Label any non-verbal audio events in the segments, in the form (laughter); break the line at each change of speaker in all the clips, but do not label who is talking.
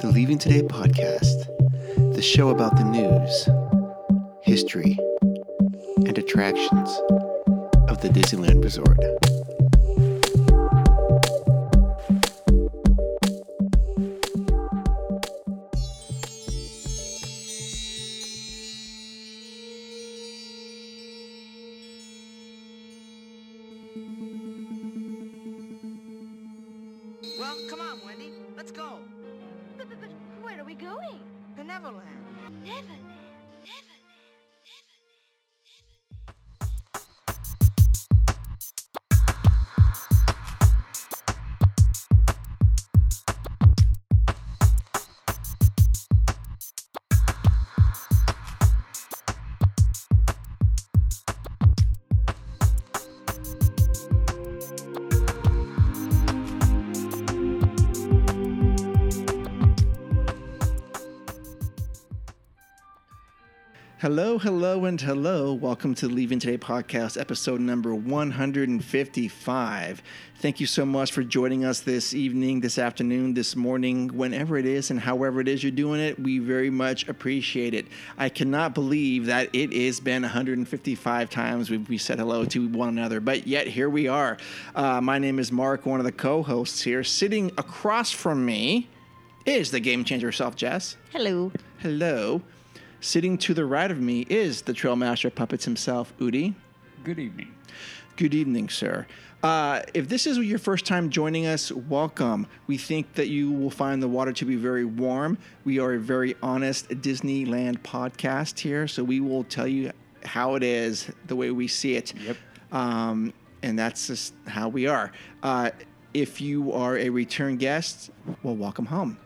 the Leaving Today podcast, the show about the news, history, and attractions of the Disneyland Resort.
Well, come on, Wendy. Let's go.
But, but, but where are we going?
To Neverland.
Neverland.
Hello, hello, and hello. Welcome to the Leaving Today podcast, episode number 155. Thank you so much for joining us this evening, this afternoon, this morning, whenever it is, and however it is you're doing it. We very much appreciate it. I cannot believe that it has been 155 times we've we said hello to one another, but yet here we are. Uh, my name is Mark, one of the co hosts here. Sitting across from me is the game changer herself, Jess.
Hello.
Hello. Sitting to the right of me is the Trail Master of Puppets himself, Udi.
Good evening.
Good evening, sir. Uh, if this is your first time joining us, welcome. We think that you will find the water to be very warm. We are a very honest Disneyland podcast here, so we will tell you how it is, the way we see it.
Yep.
Um, and that's just how we are. Uh, if you are a return guest, well, welcome home.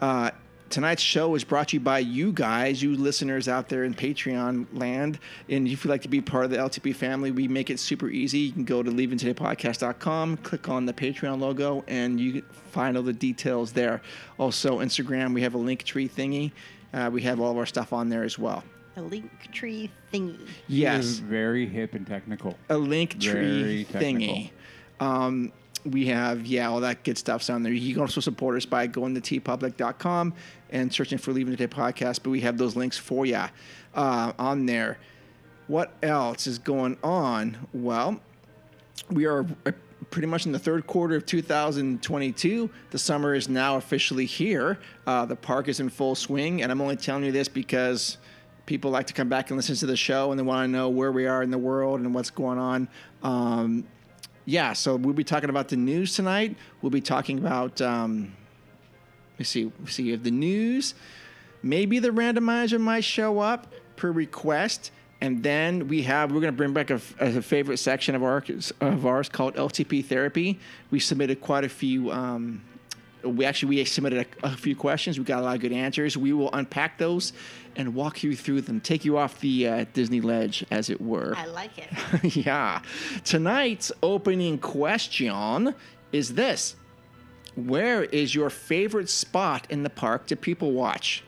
Uh, tonight's show is brought to you by you guys, you listeners out there in Patreon land. And if you'd like to be part of the LTP family, we make it super easy. You can go to leavingtodaypodcast.com, click on the Patreon logo, and you can find all the details there. Also, Instagram, we have a link tree thingy. Uh, we have all of our stuff on there as well.
A link tree thingy.
Yes.
You're very hip and technical.
a link tree
Very
thingy.
technical.
Um, we have, yeah, all that good stuff's on there. You can also support us by going to tpublic.com and searching for Leaving Today podcast, but we have those links for you uh, on there. What else is going on? Well, we are uh, pretty much in the third quarter of 2022. The summer is now officially here. Uh, the park is in full swing, and I'm only telling you this because people like to come back and listen to the show and they want to know where we are in the world and what's going on. Um, yeah, so we'll be talking about the news tonight. We'll be talking about. Um, Let's see. Let's see if the news. Maybe the randomizer might show up per request, and then we have we're gonna bring back a, f- a favorite section of ours of ours called LTP therapy. We submitted quite a few. Um, we actually we submitted a, a few questions. We got a lot of good answers. We will unpack those and walk you through them, take you off the uh, Disney ledge, as it were
I like (laughs)
(laughs)
it.
yeah. Tonight's opening question is this Where is your favorite spot in the park to people watch?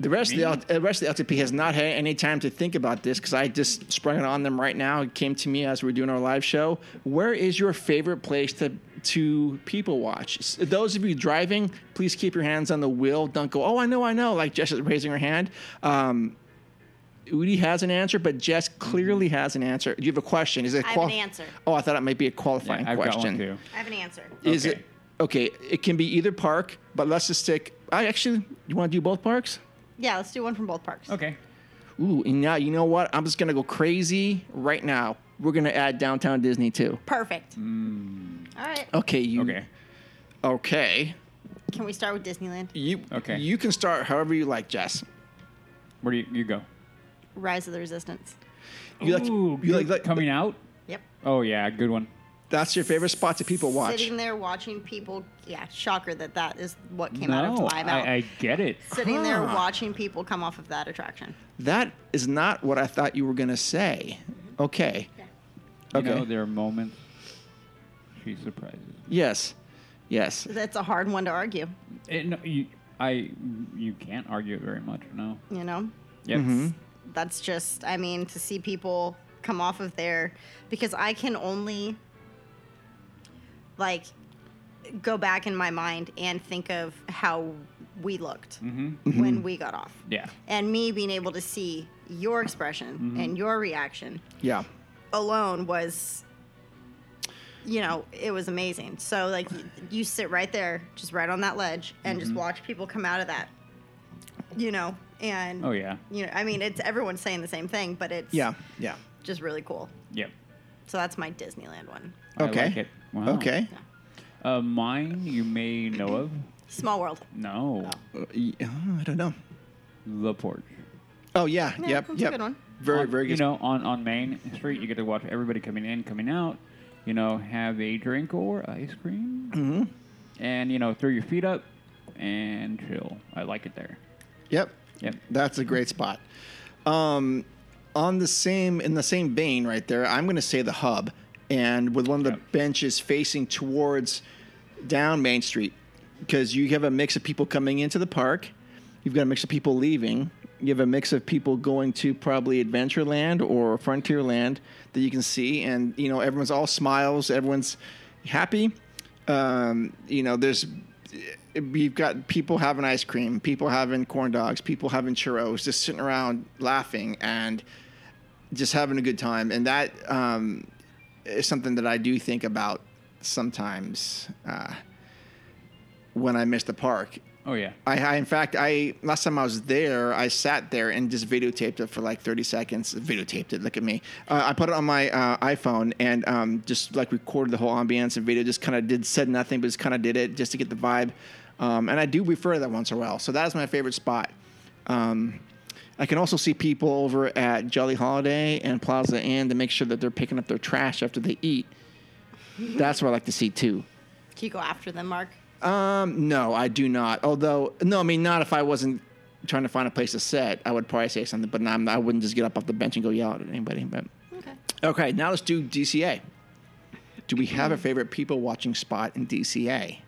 The rest, of the,
Me?
L- the rest of the LTP has not had any time to think about this because I just sprung it on them right now. It came to me as we were doing our live show. Where is your favorite place to to people watch? S- Those of you driving, please keep your hands on the wheel. Don't go, oh, I know, I know, like Jess is raising her hand. Um, Udi has an answer, but Jess
Mm-hmm.
clearly has an answer. Do you have a question? Is it?
I have an answer.
Oh, I thought it might be a qualifying
I've
question.
got one too.
I have an answer.
Is
Okay.
it okay? It can be either park, but let's just stick. I actually, you want to do both parks?
Yeah, let's do one from both parks.
Okay.
Ooh, and now you know what? I'm just gonna go crazy right now. We're gonna add Downtown Disney too.
Perfect.
Mm.
All right.
Okay, you.
Okay.
Okay.
Can we start with Disneyland?
You.
Okay.
You can start however you like, Jess.
Where do you, you go?
Rise of the Resistance.
You like?
Ooh,
you like, like
coming out?
Yep.
Oh yeah, good one.
That's your favorite spot to people watch.
Sitting there watching people. Yeah, shocker that that is what came out of
no,
Fly Out.
I, I get it.
Sitting there
Huh.
watching people come off of that attraction.
That is not what I thought you were gonna say. Okay.
You
Okay.
know, there are moments she surprises.
Yes. Yes.
That's a hard one to argue.
It, Eh, no, you, I, you can't argue it very much. No.
You know,
Yes.
Mm-hmm.
that's just i mean to see people come off of there because i can only like go back in my mind and think of how we looked
Mm-hmm.
when we got off.
Yeah.
And me being able to see your expression
Mm-hmm.
and your reaction
Yeah.
alone was you know it was amazing so like y- you sit right there just right on that ledge and
Mm-hmm.
just watch people come out of that you know and
Oh yeah.
you know i mean it's everyone's saying the same thing but it's
Yeah. Yeah.
just really cool
Yep.
so that's my disneyland one
Okay.
I like it. Wow.
Okay.
Uh, mine you may know of.
small world
No.
Uh, y- oh, I don't know.
The porch.
Oh yeah.
Yeah,
yep.
that's a
Yep.
good one.
Very
On-
very good.
You know, on on Main Street, you get to watch everybody coming in, coming out. You know, have a drink or ice cream,
hmm
and you know, throw your feet up and chill. I like it there.
Yep.
Yep.
That's a great spot. Um, on the same in the same vein, right there, I'm going to say the hub, and with one of the
Yep.
benches facing towards down Main Street, because you have a mix of people coming into the park, you've got a mix of people leaving, you have a mix of people going to probably Adventureland or Frontierland that you can see, and you know everyone's all smiles, everyone's happy. Um, you know, there's you've got people having ice cream, people having corn dogs, people having churros, just sitting around laughing and just having a good time. And that um, is something that I do think about sometimes uh, when I miss the park.
Oh yeah.
I, I, in fact, I last time I was there, I sat there and just videotaped it for like 30 seconds. Videotaped it. Look at me. Uh, I put it on my uh, iPhone and um, just like recorded the whole ambiance and video. Just kind of did said nothing, but just kind of did it just to get the vibe. Um, and I do refer to that once in a while. So that is my favorite spot. Um, I can also see people over at Jolly Holiday and Plaza Inn to make sure that they're picking up their trash after they eat. That's what I like to see too.
do you go after them mark
Um, no, I do not. Although, no, I mean, not if I wasn't trying to find a place to sit. I would probably say something, but I'm, I wouldn't just get up off the bench and go yell at anybody. But
okay
okay, now let's do DCA. Do we have a favorite people watching spot in DCA?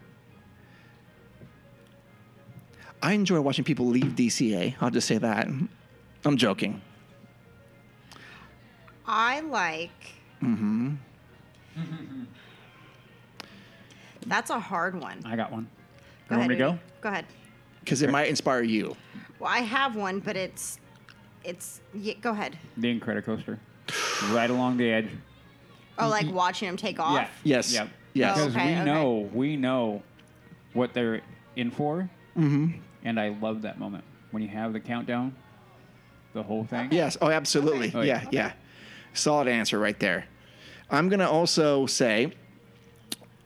I enjoy watching people leave DCA. I'll just say that. I'm joking.
i like (laughs) that's a hard one
I got one.
go
you
ahead
want me to go?
Rudy. go ahead
Because it might inspire you.
Well, I have one, but it's it's. Yeah, go ahead.
The Incredicoaster. right along the edge.
Oh, like watching him take
Mm-hmm. Yeah.
off.
Yes.
Yep.
Yes.
Oh,
Because
okay,
we
okay.
know we know what they're in for. Mm-hmm. And I love that moment when you have the countdown, the whole thing.
(laughs) Yes. Oh, absolutely.
Oh,
yeah.
yeah.
Yeah. Solid answer right there. I'm gonna also say,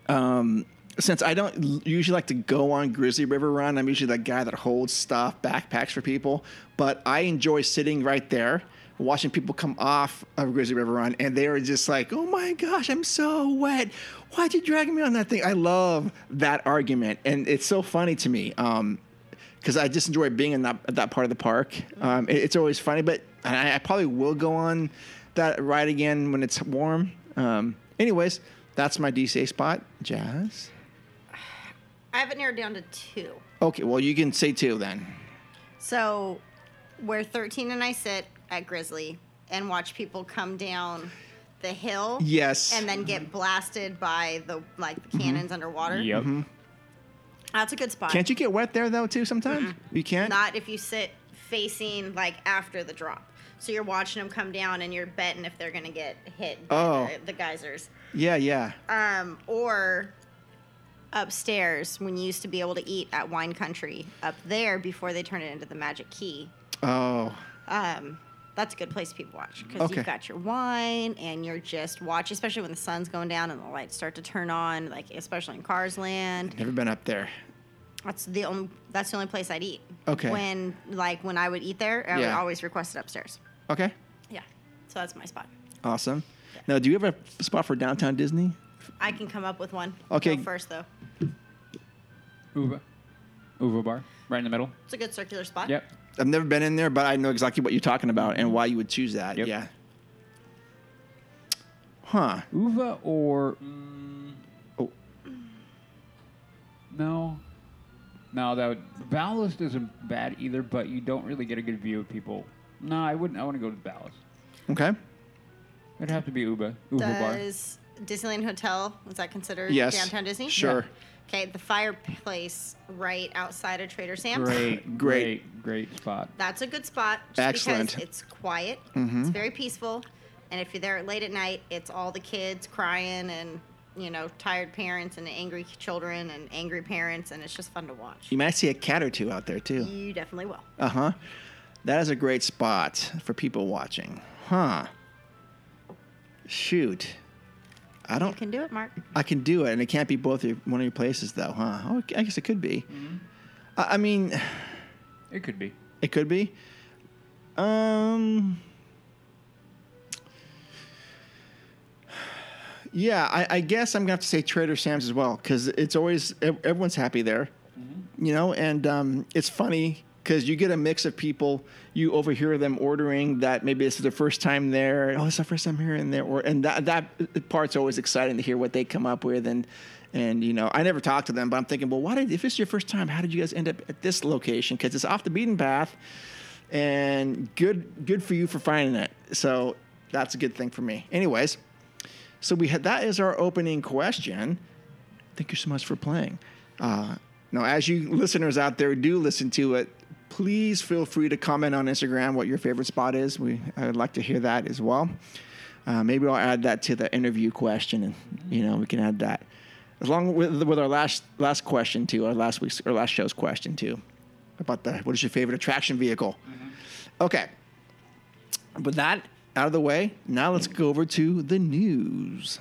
um, since I don't l- usually like to go on Grizzly River Run, I'm usually that guy that holds stuff, backpacks for people. But I enjoy sitting right there, watching people come off of Grizzly River Run, and they are just like, "Oh my gosh, I'm so wet! Why'd you drag me on that thing?" I love that argument, and it's so funny to me. Um, because I just enjoy being in that that part of the park. Um, it- it's always funny, but and I, I probably will go on that ride again when it's warm. Um, anyways, that's my DCA spot, Jazz.
I have it narrowed down to two.
Okay, well you can say two then.
So, where thirteen and I sit at Grizzly and watch people come down the hill.
Yes. Mm-hmm.
And then get blasted by the like the cannons underwater.
Yep.
That's a good spot.
Can't you get wet there though too? Sometimes you can't.
Not if you sit facing like after the drop. So you're watching them come down and you're betting if they're gonna get hit by
Oh.
the, the geysers.
yeah, yeah.
um, or upstairs when you used to be able to eat at Wine Country up there before they turned it into the Magic Key.
Oh,
Um, that's a good place to people watch because
Okay.
you've got your wine and you're just watch, especially when the sun's going down and the lights start to turn on, like especially in Cars Land.
never been up there.
That's the only that's the only place I'd eat.
Okay.
When like when I would eat there, I would
Yeah.
always request it upstairs.
Okay,
Yeah. So that's my spot.
awesome. Now, do you have a spot for downtown Disney?
I can come up with one.
Okay.
Go first though.
Uva. Uva bar. Right in the middle.
It's a good circular spot.
Yep.
I've never been in there, but I know exactly what you're talking about and why you would choose that.
Yep.
Yeah. Huh.
Uva or mm,
Oh,
no. No, that would, Ballast isn't bad either, but you don't really get a good view of people. No, I wouldn't. I want to go to Ballast.
okay.
It'd have to be Uva. Uva bar.
Does Disneyland Hotel is that considered
Yes.
downtown Disney?
Sure.
Okay, the fireplace right outside of Trader Sam's.
Great.
Great, great, great spot.
That's a good spot. Just
Excellent. Mm-hmm.
Because it's quiet. It's very peaceful, and if you're there late at night, it's all the kids crying and you know tired parents and angry children and angry parents, and it's just fun to watch.
You might see a cat or two out there too.
You definitely will.
Uh huh. That is a great spot for people watching. Huh. Shoot. I
You
don't.
can do it, Mark.
I can do it, and it can't be both your, one of your places though, huh? Oh, I guess it could be. I, I mean, (sighs)
It could be.
it could be. Um. Yeah, I, I guess I'm gonna have to say Trader Sam's as well because it's always ev- everyone's happy there, you know, and um, it's funny because you get a mix of people. You overhear them ordering that maybe this is their first time there. and, Oh, it's the first time here and there, or and that that part's always exciting to hear what they come up with and. And you know, I never talked to them, but I'm thinking, well, why did if this is your first time, how did you guys end up at this location? Because it's off the beaten path, and good good for you for finding it. So that's a good thing for me. Anyways, so we had that is our opening question. Thank you so much for playing. Uh, now, as you listeners out there do listen to it, please feel free to comment on Instagram what your favorite spot is. We I would like to hear that as well. Uh, maybe I'll add that to the interview question, and you know we can add that along with with our last last question too, our last week's or last show's question too about that. What is your favorite attraction vehicle? Okay. With that out of the way, now let's go over to the news.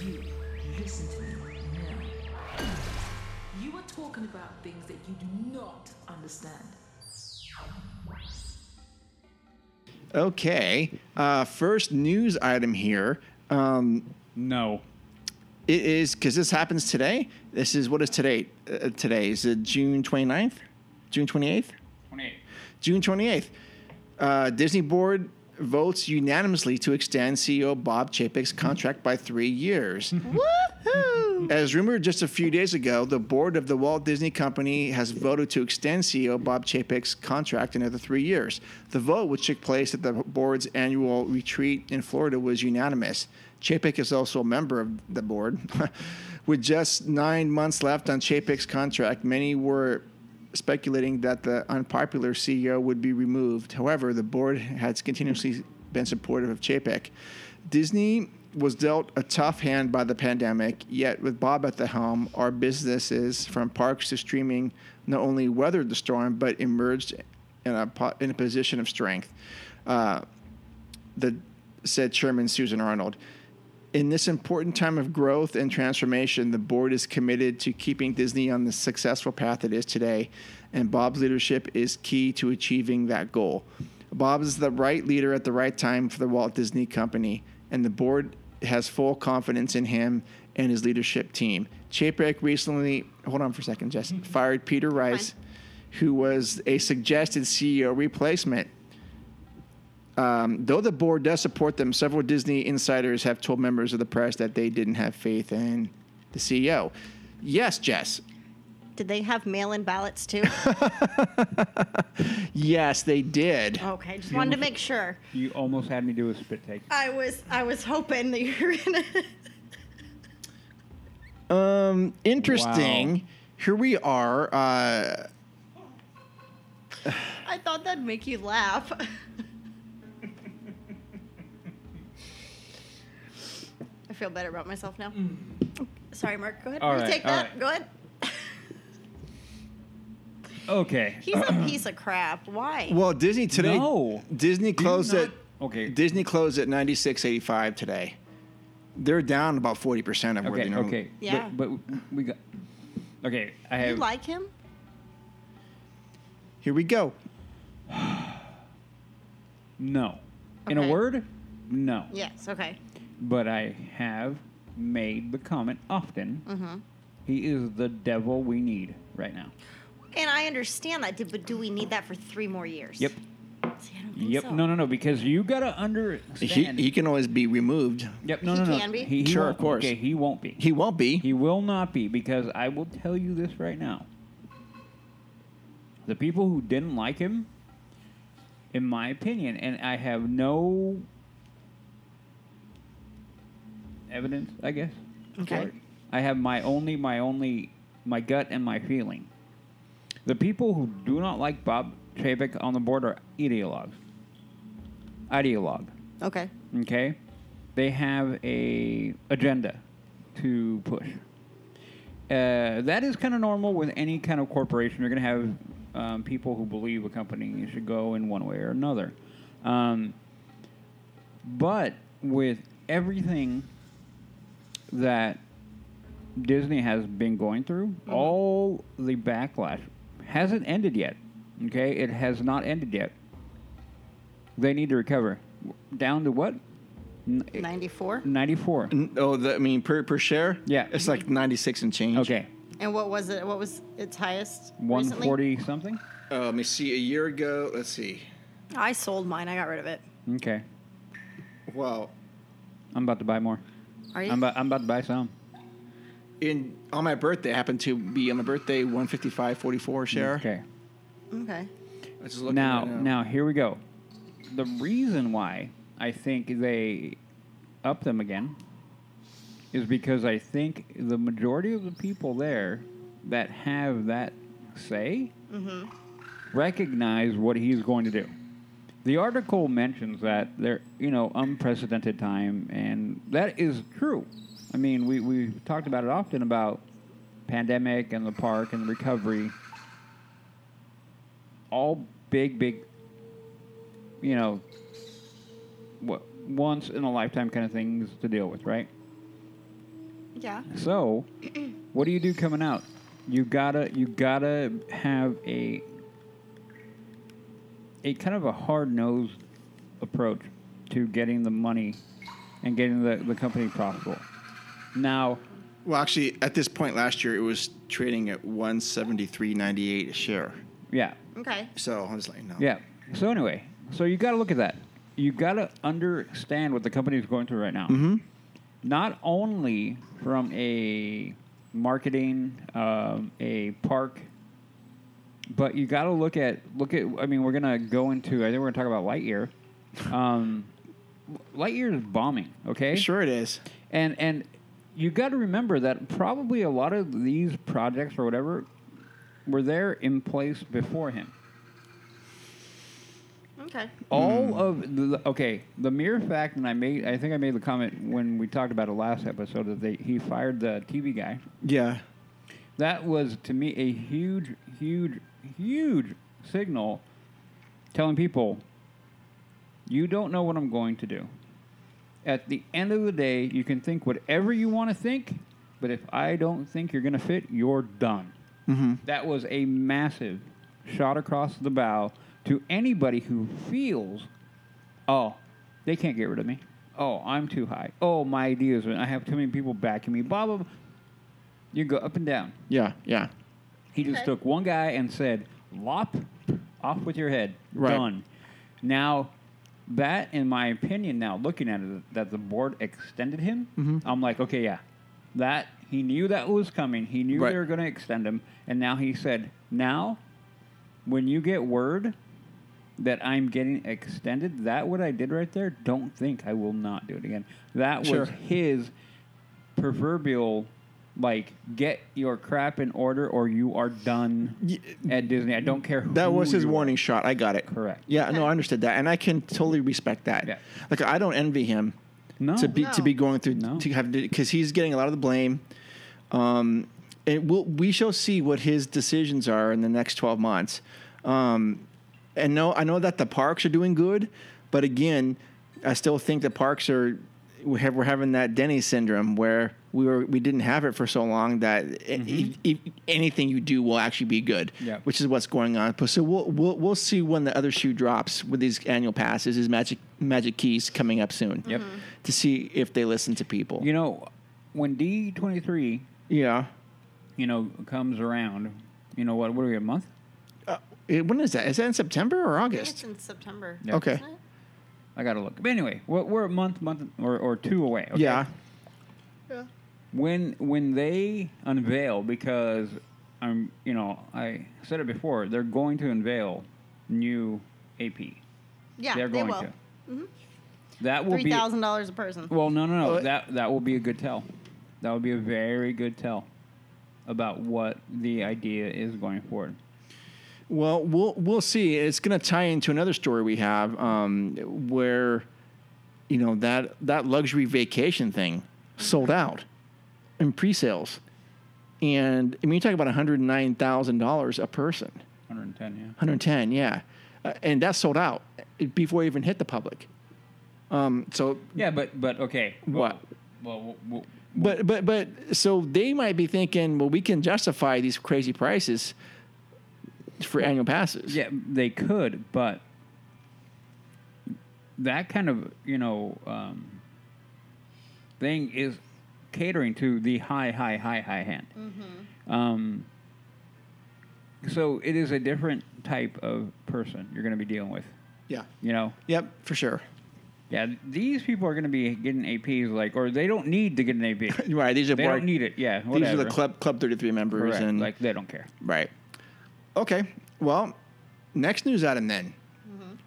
You listen to me now. You are talking about things that you do not understand.
Okay. Uh, first news item here. Um,
No.
it is because this happens today. This is what is today? Uh, today is it June 29th? June 28th?
28.
June 28th. Uh, Disney board votes unanimously to extend CEO Bob Chapek's contract by three years.
Woohoo!
As rumored just a few days ago, the board of the Walt Disney Company has voted to extend CEO Bob Chapek's contract another three years. The vote, which took place at the board's annual retreat in Florida, was unanimous. Chapek is also a member of the board. (laughs) With just nine months left on Chapek's contract, many were speculating that the unpopular CEO would be removed. However, the board has continuously been supportive of Chapek. Disney was dealt a tough hand by the pandemic, yet with Bob at the helm, our businesses from parks to streaming not only weathered the storm but emerged in a po- in a position of strength. Uh, the said chairman Susan Arnold. In this important time of growth and transformation, the board is committed to keeping Disney on the successful path it is today, and Bob's leadership is key to achieving that goal. Bob is the right leader at the right time for the Walt Disney Company, and the board has full confidence in him and his leadership team. Chapek recently, hold on for a second, Jess, fired Peter Rice, who was a suggested CEO replacement. Um, though the board does support them, several Disney insiders have told members of the press that they didn't have faith in the CEO. Yes, Jess.
Did they have mail-in ballots
(laughs)
too?
Yes, they did.
Um,
Okay, just wanted to make sure.
You almost had me do a spit take.
I was I was hoping that you were gonna.
Um, interesting.
Wow.
Here we are. Uh,
I thought that'd make you laugh. I feel better about myself now. Sorry, Mark. Go ahead.
All
You
right,
take
all
that.
right.
Go ahead.
Okay.
He's a piece of crap. Why?
well, Disney today.
No.
Disney closed
not-
at.
Okay.
Disney closed at ninety six eighty five today. They're down about forty percent of where they
Okay.
normally.
Okay.
Yeah.
But, but we got. Okay. I
you
have.
like him?
Here we go.
no. In a
Okay.
word, no.
Yes. Okay.
But I have made the comment often.
Mm-hmm.
He is the devil we need right now.
And I understand that, did- but do we need that for three more years?
Yep.
See, I don't think
Yep.
so.
No, no, no. Because you
He,
gotta understand.
he can always be removed.
Yep. No,
He
no, no.
can be?
Sure,
won't-
of course.
Okay. He won't be.
He won't be.
He will not be because I will tell you this right now. The people who didn't like him, in my opinion, and I have no evidence, I guess,
Okay.
I have my only, my only, my gut and my feeling. The people who do not like Bob Chapek on the board are ideologues. Ideologue.
Okay.
Okay, they have a agenda to push. Uh, that is kind of normal with any kind of corporation. You're going to have um, people who believe a company should go in one way or another. Um, but with everything that Disney has been going through, all the backlash hasn't ended yet. Okay, it has not ended yet. They need to recover. Down to what? N-
94.
94.
N- Oh, the, I mean, per, per share?
Yeah.
It's like 96 and change.
Okay.
And what was it? What was its highest? recently?
140 something?
Uh, let me see. A year ago, let's see.
I sold mine. I got rid of it.
Okay.
Wow.
I'm about to buy more.
Are you?
I'm about, I'm about to buy some.
In on my birthday, happened to be on my birthday, 155.44 share.
Okay.
okay.
I was just looking
Now,
right
now, here we go. The reason why I think they up them again is because I think the majority of the people there that have that say recognize what he's going to do. The article mentions that there, you know, unprecedented time, and that is true. I mean, we we've talked about it often about pandemic and the park and recovery. All big, big, you know, what once in a lifetime kind of things to deal with, right?
Yeah.
So, what do you do coming out? You gotta you gotta have a a kind of a hard nosed approach to getting the money and getting the, the company profitable. Now,
Well, actually, at this point last year, it was trading at 173.98 a share.
yeah,
Okay.
So I was like, no.
yeah. So anyway, so you gotta look at that. You gotta understand what the company is going through right now.
hmm
not only from a marketing, um, a park, but you got to look at look at. I mean, we're gonna go into. I think we're gonna talk about Lightyear. Um, Lightyear is bombing. Okay,
Sure it is.
and and you got to remember that probably a lot of these projects or whatever were there in place before him.
Okay.
All of the okay, the mere fact, and I made, I think I made the comment when we talked about it last episode that they, he fired the TV guy.
Yeah.
That was to me a huge, huge, huge signal, telling people, you don't know what I'm going to do. At the end of the day, you can think whatever you want to think, but if I don't think you're going to fit, you're done.
Mm-hmm.
That was a massive shot across the bow to anybody who feels, oh, they can't get rid of me. Oh, I'm too high. Oh, my ideas. I have too many people backing me. Blah blah. blah. You go up and down.
Yeah. Yeah.
He just
Okay.
took one guy and said, "Lop, off with your head,
Right.
done." Now, that, in my opinion, now looking at it, that the board extended him,
Mm-hmm.
I'm like, okay, yeah, that he knew that was coming. He knew
Right.
they were going to extend him, and now he said, now, when you get word that I'm getting extended, that what I did right there, don't think I will not do it again. That
Sure.
was his proverbial like get your crap in order or you are done
Ye-
at Disney. I don't care who
That was his
you are.
warning shot. I got it.
Correct.
Yeah, no, I understood that, and I can totally respect that.
Yeah.
Like I don't envy him
No.
to be to be
No.
going through
No.
to have because he's getting a lot of the blame. Um, and we'll, we shall see what his decisions are in the next twelve months. Um, and no, I know that the parks are doing good, but again, I still think the parks are we have we're having that Denny syndrome where we were we didn't have it for so long that i if, if anything you do will actually be good,
Mm-hmm. Yeah.
which is what's going on. So we'll, we'll we'll see when the other shoe drops with these annual passes, is Magic Magic Keys coming up soon.
Yep.
Mm-hmm.
Mhm.
To see if they listen to people.
You know, when D twenty three,
yeah.
you know, comes around, you know what what are we a month?
Uh, eh, when is that? Is that in September or
I think it's
August?
in September.
Yeah.
Okay.
isn't it?
I gotta look. But anyway, we're, we're a month, month or, or two away. okay?
Yeah.
when when they unveil because I'm you know I said it before they're going to unveil new AP.
Yeah,
they're
they
going
will. Mm-hmm.
to. That will
Three
be
thousand dollars a person.
well no no no
Oh, it-
that that will be a good tell. That would be a very good tell about what the idea is going forward.
Well, we'll we'll see. It's going to tie into another story we have, um, where, you know that that luxury vacation thing sold out in pre-sales, and I mean you talk about one hundred nine thousand dollars a person, one
110,
hundred ten, yeah, uh, and that sold out before it even hit the public. Um, so
yeah. Yeah, but but okay.
What?
Well, well, well,
But but but so they might be thinking, well, we can justify these crazy prices for annual passes.
yeah, they could, but that kind of you know um, thing is catering to the high, high, high, high hand. Um, so it is a different type of person you're going to be dealing with.
Yeah.
You know,
Yep. For sure.
yeah, these people are going to be getting APs like, or they don't need to get an
(laughs)
AP.
Right. These are
They
more-
don't need it. Yeah,
These are
whatever.
the club club thirty three members
Correct.
and
like they don't care.
right. Okay. Well, next news item then.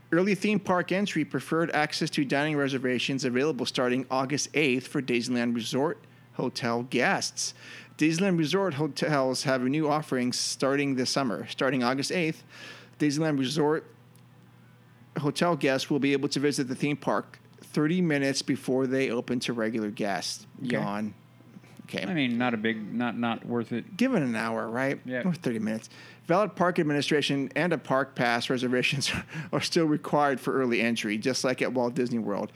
Early theme park entry preferred access to dining reservations available starting August 8th for Disneyland Resort hotel guests. Disneyland Resort hotels have a new offering starting this summer. Starting August 8th, Disneyland Resort hotel guests will be able to visit the theme park 30 minutes before they open to regular guests. Yawn. Okay.
I mean, not a big, not not worth it.
Give it an hour, right?
Yeah.
Or 30 minutes. Valid park administration and a park pass reservations (laughs) are still required for early entry, just like at Walt Disney World.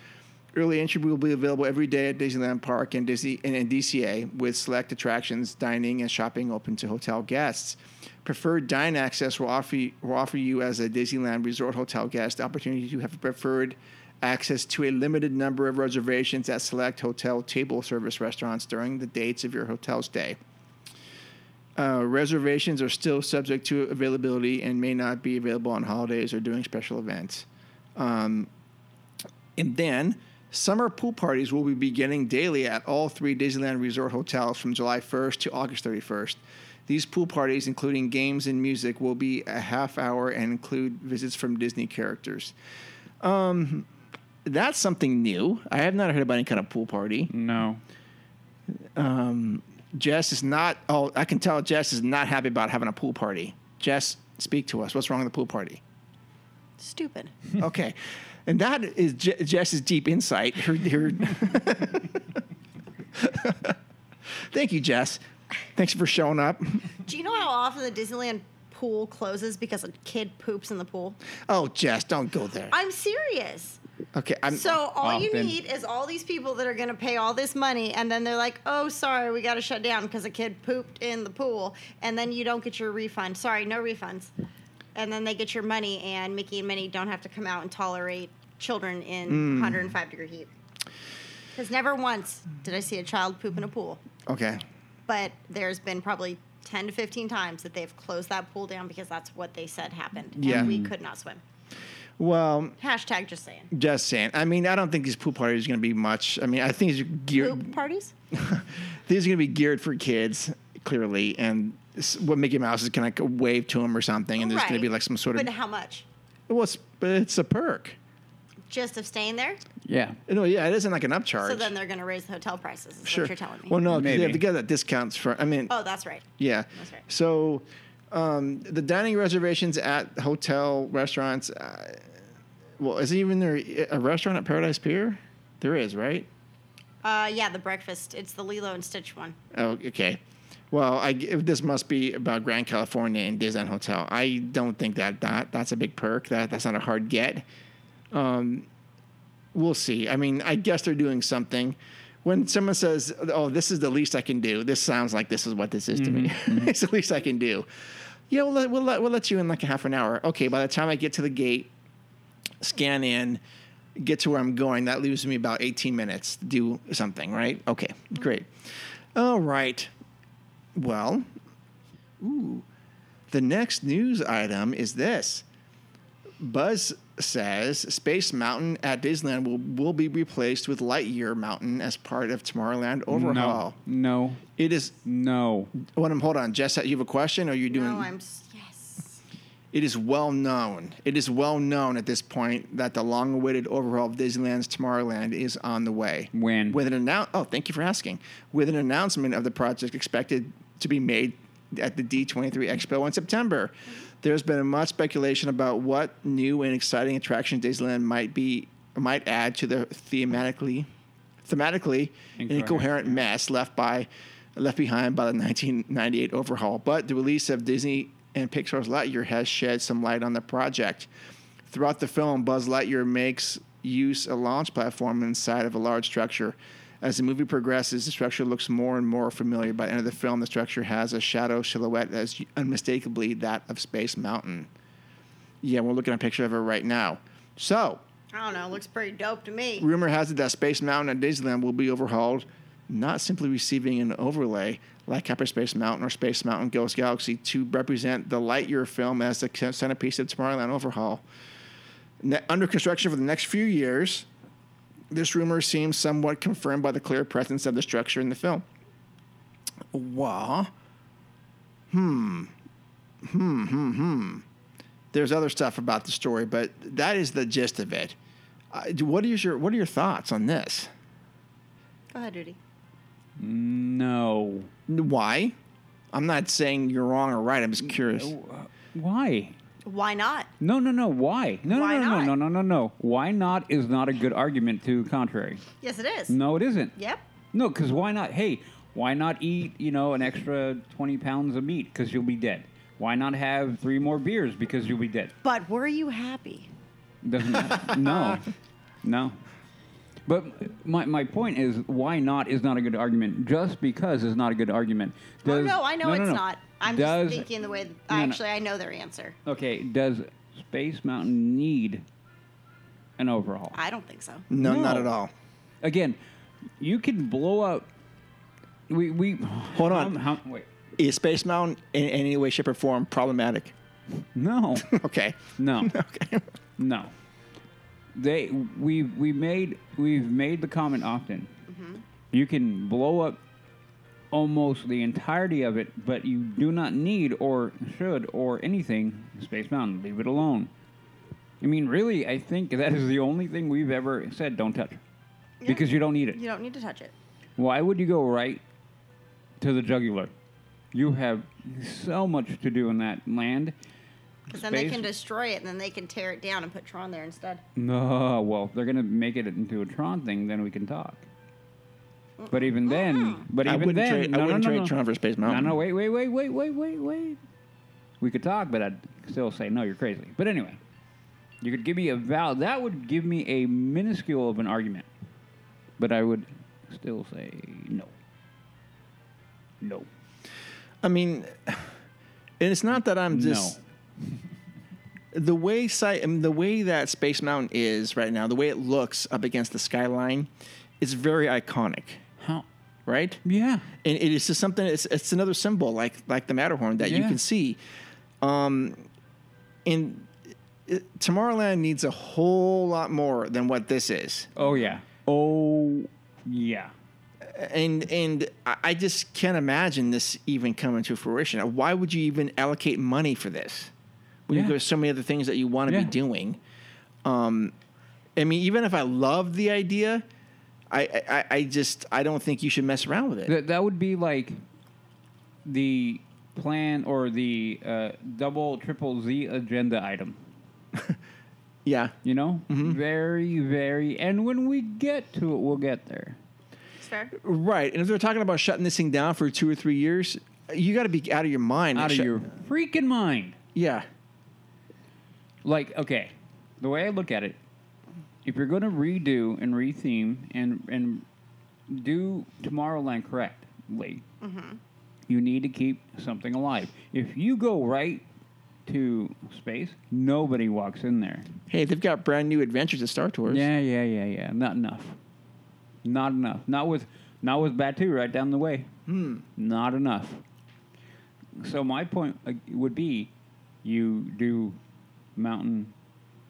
Early entry will be available every day at Disneyland Park and Disney and, and DCA, with select attractions, dining, and shopping open to hotel guests. Preferred dine access will offer you, will offer you as a Disneyland Resort hotel guest the opportunity to have preferred access to a limited number of reservations at select hotel table service restaurants during the dates of your hotel stay. Uh, reservations are still subject to availability and may not be available on holidays or during special events. Um, and then summer pool parties will be beginning daily at all three Disneyland Resort hotels from July 1st to August 31st. These pool parties, including games and music, will be a half hour and include visits from Disney characters. Um, that's something new. I have not heard about any kind of pool party.
No,
Jess is not. Oh, I can tell Jess is not happy about having a pool party. Jess, speak to us. What's wrong with the pool (laughs) party?
Stupid.
Okay, and that is Je- Jess's deep insight. Her, her (laughs) Thank you, Jess. Thanks for showing up.
Do you know how often the Disneyland pool closes because a kid poops in the pool?
Oh, Jess, don't go there.
I'm serious.
Okay, I'm.
So all you
Often.
need is all these people that are going to pay all this money, and then they're like, "Oh, sorry, we got to shut down because a kid pooped in the pool," and then you don't get your refund. Sorry, no refunds. And then they get your money, and Mickey and Minnie don't have to come out and tolerate children in
Mm.
105 degree heat. Because never once did I see a child poop in a pool,
okay,
but there's been probably 10 to 15 times that they've closed that pool down because that's what they said happened, and
Yeah. Mm.
we could not swim.
well,
Hashtag just saying.
just saying. I mean, I don't think these pool parties are going to be much. I mean, I think these are geared.
Poop parties?
these are going to be geared for kids clearly and s- what mickey mouse is going to wave to them or something and there's going
Right.
to be like some sort of
But how much?
well it's, but it's a perk
Just of staying there?
yeah,
no yeah it isn't like an upcharge
So then they're going to raise the hotel prices, is
sure
what you're telling me.
well no 'cause they have
Maybe.
to get that discounts for i mean
oh, that's right.
yeah
that's right.
so um, the dining reservations at hotel restaurants uh, well is even there a restaurant at paradise pier there is right
Uh, yeah, the breakfast. It's the Lilo and Stitch one.
Oh, okay. Well, I g- this must be about Grand California and Disneyland Hotel. I don't think that, that that's a big perk. That that's not a hard get. Um, we'll see. I mean, I guess they're doing something. When someone says, "Oh, this is the least I can do," this sounds like this is what this is to me. (laughs) it's the least I can do. Yeah, we'll let, we'll let we'll let you in like a half an hour. Okay, by the time I get to the gate, scan in, get to where I'm going, that leaves me about 18 minutes to do something. Right? Okay, great. All right. Well, ooh, the next news item is this. Buzz says Space Mountain at Disneyland will, will be replaced with Lightyear Mountain as part of Tomorrowland overhaul.
no,
It is.
no, no.
What? hold on, Jess. You have a question, or you are doing?
No, I'm. s- Yes.
It is well known. It is well known at this point that the long-awaited overhaul of Disneyland's Tomorrowland is on the way.
When?
With an announce. Oh, thank you for asking. With an announcement of the project expected to be made at the D23 Expo in September. There's been much speculation about what new and exciting attraction Disneyland might be might add to the thematically thematically
Incoherent.
incoherent mess left by left behind by the 1998 overhaul. But the release of Disney and Pixar's Lightyear has shed some light on the project. Throughout the film, Buzz Lightyear makes use a launch platform inside of a large structure. As the movie progresses, the structure looks more and more familiar. By the end of the film, the structure has a shadow silhouette as unmistakably that of Space Mountain. Yeah, we're looking at a picture of it right now. So,
I don't know. Looks pretty dope to me.
Rumor has it that Space Mountain at Disneyland will be overhauled, not simply receiving an overlay like Hyperspace Mountain or Space Mountain Ghost Galaxy to represent the Lightyear film as the c- centerpiece of Tomorrowland overhaul. Ne- under construction for the next few years, this rumor seems somewhat confirmed by the clear presence of the structure in the film. Wah. Hmm. Hmm, hmm, hmm. There's other stuff about the story, but that is the gist of it. Uh, do- what is your What are your thoughts on this?
Go ahead, Duty.
No.
N- Why? I'm not saying you're wrong or right. I'm just curious.
oh, Why?
Why not?
No, no, no. Why? No,
Why
no, no,
not?
no, no, no, no. Why not is not a good argument to contrary.
Yes, it is.
No, it isn't.
Yep.
No, because why not? Hey, why not eat, you know, an extra 20 pounds of meat because you'll be dead? Why not have three more beers because you'll be dead?
But were you happy?
(laughs)
Doesn't matter. no, no. But my, my point is, why not is not a good argument. Just because is not a good argument.
oh
Does-
no, I know it's not. I'm
Does-
just thinking the way.
No, no.
actually, I know their answer.
Okay, does Space Mountain need an overhaul?
I don't think so.
no,
No.
not at all.
Again, you can blow up. We we
Hold on.
How, how- wait,
Is Space Mountain in any way, shape, or form problematic? (laughs)
no,
Okay.
no,
Okay.
no. They we we made we've made the comment often.
Mm-hmm.
You can blow up almost the entirety of it, but you do not need or should or anything Space Mountain. Leave it alone. I mean, really, I think that is the only thing we've ever said. Don't touch,
Yeah.
because you don't need it.
You don't need to touch it.
Why would you go right to the jugular? You have so much to do in that land.
Because then they
Space-
can destroy it, and then they can tear it down and put Tron there instead.
No, well, if they're gonna make it into a Tron thing, then we can talk. But even then, but
I
even
wouldn't
then,
trade- I
no, no,
wouldn't
no,
trade
no.
Tron for Space Mountain.
No, no, wait, wait, wait, wait, wait, wait, wait. We could talk, but I'd still say no. You're crazy. But anyway, you could give me a val. That would give me a minuscule of an argument, but I would still say no. No.
I mean, (sighs) and it's not that I'm just the way site I mean, the way that Space Mountain is right now, the way it looks up against the skyline, is very iconic,
no. How?
right?
Yeah.
and it is just something. It's, it's another symbol, like like the Matterhorn that you
Yeah.
can see. Um, and it, Tomorrowland needs a whole lot more than what this is,
Oh yeah. Oh yeah.
and and I- I just can't imagine this even coming to fruition. Why would you even allocate money for this when
Yeah.
you there's so many other things that you want to
Yeah.
be doing? Um, I mean, even if I love the idea, I, I I- I just I don't think you should mess around with it.
That that would be like the plan or the uh, double triple Z agenda item.
yeah.
You know, very very. And when we get to it, we'll get there.
It's fair.
Right. And if they're talking about shutting this thing down for two or three years, you got to be out of your mind.
Out of
Shut-
your freaking mind.
Yeah.
Like okay, the way I look at it, if you're going to redo and retheme and and do Tomorrowland correctly, you need to keep something alive. If you go right to space, nobody walks in there.
Hey, they've got brand new adventures at Star Tours.
Yeah, yeah, yeah, yeah. Not enough. Not enough. Not with not with Batu right down the way. Hmm. Not enough. So my point uh, would be, you do mountain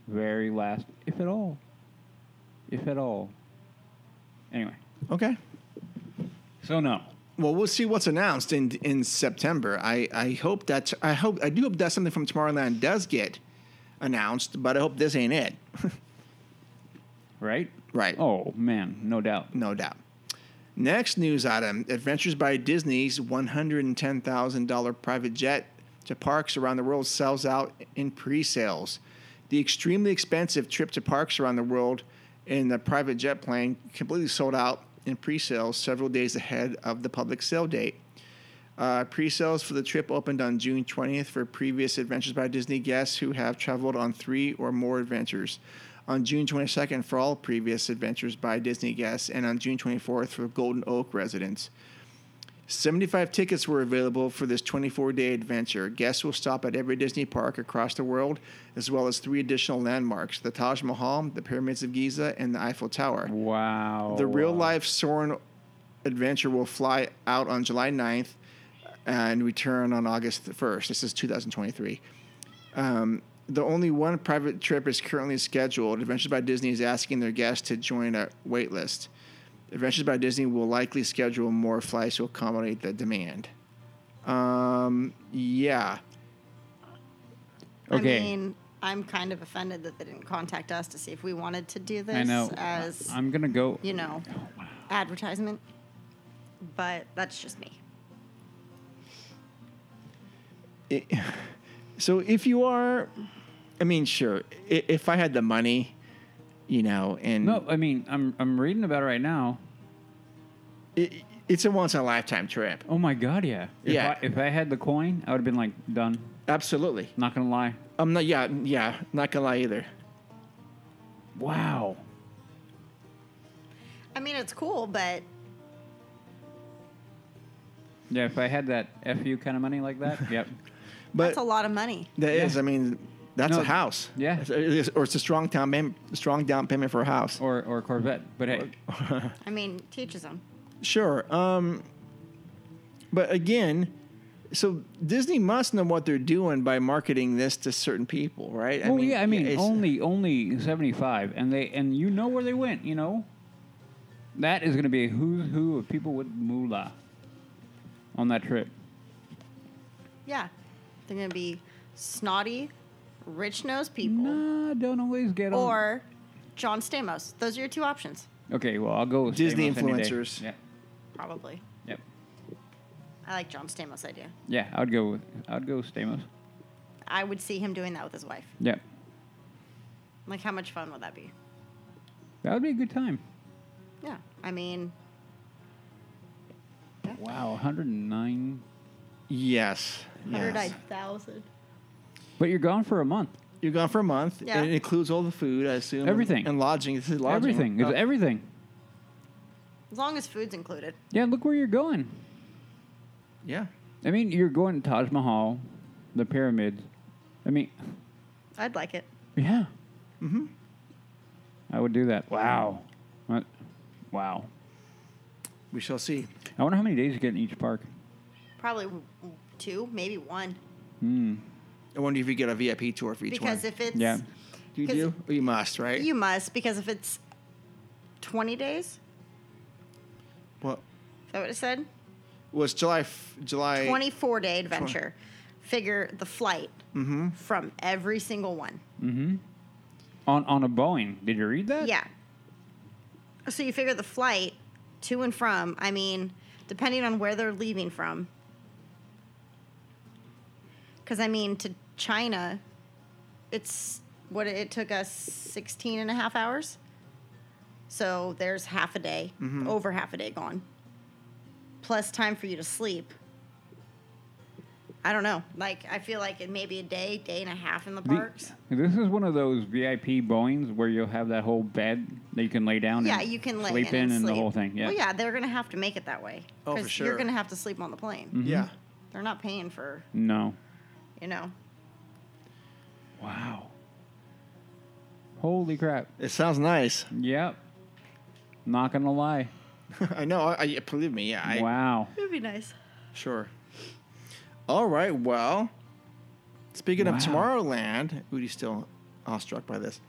very last, if at all, if at all. Anyway,
Okay.
so no.
Well, we'll see what's announced in in September. I, I hope that I hope I do hope that something from Tomorrowland does get announced, but I hope this ain't it.
right?
Right.
Oh man, no doubt.
No doubt. Next news item Adventures by Disney's $110,000 private jet to parks around the world sells out in pre sales. The extremely expensive trip to parks around the world in the private jet plane completely sold out in pre sales several days ahead of the public sale date. Uh, pre-sales for the trip opened on June 20th for previous Adventures by Disney guests who have traveled on three or more adventures. On June 22nd for all previous Adventures by Disney guests, and on June 24th for Golden Oak residents. 75 tickets were available for this 24 day adventure. Guests will stop at every Disney park across the world, as well as three additional landmarks the Taj Mahal, the Pyramids of Giza, and the Eiffel Tower.
Oh, Wow.
The real life Soren adventure will fly out on July 9th and return on August 1st. This is 2023. Um, the only one private trip is currently scheduled. Adventures by Disney is asking their guests to join a wait list. Adventures by Disney will likely schedule more flights to accommodate the demand. Um, yeah.
Okay.
I mean, I'm kind of offended that they didn't contact us to see if we wanted to do this
I know.
as
I'm gonna go.
you know advertisement, but that's just me.
it, so if you are, I mean, sure. i- If I had the money, you know, and
No, I mean I'm I'm reading about it right now.
it, it's a once in a lifetime trip.
Oh my god, yeah. If
Yeah.
I, if I had the coin, I would have been like done.
Absolutely.
Not gonna lie.
I'm not. Yeah, yeah. Not gonna lie either.
Wow.
I mean, it's cool, but
Yeah, if I had that fu kind of money like that, yep.
But
that's a lot of money.
that
yeah.
is, I mean, that's
No,
a house.
yeah.
It's- it is- or it's a strong down payment. Strong down payment for a house.
Or or Corvette. But hey,
I mean, teaches them.
Sure. Um, but again, so Disney must know what they're doing by marketing this to certain people, right?
well, oh, yeah, I mean
it's-
only only 75, and they and you know where they went, you know. That is gonna be a who's who of people with moolah on that trip.
Yeah, they're gonna be snotty, rich nosed people,
Nah, don't always get on.
or John Stamos. Those are your two options,
Okay, well, I'll go with
Disney
Stamos any day.
influencers.
Yeah,
probably.
yep,
I like John Stamos' idea.
yeah. I'd go with I'd go with Stamos.
I would see him doing that with his wife.
Yep,
Like, how much fun would that be?
that would be a good time.
Yeah, I mean,
Wow, 109.
Yes.
hundred
yes.
thousand.
But you're gone for a month.
You're gone for a month.
Yeah.
and It includes all the food, I assume. and-
Everything.
And, lodging. This is lodging.
Everything. It's
Oh.
everything.
As long as food's included.
Yeah, look where you're going.
yeah.
I mean, you're going to Taj Mahal, the pyramids. I mean,
I'd like it.
yeah. Mm-hmm. I would do that. Wow. What? Wow.
We shall see.
I wonder how many days you get in each park.
Probably w- w- two, maybe one.
I wonder if you get a VIP tour for each one.
because if it's
Yeah.
you
'cause-
do, you must, right?
you must, because if it's twenty days,
Well,
is that what it said?
was July f- July
Twenty four day adventure. Figure the flight
Mm-hmm.
from every single one.
On on a Boeing. Did you read that?
Yeah. So you figure the flight to and from, I mean, depending on where they're leaving from. Because, I mean, to China, it's what it took us 16 and a half hours. So there's half a day, over half a day gone, plus time for you to sleep. I don't know. Like, I feel like it may be a day, day and a half in the
The-
parks.
this is one of those VIP Boeings where you'll have that whole bed that you can lay down.
Yeah,
and
you can lay
sleep
in, and,
the
sleep.
whole thing. Yeah.
Well, yeah, they're gonna have to make it that way.
Oh, for
'cause
sure.
You're gonna have to sleep on the plane.
Mm-hmm.
Yeah.
They're not paying for
No.
you know.
Wow. Holy crap.
It sounds nice. (laughs)
Yep. Not gonna lie.
I know. I, I believe me. Yeah. I,
wow.
It'd be nice.
Sure. All right. Well, speaking
Wow.
of Tomorrowland, Udi's still awestruck by this.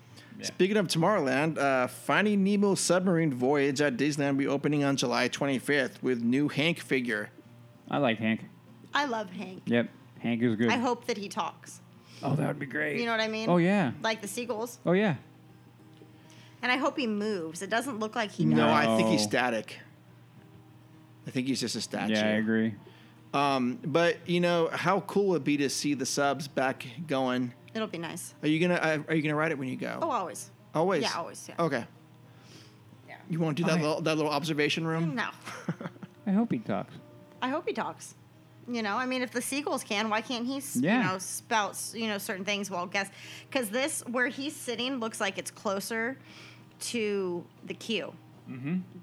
Speaking of Tomorrowland, uh, Finding Nemo submarine voyage at Disneyland will be opening on July 25th with new Hank figure.
I like Hank.
I love Hank.
Yep, Hank is good.
I hope that he talks.
Oh, that would be great.
You know what I mean?
Oh yeah.
Like the seagulls.
Oh yeah.
And I hope he moves. It doesn't look like he does.
No, I think he's
No.
static. I think he's just a statue.
Yeah, I agree.
Um, but you know how cool would it be to see the subs back going.
It'll be nice.
Are you gonna uh, Are you gonna ride it when you go?
Oh, always.
always.
yeah, always, yeah.
Okay.
Yeah. Mm,
You want to do that
Okay.
little that little observation room?
No.
I hope he talks.
I hope he talks. You know, I mean, if the seagulls can, why can't he, s you
Yeah.
know, spouts, you know, certain things? Well, guess because this where he's sitting looks like it's closer to the queue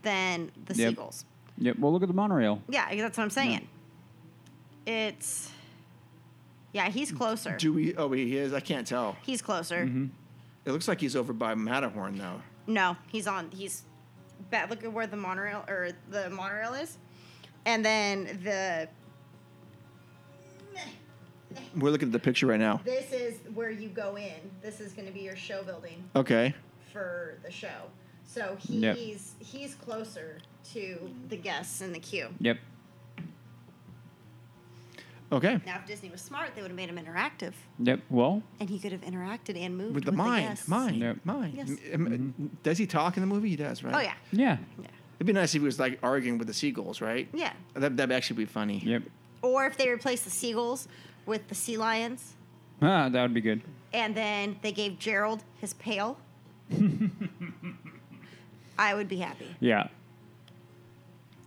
than the
Yep.
seagulls.
Yep. Well, look at the monorail.
Yeah, that's what I'm saying. It's yeah, he's closer.
Do we? Oh, he is. I can't tell.
he's closer.
It looks like he's over by Matterhorn though.
No, he's on. He's bet. Look at where the monorail or the monorail is, and then the
We're looking at the picture right now.
this is where you go in. This is going to be your show building
Okay.
for the show. So he's
Yep.
he's closer to the guests in the queue.
Yep.
Okay.
Now, if Disney was smart, they would have made him interactive,
Yep. Well,
and he could have interacted and moved
With the mind,
guests.
mind,
Yep. Mm-hmm.
mind.
Yes.
M- m- Does he talk in the movie? He does, right?
Oh yeah,
yeah.
It'd be nice if he was like arguing with the seagulls, right?
yeah.
That that'd actually be funny.
Yep. (laughs)
Or if they replaced the seagulls with the sea lions,
Ah, that would be good.
and then they gave Gerald his pail,
(laughs)
I would be happy.
Yeah.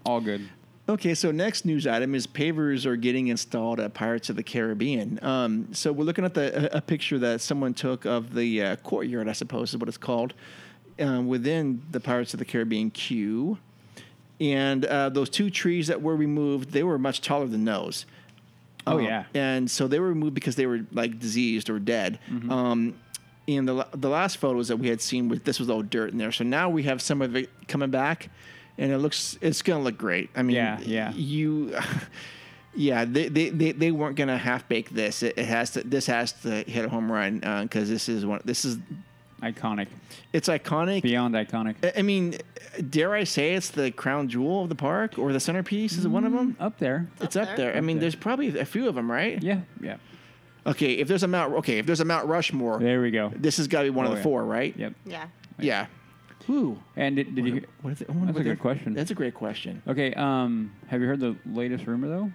All good.
Okay, so next news item is pavers are getting installed at Pirates of the Caribbean. Um, so we're looking at the a, a picture that someone took of the uh, courtyard, I suppose is what it's called, um, within the Pirates of the Caribbean queue. And uh, those two trees that were removed, they were much taller than those.
Oh,
Um,
yeah.
And so they were removed because they were like diseased or dead.
Mm-hmm.
Um, and the la- the last photos that we had seen was this was all dirt in there. So now we have some of it coming back, and it looks it's gonna look great. I mean,
Yeah, yeah.
You, (laughs) yeah, they they, they, they weren't gonna half bake this. It, it has to. This has to hit a home run because this is one. This is
Iconic.
it's iconic.
Beyond iconic.
I- I mean, dare I say it's the crown jewel of the park or the centerpiece? Is it one of them?
Up there.
Mm-hmm. It's up there. I mean,
there.
there's probably a few of them, right?
Yeah. Yeah.
Okay, if there's a Mount, okay, if there's a Mount Rushmore,
There we go.
this has got to be one
Oh,
of the
yeah.
four, right?
Yep.
Yeah.
Yeah. Who?
And did, did you? hear-
What is it? I wonder
That's
what
a
they're-
good question.
That's a great question.
Okay. Um, have you heard the latest rumor though?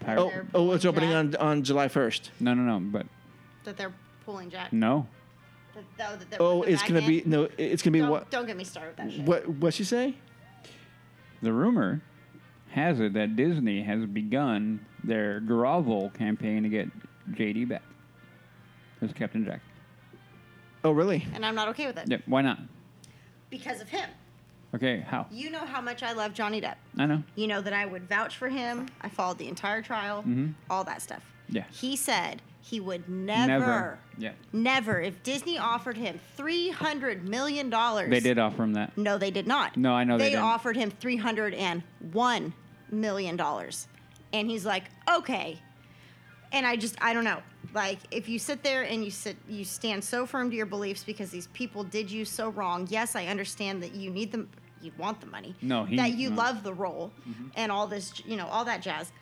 Pirate.
Oh, oh, it's opening on on July first.
No, no, no. But
That they're pulling Jack.
no.
That, that, that they're
Oh,
putting
it's
back
gonna
in.
be no, it's gonna be
Don't,
what?
don't get me started with that shit.
What? What she say?
The rumor has it that Disney has begun their grovel campaign to get JD back as Captain Jack.
Oh, really?
And I'm not okay with it
Yep. Why not?
because of him.
Okay. How?
You know how much I love Johnny Depp.
I know.
You know that I would vouch for him. I followed the entire trial, all that stuff.
Mm-hmm. Yeah.
He said he would never,
Yeah.
never, if Disney offered him $300 million. They
They did offer him that.
No, they did not.
No, I know they
They
didn't.
offered him three hundred and one million dollars, and he's like, okay. And I just, I don't know. Like, if you sit there and you sit, you stand so firm to your beliefs because these people did you so wrong. Yes, I understand that you need them, you want the money.
No, he-
that you
no. Mm-hmm.
love the role and all this, you know, all that jazz.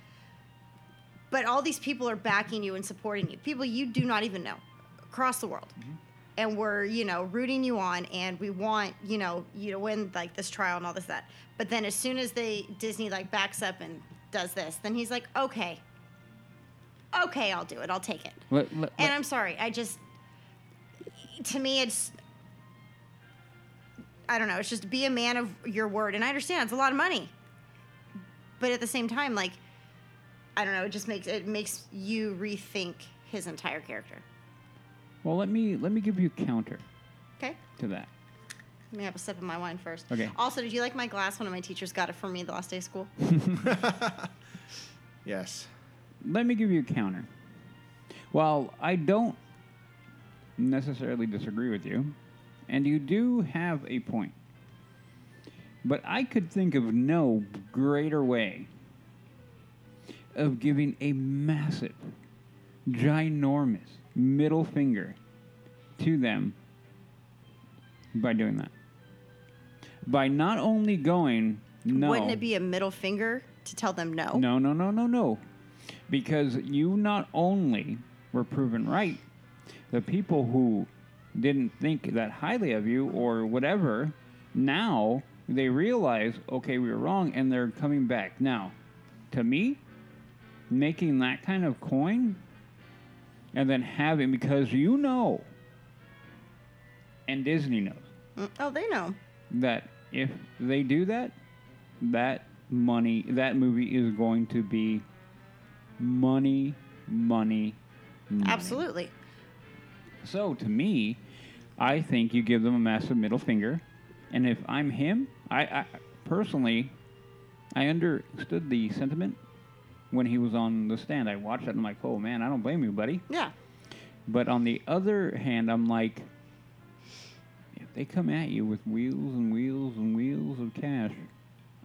But all these people are backing you and supporting you. People you do not even know across the world and we're you know rooting you on and we want you know you to win like this trial and all this that but then as soon as they disney like backs up and does this then he's like okay okay i'll do it i'll take it
Let, let,
and
let-
i'm sorry i just to me it's i don't know it's just be a man of your word and i understand it's a lot of money but at the same time like i don't know it just makes it makes you rethink his entire character
well, let me let me give you a counter
okay
to that.
Let me have a sip of my wine first.
Okay.
Also, did you like my glass? One of my teachers got it for me the last day of school.
Yes.
Let me give you a counter. While I don't necessarily disagree with you, and you do have a point, but I could think of no greater way of giving a massive, ginormous middle finger to them by doing that. By not only going, no.
Wouldn't it be a middle finger to tell them no?
No, no, no, no, no. Because you not only were proven right, the people who didn't think that highly of you or whatever, now they realize, okay, we were wrong, and they're coming back. Now, to me, making that kind of coin and then having, because you know, and Disney knows,
Mm, Oh, they know.
that if they do that, that money, that movie is going to be money, money, money.
Absolutely.
So to me, I think you give them a massive middle finger, and if I'm him, I, I personally, I understood the sentiment when he was on the stand. I watched it and I'm like, oh man, I don't blame you, buddy.
Yeah.
But on the other hand, I'm like, if they come at you with wheels and wheels and wheels of cash,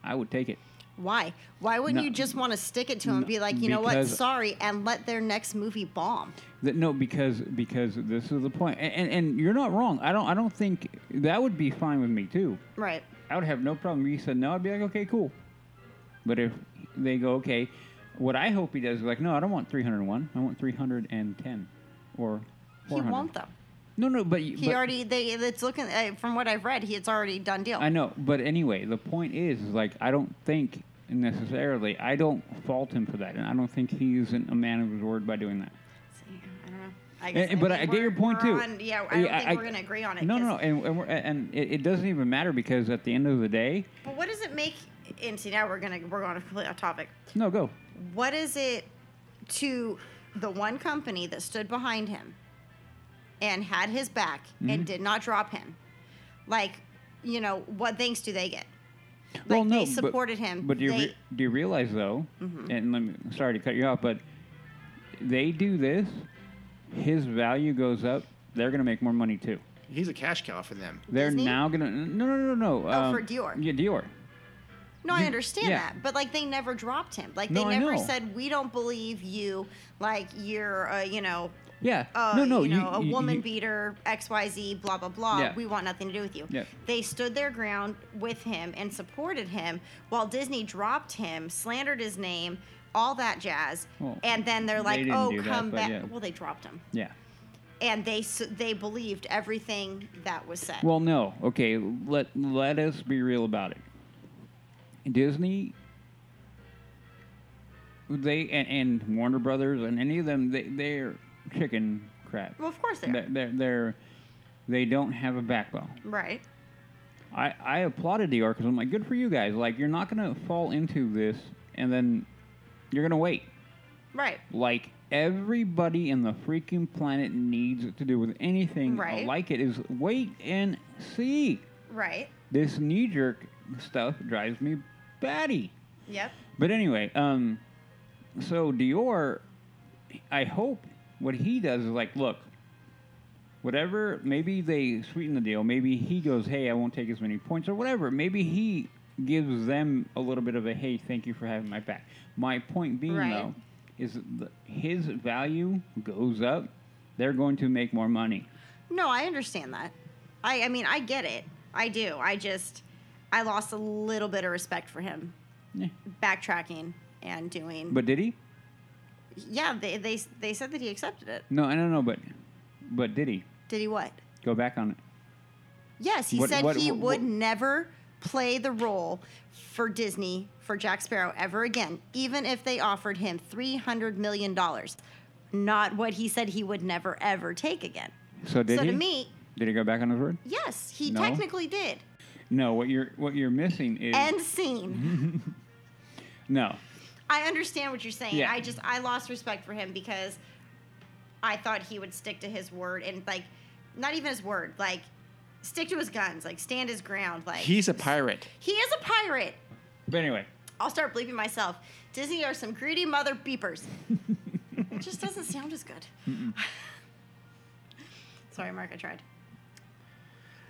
I would take it.
Why? Why wouldn't
No.
you just want to stick it to them and
No,
be like, you know what,
because-
sorry, and let their next movie bomb?
That, no, because because this is the point, and, and and you're not wrong. I don't I don't think that would be fine with me too.
Right.
I would have no problem. If he said no, I'd be like, okay, cool. But if they go, okay, what I hope he does is like, no, I don't want 301. I want 310 or 400.
He won't though.
No, no, but
He already they it's looking uh, from what I've read, he it's already done deal.
I know, but anyway, the point is, is like I don't think necessarily. I don't fault him for that, and I don't think he isn't a man of his word by doing that.
See, I don't know. I
And- and- Eh, but I,
think
get your
we're-
point
we're
too.
on- yeah, I don't think we're gonna agree on it.
No,
'cause-
no, no, and and, we're, and it, it doesn't even matter because at the end of the day,
But what does it make? And see, now we're gonna we're going completely off topic.
no, go.
What is it to the one company that stood behind him and had his back
Mm-hmm.
and did not drop him? Like, you know, what thanks do they get? Like, they
but-
supported him.
But do you,
They- Mm-hmm.
re- do you realize though? And let me, sorry to cut you off, but they do this, his value goes up. They're going to make more money too.
He's a cash cow for them.
They're
Disney?
now going to no no no no. um,
Oh, for Dior.
Yeah, Dior.
No, I
You-
understand
yeah.
that, but like they never dropped him. Like
No,
they
I
never
know.
said we don't believe you. Like you're, uh, you know,
Yeah.
uh,
no no
you know,
you-
a woman
you-
beater, X Y Z, blah blah blah.
Yeah.
We want nothing to do with you.
Yeah.
They stood their ground with him and supported him, while Disney dropped him, slandered his name, all that jazz,
Well,
and then they're
they
like,
didn't
oh,
do that,
come
but
back.
yeah.
Well, they dropped him,
Yeah.
and they s- they believed everything that was said.
Well, no. Okay, let let us be real about it. Disney, they and, and Warner Brothers and any of them, they they're chicken crap.
Well, of course they are.
they're, they're, they're they don't have a backbone.
right.
I, I applauded Dior because I'm like, good for you guys. Like, you're not gonna fall into this, and then you're gonna wait.
Right.
Like everybody in the freaking planet needs to do with anything
Right.
like it is wait and see.
Right.
This knee jerk stuff drives me batty.
Yep.
But anyway, um, so Dior, I hope what he does is like, look, whatever, maybe they sweeten the deal. Maybe he goes, hey, I won't take as many points or whatever. Maybe he gives them a little bit of a, hey, thank you for having my back. My point being,
Right.
though, is that his value goes up. They're going to make more money.
No, I understand that. I I mean, I get it. I do. I just I lost a little bit of respect for him
Eh,
backtracking and doing.
But did he?
yeah, they they they said that he accepted it.
No, I don't know, but but did he
Did he what?
go back on it?
Yes, he
What-
said
what-
he
what-
would never play the role for Disney for Jack Sparrow ever again, even if they offered him 300 million dollars. Not what he said he would never ever take again.
So did
so
he?
to me,
did he go back on his word?
yes, he
No.
technically did.
No, what you're what you're missing is
End scene.
no.
I understand what you're saying.
Yeah.
I just I lost respect for him because I thought he would stick to his word and like not even his word, like stick to his guns, like stand his ground, like
He's a pirate.
he is a pirate.
But anyway,
I'll start bleeping myself. Disney are some greedy mother beepers. it just doesn't sound as good. Sorry, Mark, I tried.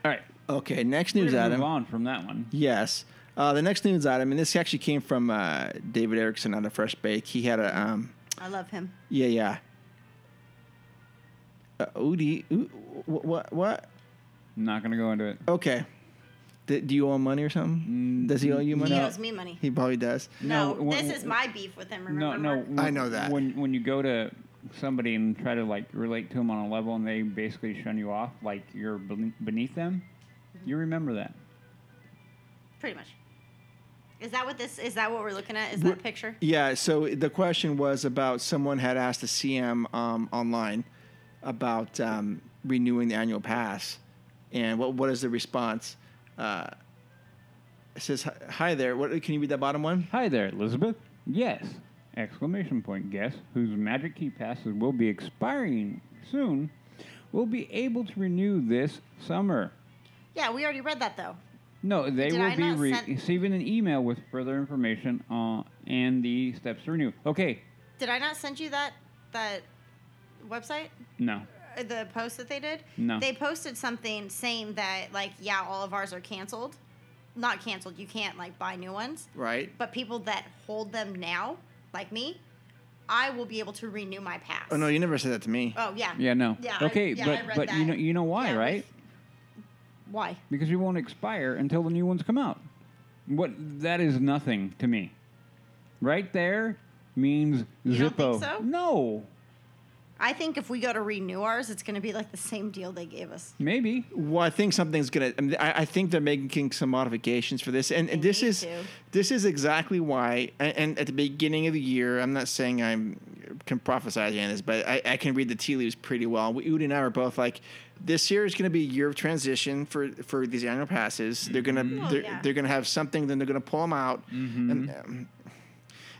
all right.
Okay, next news
We're gonna
item.
Move on from that one.
Yes. Uh, the next news item, and this actually came from uh, David Erickson on the Fresh Bake. He had a um,
I love him.
yeah yeah. Uh, Udi, what what
Not going to go into it.
Okay. D- do you owe him money or something? Does he owe you money?
He owes me money.
He probably does.
No,
No, wh-
this is my beef with him.
No,
Remember?
no.
Mark?
when-
I know that.
When when you go to somebody and try to like relate to them on a level and they basically shun you off, like you're ben- beneath them,
Mm-hmm.
you remember that.
Pretty much. Is that what this? Is that what we're looking at? Is
We're-
that picture?
Yeah. So the question was about someone had asked the CM um, online about um, renewing the annual pass, and what what is the response? Uh, it says "Hi- hi there. What can you read that bottom one?
Hi there, Elizabeth. Yes! Exclamation point. Guess whose magic key passes will be expiring soon will be able to renew this summer.
Yeah, we already read that though.
No, they
Did
will
I
be
not
re-
send-
receiving an email with further information uh, and the steps to renew. Okay,
Did I not send you that that website?
no.
Uh, The post that they did.
No.
They posted something saying that like yeah, all of ours are canceled. Not canceled. You can't like buy new ones.
Right.
But people that hold them now, like me, I will be able to renew my pass.
Oh no, you never said that to me.
Oh yeah.
Yeah, no.
Yeah, I-
okay,
yeah, I
but
read
but you
that.
know you know why,
Yeah, it was-
right?
Why?
because you won't expire until the new ones come out. What that is nothing to me. Right there means
You don't
Zippo.
think so?
No,
I think if we go to renew ours, it's going to be like the same deal they gave us.
maybe.
Well, I think something's gonna. I, mean, I, I think they're making some modifications for this, and, and
They
this
need
is
to.
this is exactly why. And, and at the beginning of the year, I'm not saying I'm can prophesy on this, but I, I can read the tea leaves pretty well. We, Udi and I were both like, this year is going to be a year of transition for for these annual passes. They're gonna
Well,
they're,
Oh, yeah.
they're gonna have something, then they're gonna pull them out, and. Um,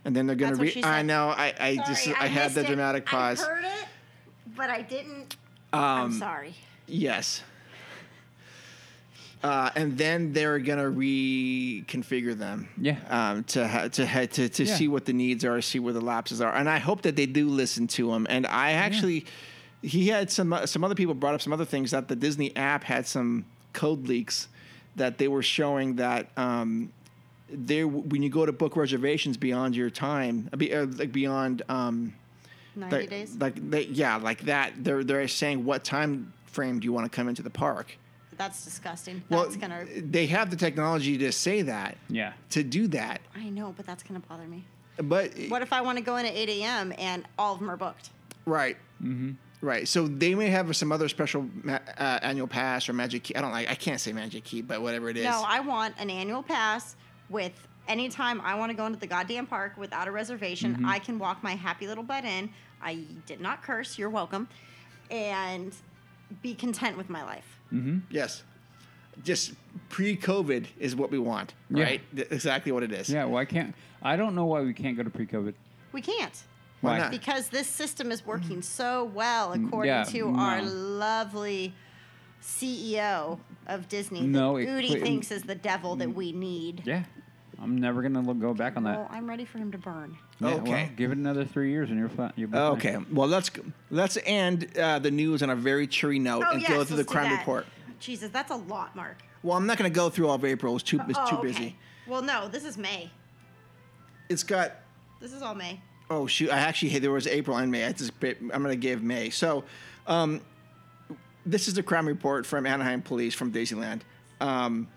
and then they're gonna
That's what
read.
she
I
said.
know. I, I
Sorry,
just I, had
missed
the
it.
dramatic pause. Um,
I heard it, but I didn't. I'm sorry.
Yes. Uh, and then they're gonna reconfigure them.
Yeah.
Um, to ha- to ha- to to
Yeah.
see what the needs are, see where the lapses are, and I hope that they do listen to him. And I actually, he had some uh, some other people brought up some other things that the Disney app had some code leaks that they were showing that um, there when you go to book reservations beyond your time, be- uh, like beyond. Um,
90
like,
days.
Like they, yeah, like that. They're they're saying what time frame do you want to come into the park?
That's disgusting.
Well,
that's gonna.
they have the technology to say that.
Yeah.
To do that,
I know, but that's gonna bother me.
but
What if I want to go in at 8 a.m. and all of them are booked?
right. Mm-hmm. Right, so they may have some other special ma- uh, annual pass or magic key. I don't like. I can't say magic key, but whatever it is.
No, I want an annual pass with any time I want to go into the goddamn park without a reservation.
Mm-hmm.
I can walk my happy little butt in. I did not curse. You're welcome, and be content with my life.
yes, just pre-COVID is what we want,
Yeah.
right? Th- exactly what it is.
Yeah. Why can't I don't know why we can't go to pre-COVID.
We can't.
Why
Why?
not?
because this system is working so well according
Mm. yeah,
to our
no.
lovely CEO of Disney.
No,
that
it-
Udi
but-
thinks is the devil that we need.
Yeah. I'm never gonna look, go back on
Well,
that.
I'm ready for him to burn.
Yeah,
Oh, Okay.
well, give it another three years and you're fine. You'll be fine.
Okay. Well, let's let's end uh, the news on a very cheery
Oh,
note and go through the
Oh, let's do
crime
that.
report.
Jesus, that's a lot, Mark.
Well, I'm not going to go through all of April. It's too it's
Oh,
too
okay.
busy.
Well, no, this is May.
It's got
This is all May.
oh shoot! I actually hey, there was April and May. I just I'm going to give May. So, um, this is the crime report from Anaheim Police from Daisyland. Um,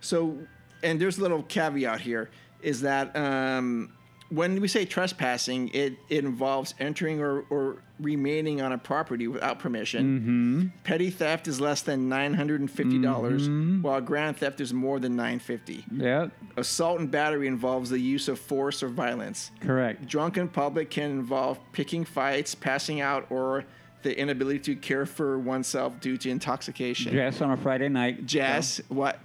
so, and there's a little caveat here is that um, when we say trespassing, it, it involves entering or, or remaining on a property without permission. Petty theft is less than nine hundred and fifty dollars, while grand theft is more than nine fifty.
Yeah.
Assault and battery involves the use of force or violence.
Correct.
Drunk in public can involve picking fights, passing out, or the inability to care for oneself due to intoxication.
Jess on a Friday night.
Jazz, what?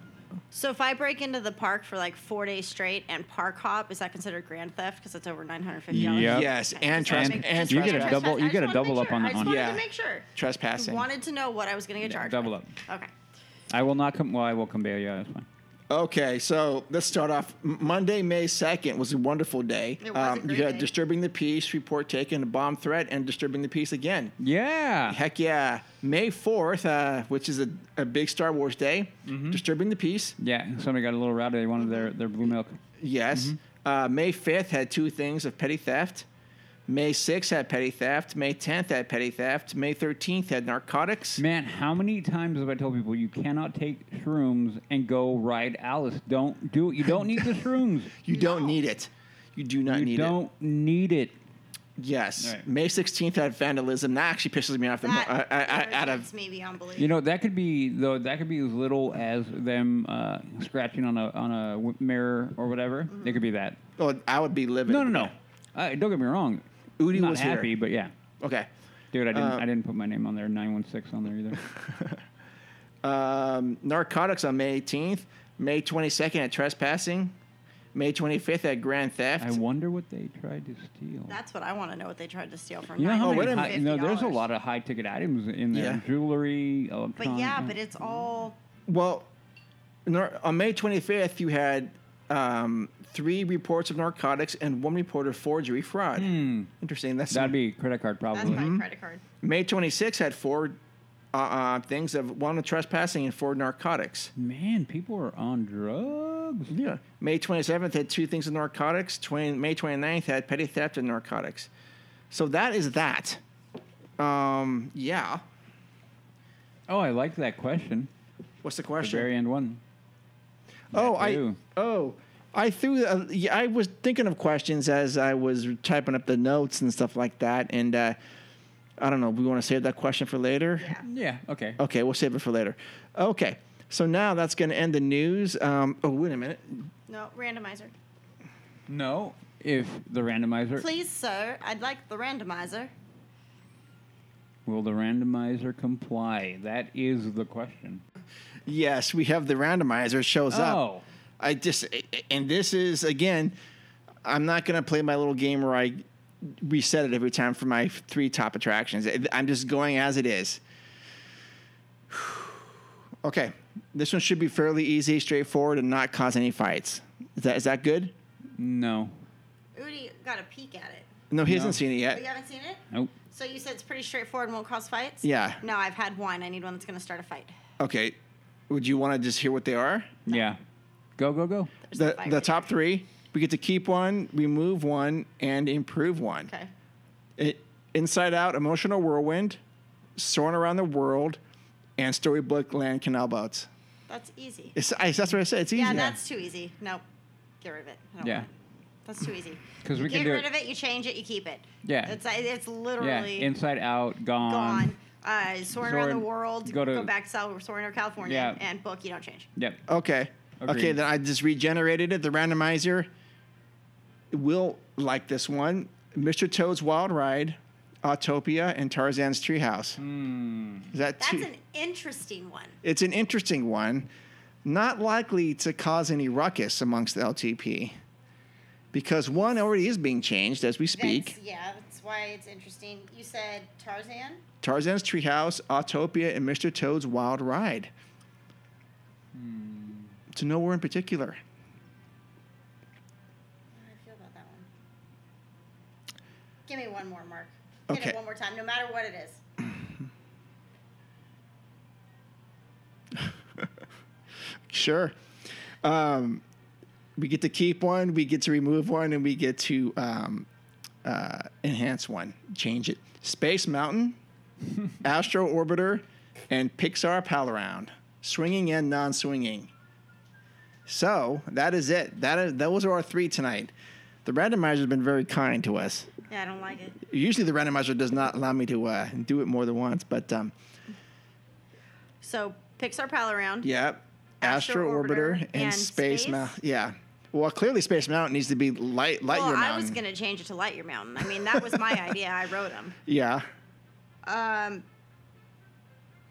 So if I break into the park for like four days straight and park hop, is that considered grand theft? Because it's over nine hundred fifty dollars.
Yep.
Yes,
Just
and,
wanna
tresp-
make-
and
just wanna
You get a
make
trespass-
double-
sure.
you get a
I just wanna
double
make
up on-
sure. I just
on-
wanted
Yeah.
to make sure.
trespassing.
Wanted to know what I was going to get
Yeah,
charged.
double
with. Okay.
I will not come. Well, I will come bail you. That's fine.
Okay, so let's start off. M- Monday, May 2nd was a wonderful day. Um,
It was a
you
great
got
day.
disturbing the peace report taken, a bomb threat, and disturbing the peace again.
Yeah.
Heck yeah. May 4th, uh, which is a, a big Star Wars day,
Mm-hmm.
disturbing the peace.
Yeah. Somebody got a little rowdy. They wanted their, their blue milk.
Yes. Uh, May 5th had two things of petty theft. May 6th had petty theft. May 10th had petty theft. May 13th had narcotics.
Man, how many times have I told people you cannot take shrooms and go ride Alice? Don't do it. You don't
(laughs)
need the shrooms.
you don't need it. You do not
you
need
don't need it.
it. Yes.
Right.
May 16th had vandalism. That actually pisses me off. The mo- I, I, I, out of
maybe beyond belief.
You know that could be though. That could be as little as them uh, scratching on a on a w- mirror or whatever. It could be that.
oh, I would be livid.
No, no, no. Uh, don't get me wrong.
Udi
not
was here.
happy, but yeah,
Okay.
dude, I didn't.
Uh,
I didn't put my name on there. Nine one six on there
(laughs)
either.
Um, narcotics on May 18th. May 22nd at trespassing. May 25th at grand theft.
I wonder what they tried to steal.
That's what I want to know what they tried to steal from.
you know how
Oh,
many
wait a
high-
minute.
you know, there's a
$50.
lot of high ticket items in there.
Yeah.
Jewelry, electronics.
But yeah, but it's all
Well, nar- on May 25th, you had um, three reports of narcotics and one report of forgery fraud. Interesting. That's
that'd be credit card
that's
probably.
my credit card.
May 26th had four uh, uh, things of one of trespassing and four narcotics.
Man, people are on drugs.
Yeah. May 27th had two things of narcotics. 20, May 29th had petty theft and narcotics. So that is that. Um, yeah.
Oh, I like that question.
What's the
The
question?
very end one.
Oh,
That
I
too.
oh, I threw. Uh, yeah, I was thinking of questions as I was typing up the notes and stuff like that. And uh, I don't know. We want to save that question for later.
Yeah.
Yeah. Okay.
Oh.
Okay, we'll save it for later. Okay, so now that's going to end the news. Um, oh, wait a minute.
No randomizer.
No, if the randomizer
Please, sir, I'd like the randomizer.
will the randomizer comply? That is the question.
Yes, we have the randomizer shows
Oh.
up. I just and this is again. I'm not going to play my little game where I reset it every time for my three top attractions. I'm just going as it is. (sighs) Okay, this one should be fairly easy, straightforward, and not cause any fights. Is that is that good?
No.
Udi got a peek at it.
No, he
No.
hasn't seen it
Oh, you
yet.
haven't seen it?
Nope.
So you said it's pretty straightforward and won't cause fights?
Yeah.
No, I've had one. I need one that's going to start a fight.
Okay, would you want to just hear what they are?
Yeah. Go go go.
There's no
The
fight
the
right
top three. We get to keep one, remove one, and improve one.
there. Okay.
it, Inside Out, Emotional Whirlwind, Soaring Around the World, and Storybook Land Canal Boats.
That's easy.
It's, I, that's what I said. It's easy.
Yeah, that's too easy. Nope. Get rid of it. I don't
Yeah.
want it. That's too easy.
'Cause
You
we can
get
do
rid
it-
of it, you change it, you keep it.
Yeah.
It's uh, it's
Yeah.
literally
Inside out. Gone.
gone. Uh, soaring around the
Soarin',
world,
go
go,
to-
back to Sal- Soaring over California,
Yeah.
and book, you don't change.
Yep.
Okay. Okay,
Agreed.
then I just regenerated it. The randomizer will like this one Mr. Toad's Wild Ride, Autopia, and Tarzan's Treehouse. Is that
That's
too?
an interesting one.
it's an interesting one. Not likely to cause any ruckus amongst the LTP because one already is being changed as we speak.
That's, yeah, that's why it's interesting. You said Tarzan?
Tarzan's Treehouse, Autopia, and Mr. Toad's Wild Ride. To nowhere in particular.
How do I feel about that one? Give me one more, Mark. Hit
Okay.
it one more time, no matter what it is.
Sure. Um, we get to keep one, we get to remove one, and we get to um, uh, enhance one, change it. Space Mountain, Astro Orbiter, and Pixar Pal Around. Swinging and non swinging. So that is it. That is, those are our three tonight. The randomizer has been very kind to us.
Yeah, I don't like it.
usually the randomizer does not allow me to uh, do it more than once, but um,
So Pixar Pal Around.
yeah,
Astro
Astro Orbiter
Orbiter
and,
and
Space,
Space?
Mountain. Yeah. Well, clearly Space Mountain needs to be light, Lightyear
Well,
Mountain.
I was gonna change it to Lightyear Mountain. I mean, that was my (laughs) idea. I wrote them.
Yeah.
Um,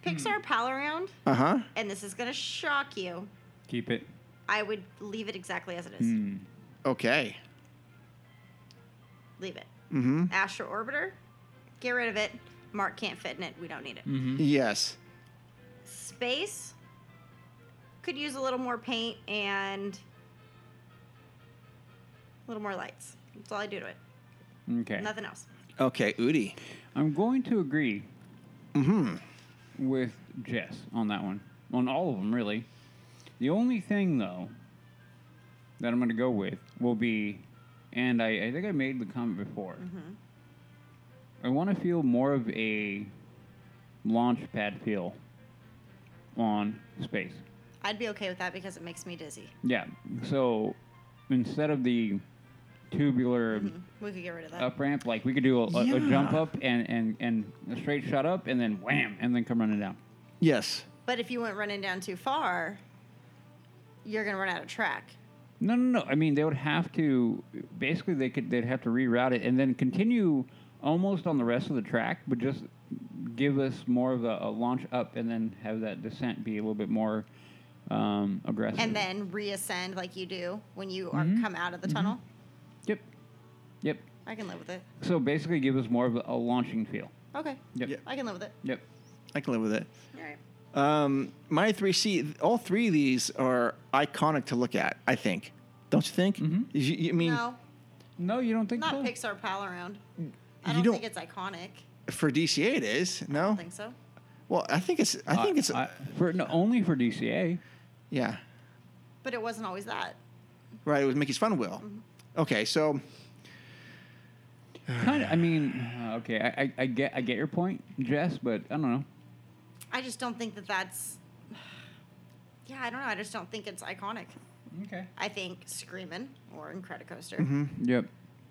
Pixar Pal Around,
Uh huh.
and this is gonna shock you.
Keep it.
I would leave it exactly as it is.
Okay.
Leave it. Mm-hmm. Astro Orbiter, get rid of it. Mark can't fit in it. We don't need it.
Mm-hmm. Yes.
Space could use a little more paint and a little more lights. That's all I do to it.
Okay.
Nothing else.
Okay, Udi.
I'm going to agree with Jess on that one. On all of them, really. The only thing, though, that I'm going to go with will be, and I, I think I made the comment before, I want to feel more of a launch pad feel on space.
I'd be okay with that because it makes me dizzy.
Yeah. So instead of the tubular
We could get rid of that.
up ramp, like we could do a, a, a jump up and, and, and a straight shot up and then wham and then come running down.
Yes.
But if you went running down too far, you're gonna run out of track.
No, no, no. I mean, they would have to basically they could they'd have to reroute it and then continue almost on the rest of the track, but just give us more of a, a launch up and then have that descent be a little bit more um, aggressive.
Mm-hmm.
And then reascend like you do when you are come out
Mm-hmm.
of the tunnel.
yep, yep.
I can live with it.
So basically, give us more of a, a launching feel.
Okay.
Yep,
Yeah.
I can live with it.
yep.
I can live with it.
All right.
Um, my three C, all three of these are iconic to look at. I think, don't you think? Mm-hmm. You, you- I mean,
No,
No, you don't think
not
so?
Pixar Pal around. I
You
don't,
don't-
think it's iconic.
for DCA it is. No,
I don't think so.
well, I think it's. Uh, I think it's.
I- for no, only for DCA.
yeah,
But it wasn't always that.
right. It was Mickey's Fun Wheel.
Mm-hmm.
Okay, so
Kind of. I mean, uh, okay. I, I, I get I get your point, Jess, but I don't know.
I just don't think that that's. Yeah, I don't know. I just don't think it's iconic.
Okay.
I think Screamin' or Incredicoaster.
Mm-hmm.
Yep.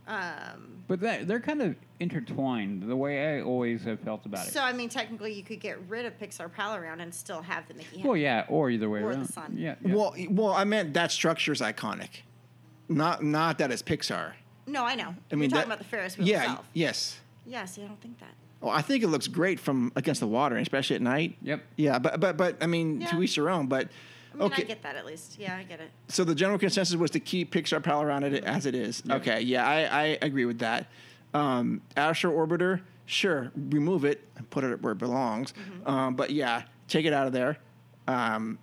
Um,
But that, they're kind of intertwined the way I always have felt about it.
so I mean, technically, you could get rid of Pixar Pal around and still have the Mickey.
well,
Mouse.
yeah, or either way
Or the
around.
sun.
Yeah. yeah.
well, well, I meant that structure is iconic, not not that it's Pixar.
No, I know.
I mean,
You're talking
that-
about the Ferris wheel
Yeah.
itself.
Yes.
Yeah, see, I don't think that.
Well, I think it looks great from against the water, especially at night.
Yep.
Yeah, but but but I mean,
Yeah.
to each their own. But
I mean,
okay,
I get that at least. Yeah, I get it.
so the general consensus was to keep Pixar Pal around it as it is. Okay, yeah, I, I agree with that. Um, Astro Orbiter, sure, remove it and put it where it belongs.
Mm-hmm.
Um, but yeah, take it out of there. Um,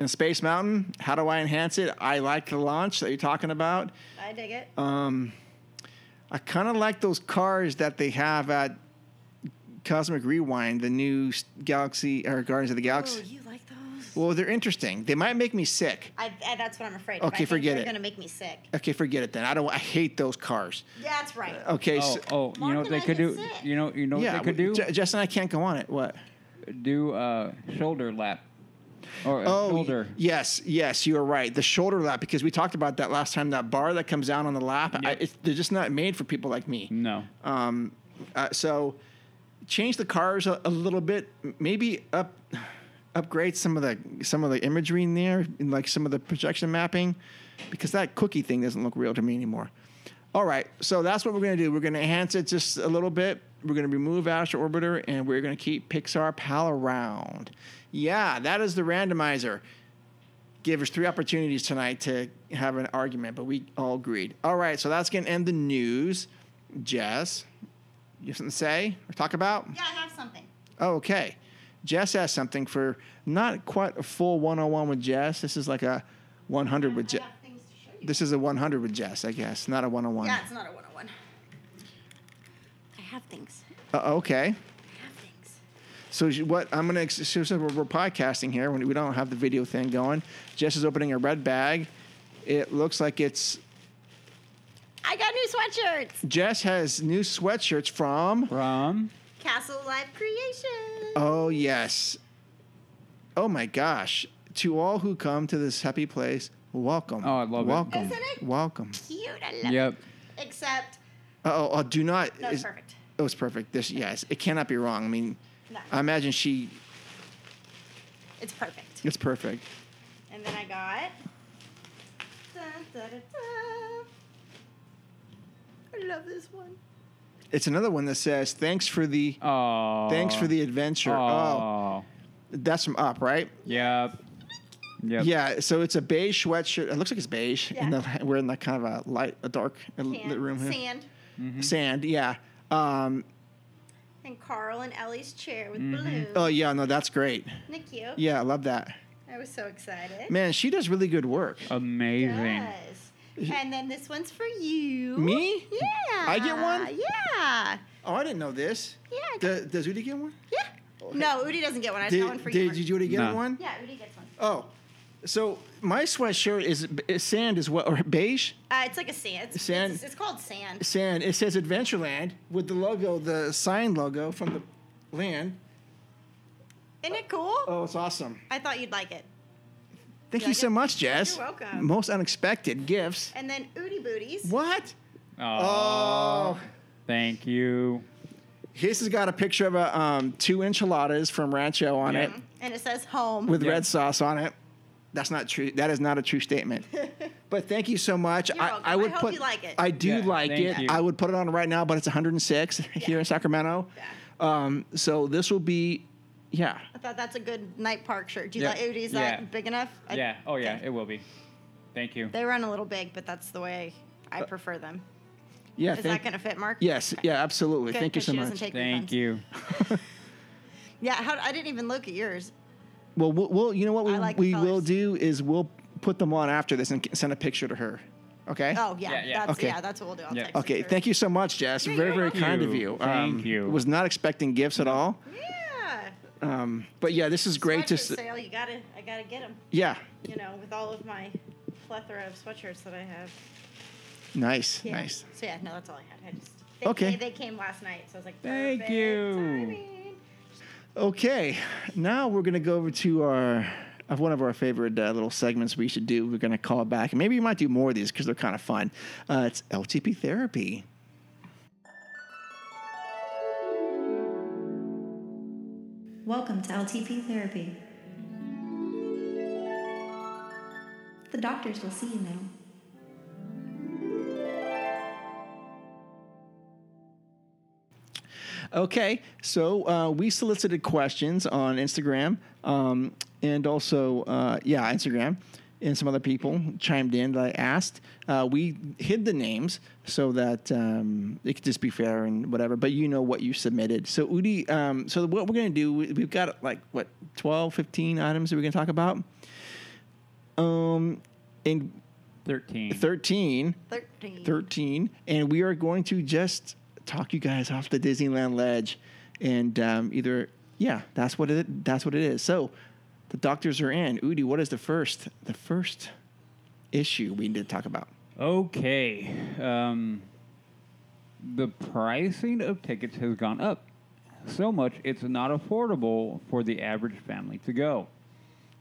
and Space Mountain, how do I enhance it? I like the launch that you're talking about.
I dig it.
I kind of like those cars that they have at Cosmic Rewind, the new s- Galaxy or Guardians of the
oh,
Galaxy.
you like those?
Well, they're interesting. They might make me sick.
I, I, that's what I'm afraid of.
Okay,
I think
forget
they're
it.
going to make me sick.
Okay, forget it then. I don't. I hate those cars.
Yeah, that's right.
Okay.
Oh,
so,
oh, you
Mark
know what
and
they
I
could
get
do?
sick.
You know, you know
yeah.
what they could do?
w- J- Justin, I can't go on it. What?
do uh, shoulder lap, or uh,
Oh, y-
shoulder.
yes, yes, you are right. The shoulder lap because we talked about that last time. That bar that comes down on the lap, I,
Yep. Mm.
it's, they're just not made for people like me.
No.
Um, uh, so change the cars a, a little bit. M- Maybe up upgrade some of the some of the imagery in there, in like some of the projection mapping, because that cookie thing doesn't look real to me anymore. All right, so that's what we're gonna do. We're gonna enhance it just a little bit. We're gonna remove Astro Orbiter, and we're gonna keep Pixar Pal around. Yeah, that is the randomizer give us three opportunities tonight to have an argument, but we all agreed. All right, so that's going to end the news. Jess, you have something to say or talk about?
Yeah, I have something.
Oh, okay. Jess has something for not quite a full 101 with Jess. This is like a 100 with Jess.
things to show
This is a 100 with Jess, I guess, not a 101.
Yeah, it's not a 101. I have things.
Uh, okay.
I have things.
So she- what I'm gonna ex- so since we're, we're podcasting here when we don't have the video thing going. Jess is opening a red bag. It looks like it's
I got new sweatshirts.
Jess has new sweatshirts from
From
Castle Live Creation.
Oh, yes. Oh, my gosh. To all who come to this happy place, welcome.
Oh, I love it.
welcome.
Isn't it?
Welcome.
Cute. I love
yep.
it. Except,
Oh, oh, do not.
no, it's
is-
perfect.
It was perfect. This, yes, it cannot be wrong. I mean,
No.
I imagine she.
It's perfect.
It's perfect.
And then I got. Dun, dun, dun, dun. I love this one.
It's another one that says, "Thanks for the,
Oh.
thanks for the adventure." Oh,
Oh.
that's from Up, right?
Yep. Yep.
Yeah. So it's a beige sweatshirt. It looks like it's beige. And
Yeah.
the, we're in like kind of a light, a dark uh,
Can-
lit room here.
Sand.
Sand. Yeah. Um,
And Carl and Ellie's chair with balloons.
oh yeah. No, that's great.
Isn't it cute?
Yeah, I love that.
I was so excited.
Man, she does really good work.
Amazing.
Yes. And then this one's for you.
Me?
Yeah.
I get one?
Yeah.
Oh, I didn't know this.
Yeah. I got-
Do- does Udi get one?
yeah. No, Udi doesn't get one. I just
Did,
got one for
did,
you.
did Udi get
No.
one?
Yeah, Udi gets one.
Oh, So my sweatshirt is, is sand as well, or beige
Uh, it's like a sand. It's,
Sand.
It's, it's called sand.
sand. It says Adventureland with the logo, the sign logo from the land.
Isn't it cool?
Oh, it's awesome!
I thought you'd like it.
Thank
like
you so
it?
much, Jess.
You're welcome.
Most unexpected gifts.
And then Ooty Booties.
What?
Oh,
Oh.
thank you.
His has got a picture of a um, two enchiladas from Rancho on
Yeah.
it
And it says home.
with
Yeah.
red sauce on it. That's not true. That is not a true
(laughs)
statement. but thank you so much.
You're welcome. I hope
put.
you like it.
I do
Yeah,
like
thank
it.
you.
I would put it on right now, but it's 106 here in Sacramento.
Yeah.
Um, so this will be, yeah.
I thought that's a good night park shirt. Do you
Yeah.
like Ooties?
Yeah.
That big enough? I-
yeah. Oh, yeah.
okay.
It will be. Thank you.
They run a little big, but that's the way I prefer them.
Yeah.
Is
thank-
that going to fit, Mark?
Uh, Yes.
Okay.
Yeah. Absolutely.
Good,
thank you
'cause
so
she doesn't
much.
take
Thank
refunds.
you.
Yeah, how, I didn't even look at yours.
well, we'll, we'll. You know what we,
I like the
we will
colors.
do is we'll put them on after this and c- send a picture to her. Okay.
Oh yeah,
Yeah, yeah.
that's
Okay.
yeah, that's what we'll do. I'll
Yeah.
text it
Okay,
through.
thank you so much, Jess.
Yeah,
very,
you're
very
welcome. Mm-hmm.
kind of you. Um,
Thank you.
Was not expecting gifts at all.
Yeah,
Um, but yeah, this is great to.
Sweatshirt
s-
sale. You gotta, I gotta get them.
Yeah,
You know, with all of my plethora of sweatshirts that I have.
nice,
Yeah.
nice.
So yeah, no, that's all I had. I just they,
Okay.
They, they came last night, so I was like,
Thank
perfect
you.
timing.
Okay, now we're gonna go over to our of one of our favorite uh, little segments we should do. We're gonna call back, and maybe we might do more of these because they're kind of fun. Uh, it's LTP therapy.
Welcome to LTP Therapy. The doctors will see you now.
Okay, so uh, we solicited questions on Instagram um, and also, uh, yeah, Instagram. And some other people chimed in that I asked. Uh, we hid the names so that um, it could just be fair and whatever, but you know what you submitted. So, Udi, um, so what we're going to do, we- we've got like, what, 12, 15 items that we're going to talk about? Um, and
13.
13
Thirteen.
13 and we are going to just talk you guys off the disneyland ledge and um, either yeah that's what it that's what it is so the doctors are in udi what is the first the first issue we need to talk about
Okay. Um, the pricing of tickets has gone up so much it's not affordable for the average family to go.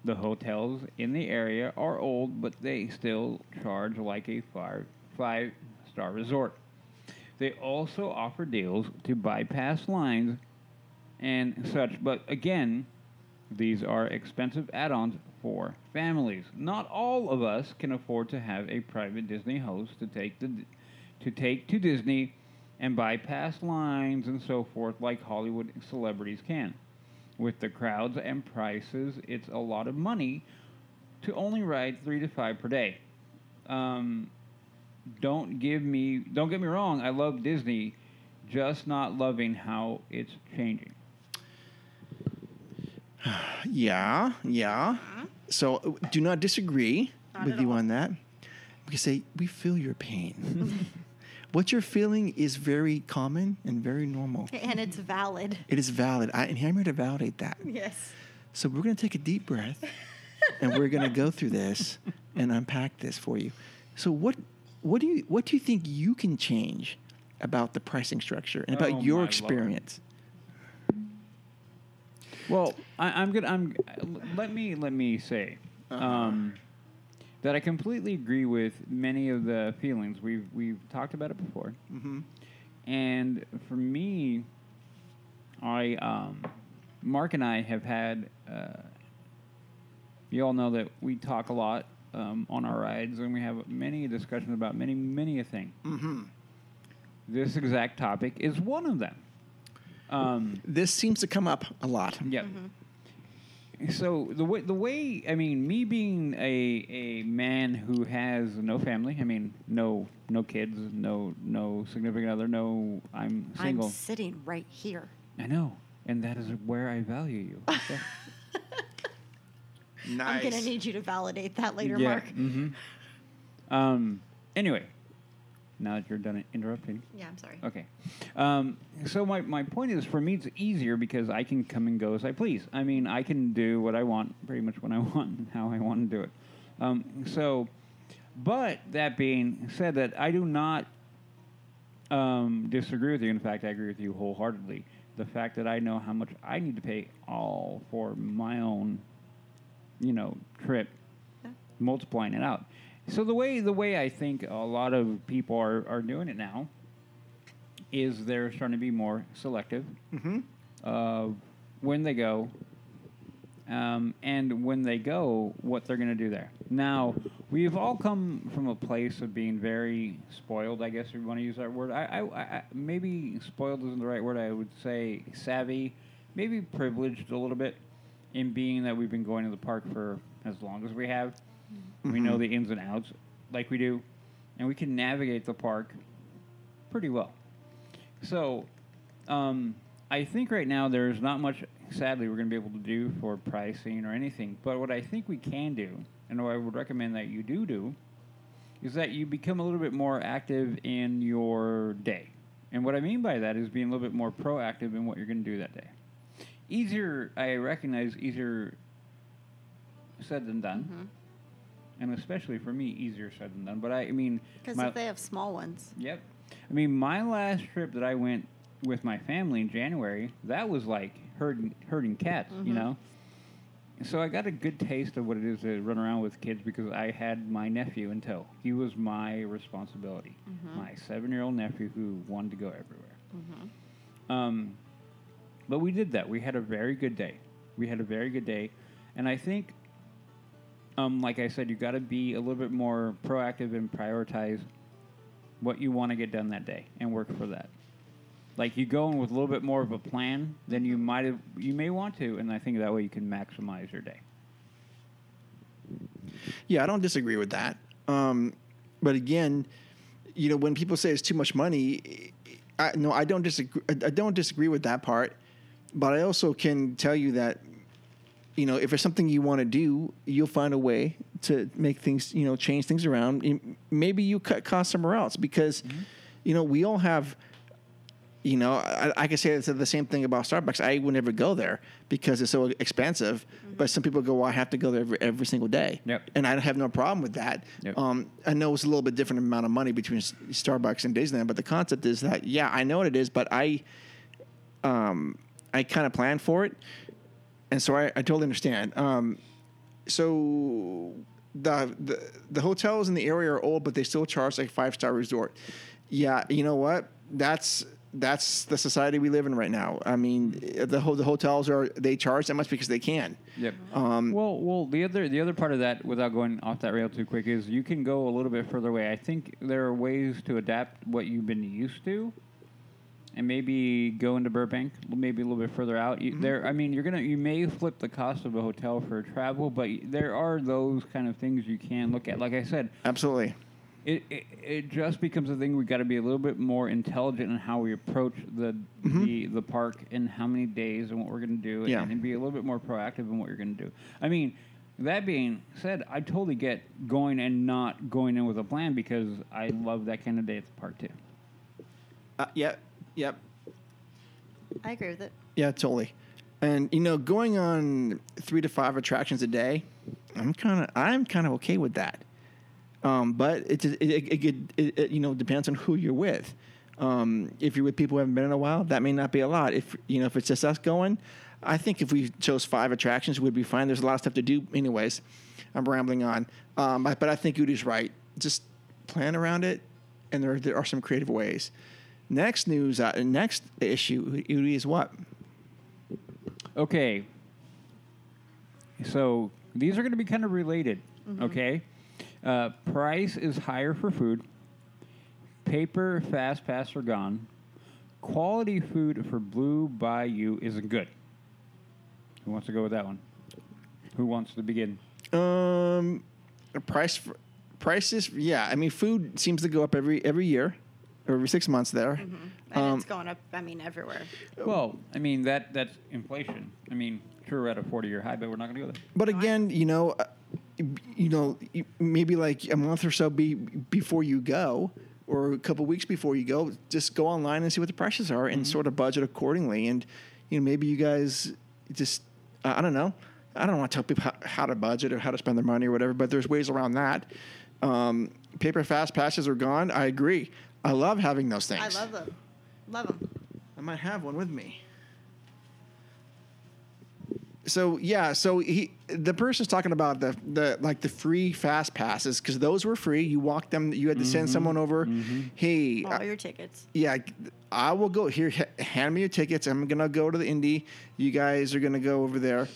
The hotels in the area are old, but they still charge like a five, five star resort. They also offer deals to bypass lines and such, but again, these are expensive add ons for families. Not all of us can afford to have a private Disney host to take, the, to, take to Disney and bypass lines and so forth like Hollywood celebrities can. With the crowds and prices, it's a lot of money to only ride three to five per day. Um, don't give me don't get me wrong i love disney just not loving how it's changing
yeah yeah so uh, do not disagree
Not
with
at
you
all.
on that we can say we feel your
(laughs)
pain what you're feeling is very common and very normal
And it's valid.
it is valid I, and i'm here to validate that
Yes.
So we're going to take a deep breath and we're going to go through this and unpack this for you. So what what do you what do you think you can change about the pricing structure and about
Oh, my
your
Lord.
experience?
well I, i'm gonna i'm let me let me say um, that i completely agree with many of the feelings we've we've talked about it before and for me i um, mark and i have had uh, you all know that we talk a lot um, on our rides and we have many discussions about many many a thing this exact topic is one of them. Um,
This seems to come up a lot.
yeah. So the way the way I mean, me being a a man who has no family, I mean, no no kids, no no significant other, no I'm single.
I'm sitting right here.
I know, and that is where I value you. Yeah.
Nice.
I'm gonna need you to validate that later, Mark.
hmm Um, Mm-hmm. anyway, Now that you're done interrupting.
Yeah, I'm sorry.
Okay. Um, so my, my point is, for me, it's easier because I can come and go as I please. I mean, I can do what I want pretty much when I (laughs) want and how I want to do it. Um, so, but that being said, that I do not um, disagree with you. In fact, I agree with you wholeheartedly. The fact that I know how much I need to pay all for my own, you know, trip, multiplying it out. So the way the way I think a lot of people are, are doing it now is they're starting to be more selective of when they go um, and when they go, what they're going to do there. Now, we've all come from a place of being very spoiled, I guess if you want to use that word. I, I, I, I- maybe spoiled isn't the right word. I would say savvy, maybe privileged a little bit in being that we've been going to the park for as long as we have. We know the ins and outs like we do, and we can navigate the park pretty well. So, um, I think right now there's not much, sadly, we're going to be able to do for pricing or anything. But what I think we can do, and what I would recommend that you do do, is that you become a little bit more active in your day. And what I mean by that is being a little bit more proactive in what you're going to do that day. Easier, I recognize, easier said than done.
Mm-hmm.
And especially for me, easier said than done. But I, I mean,
Because
my-
if they have small ones,
Yep. I mean, my last trip that I went with my family in January, that was like herding, herding cats, you know? So I got a good taste of what it is to run around with kids because I had my nephew in tow. He was my responsibility, my seven year old nephew who wanted to go everywhere. Um, but we did that. We had a very good day. We had a very good day. And I think um, like I said, you got to be a little bit more proactive and prioritize what you want to get done that day and work for that. Like you go in with a little bit more of a plan than you might have, you may want to, and I think that way you can maximize your day.
Yeah, I don't disagree with that. Um, but again, you know, when people say it's too much money, I, no, I don't disagree. I I don't disagree with that part. But I also can tell you that, you know, if it's something you want to do, you'll find a way to make things, you know, change things around. M- Maybe you cut costs somewhere else because,
Mm-hmm.
you know, we all have you know, I, I could say it's the same thing about Starbucks. I would never go there because it's so expensive. But some people go, well, I have to go there every, every single day.
Yep.
And I have no problem with that.
Yep.
Um, I know it's a little bit different amount of money between S- Starbucks and Disneyland, but the concept is that, yeah, I know what it is, but I, um, I kind of plan for it. And so I, I totally understand. Um, so the, the the hotels in the area are old, but they still charge like five star resort. Yeah, you know what? That's that's the society we live in right now. I mean, the ho- the hotels are they charge that much because they can.
Yep. Um, well, well, the other the other part of that, without going off that rail too quick, is you can go a little bit further away. I think there are ways to adapt what you've been used to, and maybe go into Burbank, maybe a little bit further out. You, There, I mean, you're gonna you may flip the cost of a hotel for travel, but there are those kind of things you can look at. Like I said,
Absolutely.
it, it, it just becomes a thing we got to be a little bit more intelligent in how we approach the the, the park and how many days and what we're going to do
Yeah.
and, and be a little bit more proactive in what you're going to do. I mean, that being said, I totally get going and not going in with a plan because I love that kind of day at the park too.
Uh, yep. Yep.
I agree with it.
Yeah, totally. And you know, going on three to five attractions a day, I'm kind of I'm kind of okay with that. Um, but it it, it, it, could- it it you know depends on who you're with. Um, if you're with people who haven't been in a while, that may not be a lot. If you know if it's just us going, I think if we chose five attractions, we'd be fine. There's a lot of stuff to do, anyways. I'm rambling on, um, but, but I think Udi's right. Just plan around it, and there there are some creative ways. Next news, uh, next issue, Udi is what?
Okay. So these are going to be kind of related. Okay. Uh, price is higher for food. Paper fast pass are gone. Quality food for Blue Bayou isn't good. Who wants to go with that one? Who wants to begin?
Um, price for, prices. Yeah, I mean, food seems to go up every every year, or every six months there.
And
Um,
it's going up, I mean, everywhere.
Well, I mean that that's inflation. I mean, sure we're at a forty-year high, but we're not going to go there.
But again, you know, uh, you know, you- maybe like a month or so be, before you go, or a couple weeks before you go, just go online and see what the prices are
Mm-hmm.
and sort of budget accordingly. And you know, maybe you guys just I I don't know. I don't want to tell people how, how to budget or how to spend their money or whatever, but there's ways around that. Um, paper fast passes are gone. I agree. I love having those things.
I love them. Love them.
I might have one with me. So yeah, so he the person's talking about the the like the free fast passes because those were free. You walked them. You had to send someone over. Hey,
All
uh,
your tickets.
yeah, I will go here. h- Hand me your tickets. I'm gonna go to the indie. You guys are gonna go over there.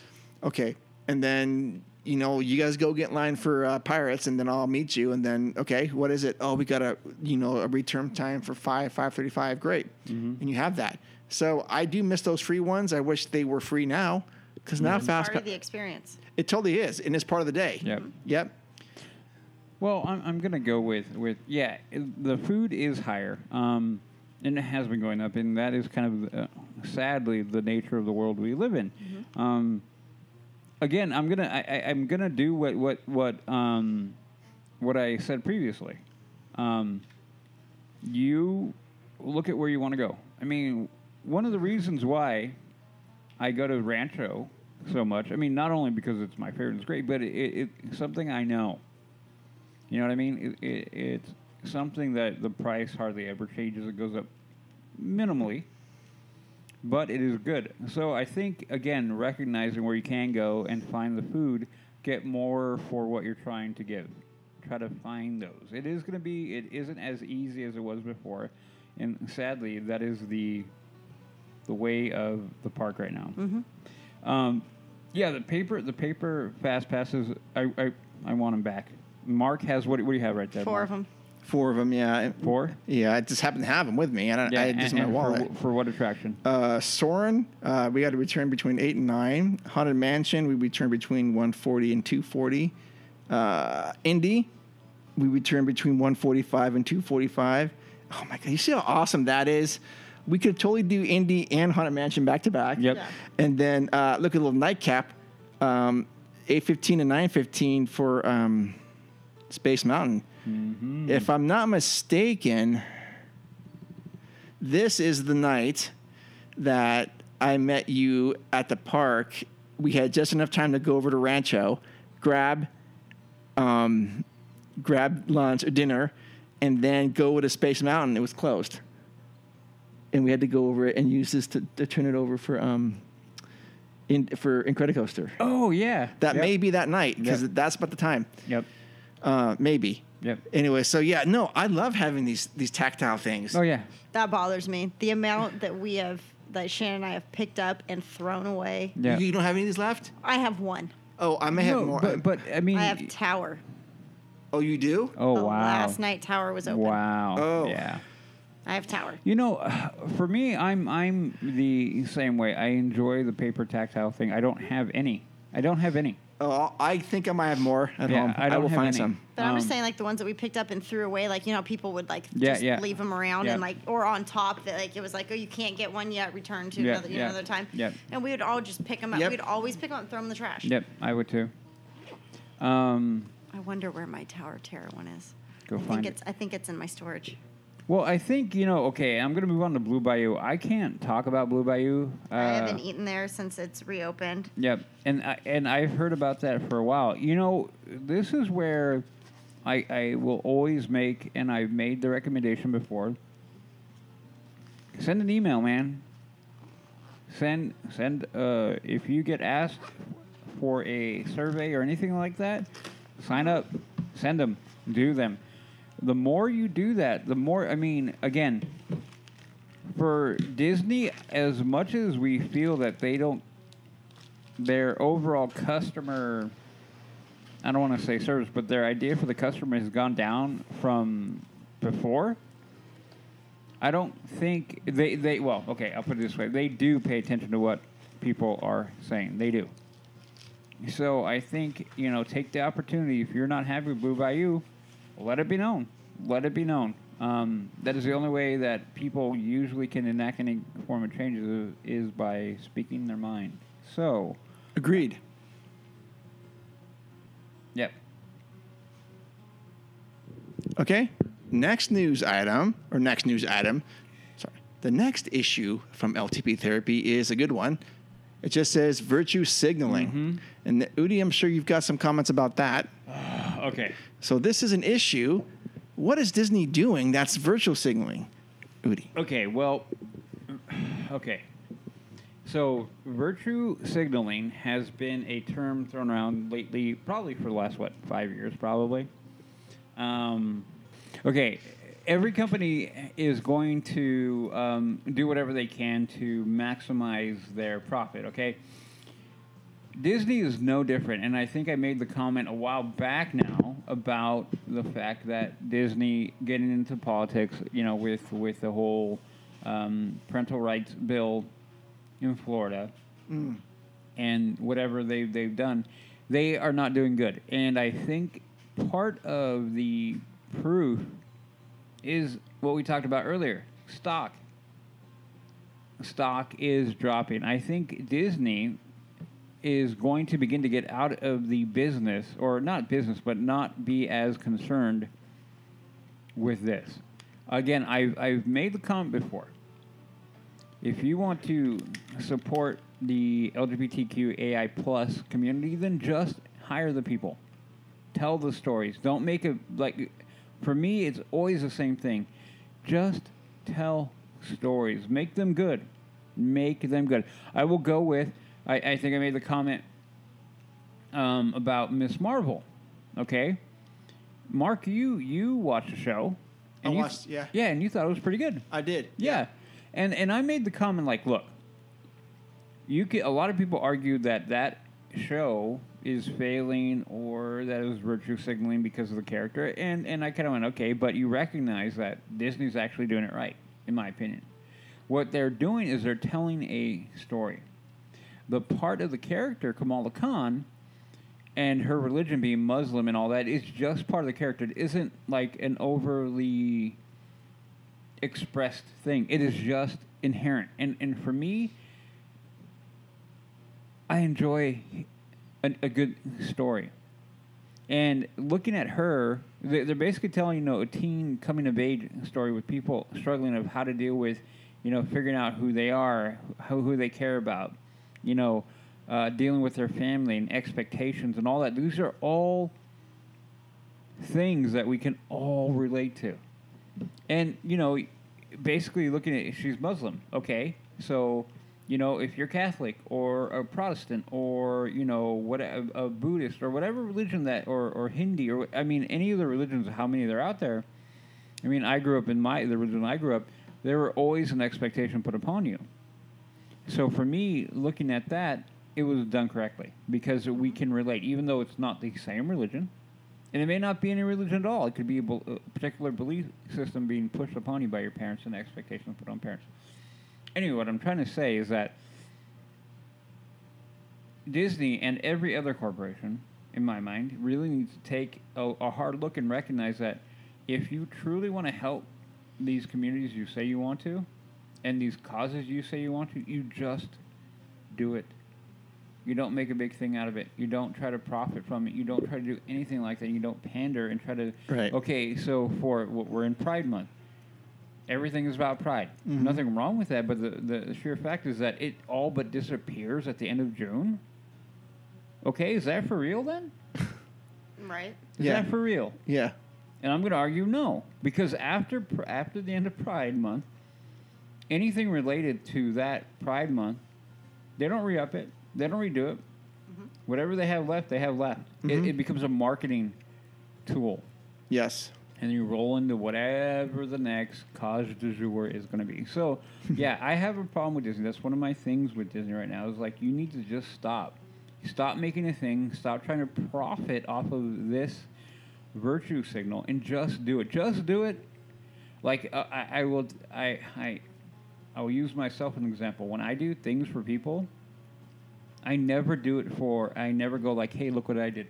Okay, and then you know you guys go get in line for uh, pirates, and then I'll meet you. And then okay, what is it? Oh, we got a you know a return time for five five thirty five. Great,
Mm-hmm.
and you have that. So I do miss those free ones. I wish they were free now because now fast
Part of the experience.
it totally is, and it's part of the day.
Yep.
Yep.
Well, I'm, I'm gonna go with with yeah. it- The food is higher, um, and it has been going up, and that is kind of uh, sadly the nature of the world we live in. Um, again, I'm gonna I, I, I'm gonna do what what what um, what I said previously. Um, you look at where you want to go. I mean, one of the reasons why I go to Rancho so much. I mean, not only because it's my favorite and it's great, but it, it, it's something I know. You know what I mean? It, it, it's something that the price hardly ever changes. It goes up minimally, but it is good. So I think again, recognizing where you can go and find the food, get more for what you're trying to give. Try to find those. It is going to be. It isn't as easy as it was before, and sadly, that is the the way of the park right now.
Mm-hmm.
Um, yeah, the paper, the paper fast passes. I, I, I want them back. Mark has what? do- What do you have right there?
Four of
Mark?
them.
Four of them. Yeah.
Four.
Yeah. I just happen to have them with me, and I, I had just in my
and for
wallet.
wh- For, what attraction?
uh, Soren, uh, we had to return between eight and nine. Haunted Mansion, we returned between one forty and two forty. Uh, Indy, we returned between one forty five and two forty five. Oh my god, you see how awesome that is. We could totally do Indy and Haunted Mansion back to back.
Yep. Yeah.
And then uh, look at a little nightcap, um, eight fifteen and nine fifteen for um, Space Mountain. If I'm not mistaken, this is the night that I met you at the park. We had just enough time to go over to Rancho, grab, um, grab lunch or dinner, and then go to Space Mountain. It was closed, and we had to go over it and use this to, to turn it over for um, in for Incredicoaster.
oh yeah.
That
Yep.
may be that night because
Yep.
that's about the time.
Yep.
Uh, maybe.
Yep.
Anyway, so yeah, no, I love having these these tactile things.
Oh yeah.
That bothers me. The amount that we have, that Shannon and I have picked up and thrown away.
Yeah.
You, you don't have any of these left?
I have one.
Oh, I may
no,
have more.
but, but I mean.
I have Tower.
oh, you do?
oh
The
wow.
Last night Tower was open.
Wow.
Oh.
Yeah.
I have Tower.
You know, (sighs) for me, I'm I'm the same way. I enjoy the paper tactile thing. I don't have any. I don't have any.
Oh, I think I might have more at
yeah,
home.
I
I,
don't
will
have
find
any.
some.
But I'm just
Um,
saying, like the ones that we picked up and threw away, like you know, people would like
Yeah,
just
yeah.
leave them around and
Yeah.
like, or on top that like it was like, oh, you can't get one yet, return to
Yeah,
another you know,
yeah,
another time.
yeah.
And we would all just pick them up.
Yep.
We'd always pick them up and throw them in the trash.
Yep, I would too. Um,
I wonder where my Tower of Terror one is.
Go
I
find
think
it.
it's I think it's in my storage.
well, I think you know. Okay, I'm gonna move on to Blue Bayou. I can't talk about Blue Bayou. Uh,
I haven't eaten there since it's reopened.
Yep, and I, and I've heard about that for a while. You know, this is where I I will always make, and I've made the recommendation before. Send an email, man. Send send uh, if you get asked for a survey or anything like that, sign up, send them, do them. The more you do that, the more I mean, again, for Disney, as much as we feel that they don't their overall customer I don't want to say service, but their idea for the customer has gone down from before. I don't think they, they well, okay, I'll put it this way. They do pay attention to what people are saying. They do. So I think, you know, take the opportunity. If you're not happy with Blue Bayou, let it be known. Let it be known. Um, that is the only way that people usually can enact any form of changes is by speaking their mind. So,
Agreed.
yep.
Okay. next news item, or next news item, sorry, the next issue from LTP Therapy is a good one. It just says virtue signaling.
Mm-hmm.
And Udi, I'm sure you've got some comments about that.
Okay.
So this is an issue. What is Disney doing that's virtual signaling? Udi.
Okay, well, okay. So, virtue signaling has been a term thrown around lately, probably for the last, what, five years, probably. Um, okay, every company is going to um, do whatever they can to maximize their profit, okay? Disney is no different, and I think I made the comment a while back now about the fact that Disney getting into politics, you know, with with the whole um, parental rights bill in Florida and whatever they they've done, they are not doing good. And I think part of the proof is what we talked about earlier: stock stock is dropping. I think Disney is going to begin to get out of the business, or not business, but not be as concerned with this. Again, I've, I've made the comment before. If you want to support the LGBTQAI plus community, then just hire the people. Tell the stories. Don't make it like, for me, it's always the same thing. Just tell stories. Make them good. Make them good. I will go with, I, I think I made the comment um, about Miss Marvel. Okay? Mark, you you watched the show.
I
and you-
watched- yeah.
Yeah, and you thought it was pretty good.
I did.
Yeah. And and I made the comment like, look, you can, a lot of people argue that that show is failing or that it was virtue signaling because of the character and and I kind of went, okay, but you recognize that Disney's actually doing it right in my opinion. What they're doing is they're telling a story. The part of the character Kamala Khan and her religion being Muslim and all that is just part of the character. It isn't like an overly expressed thing. It is just inherent. And and for me, I enjoy a, a good story. And looking at her, they- they're basically telling you know a teen coming of age story with people struggling of how to deal with, you know, figuring out who they are, who, who they care about, you know, uh, dealing with their family and expectations and all that. These are all things that we can all relate to. And you know, basically looking at she's Muslim. Okay, so you know if you're Catholic or a Protestant or you know what a, a Buddhist or whatever religion that or or Hindi or I mean any of the religions, how many there are out there. I mean, I grew up in my the religion I grew up. There were always an expectation put upon you. So for me, looking at that, it was done correctly because we can relate, even though it's not the same religion, and it may not be any religion at all. It could be a, bel- a particular belief system being pushed upon you by your parents and the expectations put on parents. Anyway, what I'm trying to say is that Disney and every other corporation, in my mind, really needs to take a, a hard look and recognize that if you truly want to help these communities you say you want to, and these causes you say you want to, you just do it. You don't make a big thing out of it. You don't try to profit from it. You don't try to do anything like that. You don't pander and try to.
Right.
Okay, so for what we're in Pride Month, everything is about Pride. Nothing wrong with that, but the, the sheer fact is that it all but disappears at the end of June. Okay, is that for real then?
Right?
Is
Yeah.
that for real?
Yeah.
And I'm going to argue no, because after pr- after the end of Pride Month, anything related to that Pride Month, they don't re up it, they don't redo it. Whatever they have left, they have left. It, it becomes a marketing tool,
Yes.
and you roll into whatever the next cause du jour is going to be. So, yeah, I have a problem with Disney. That's one of my things with Disney right now is like you need to just stop, stop making a thing, stop trying to profit off of this virtue signal and just do it. Just do it. Like uh, I, I will, I, I, I will use myself as an example. When I do things for people, I never do it for. I never go like, "Hey, look what I did,"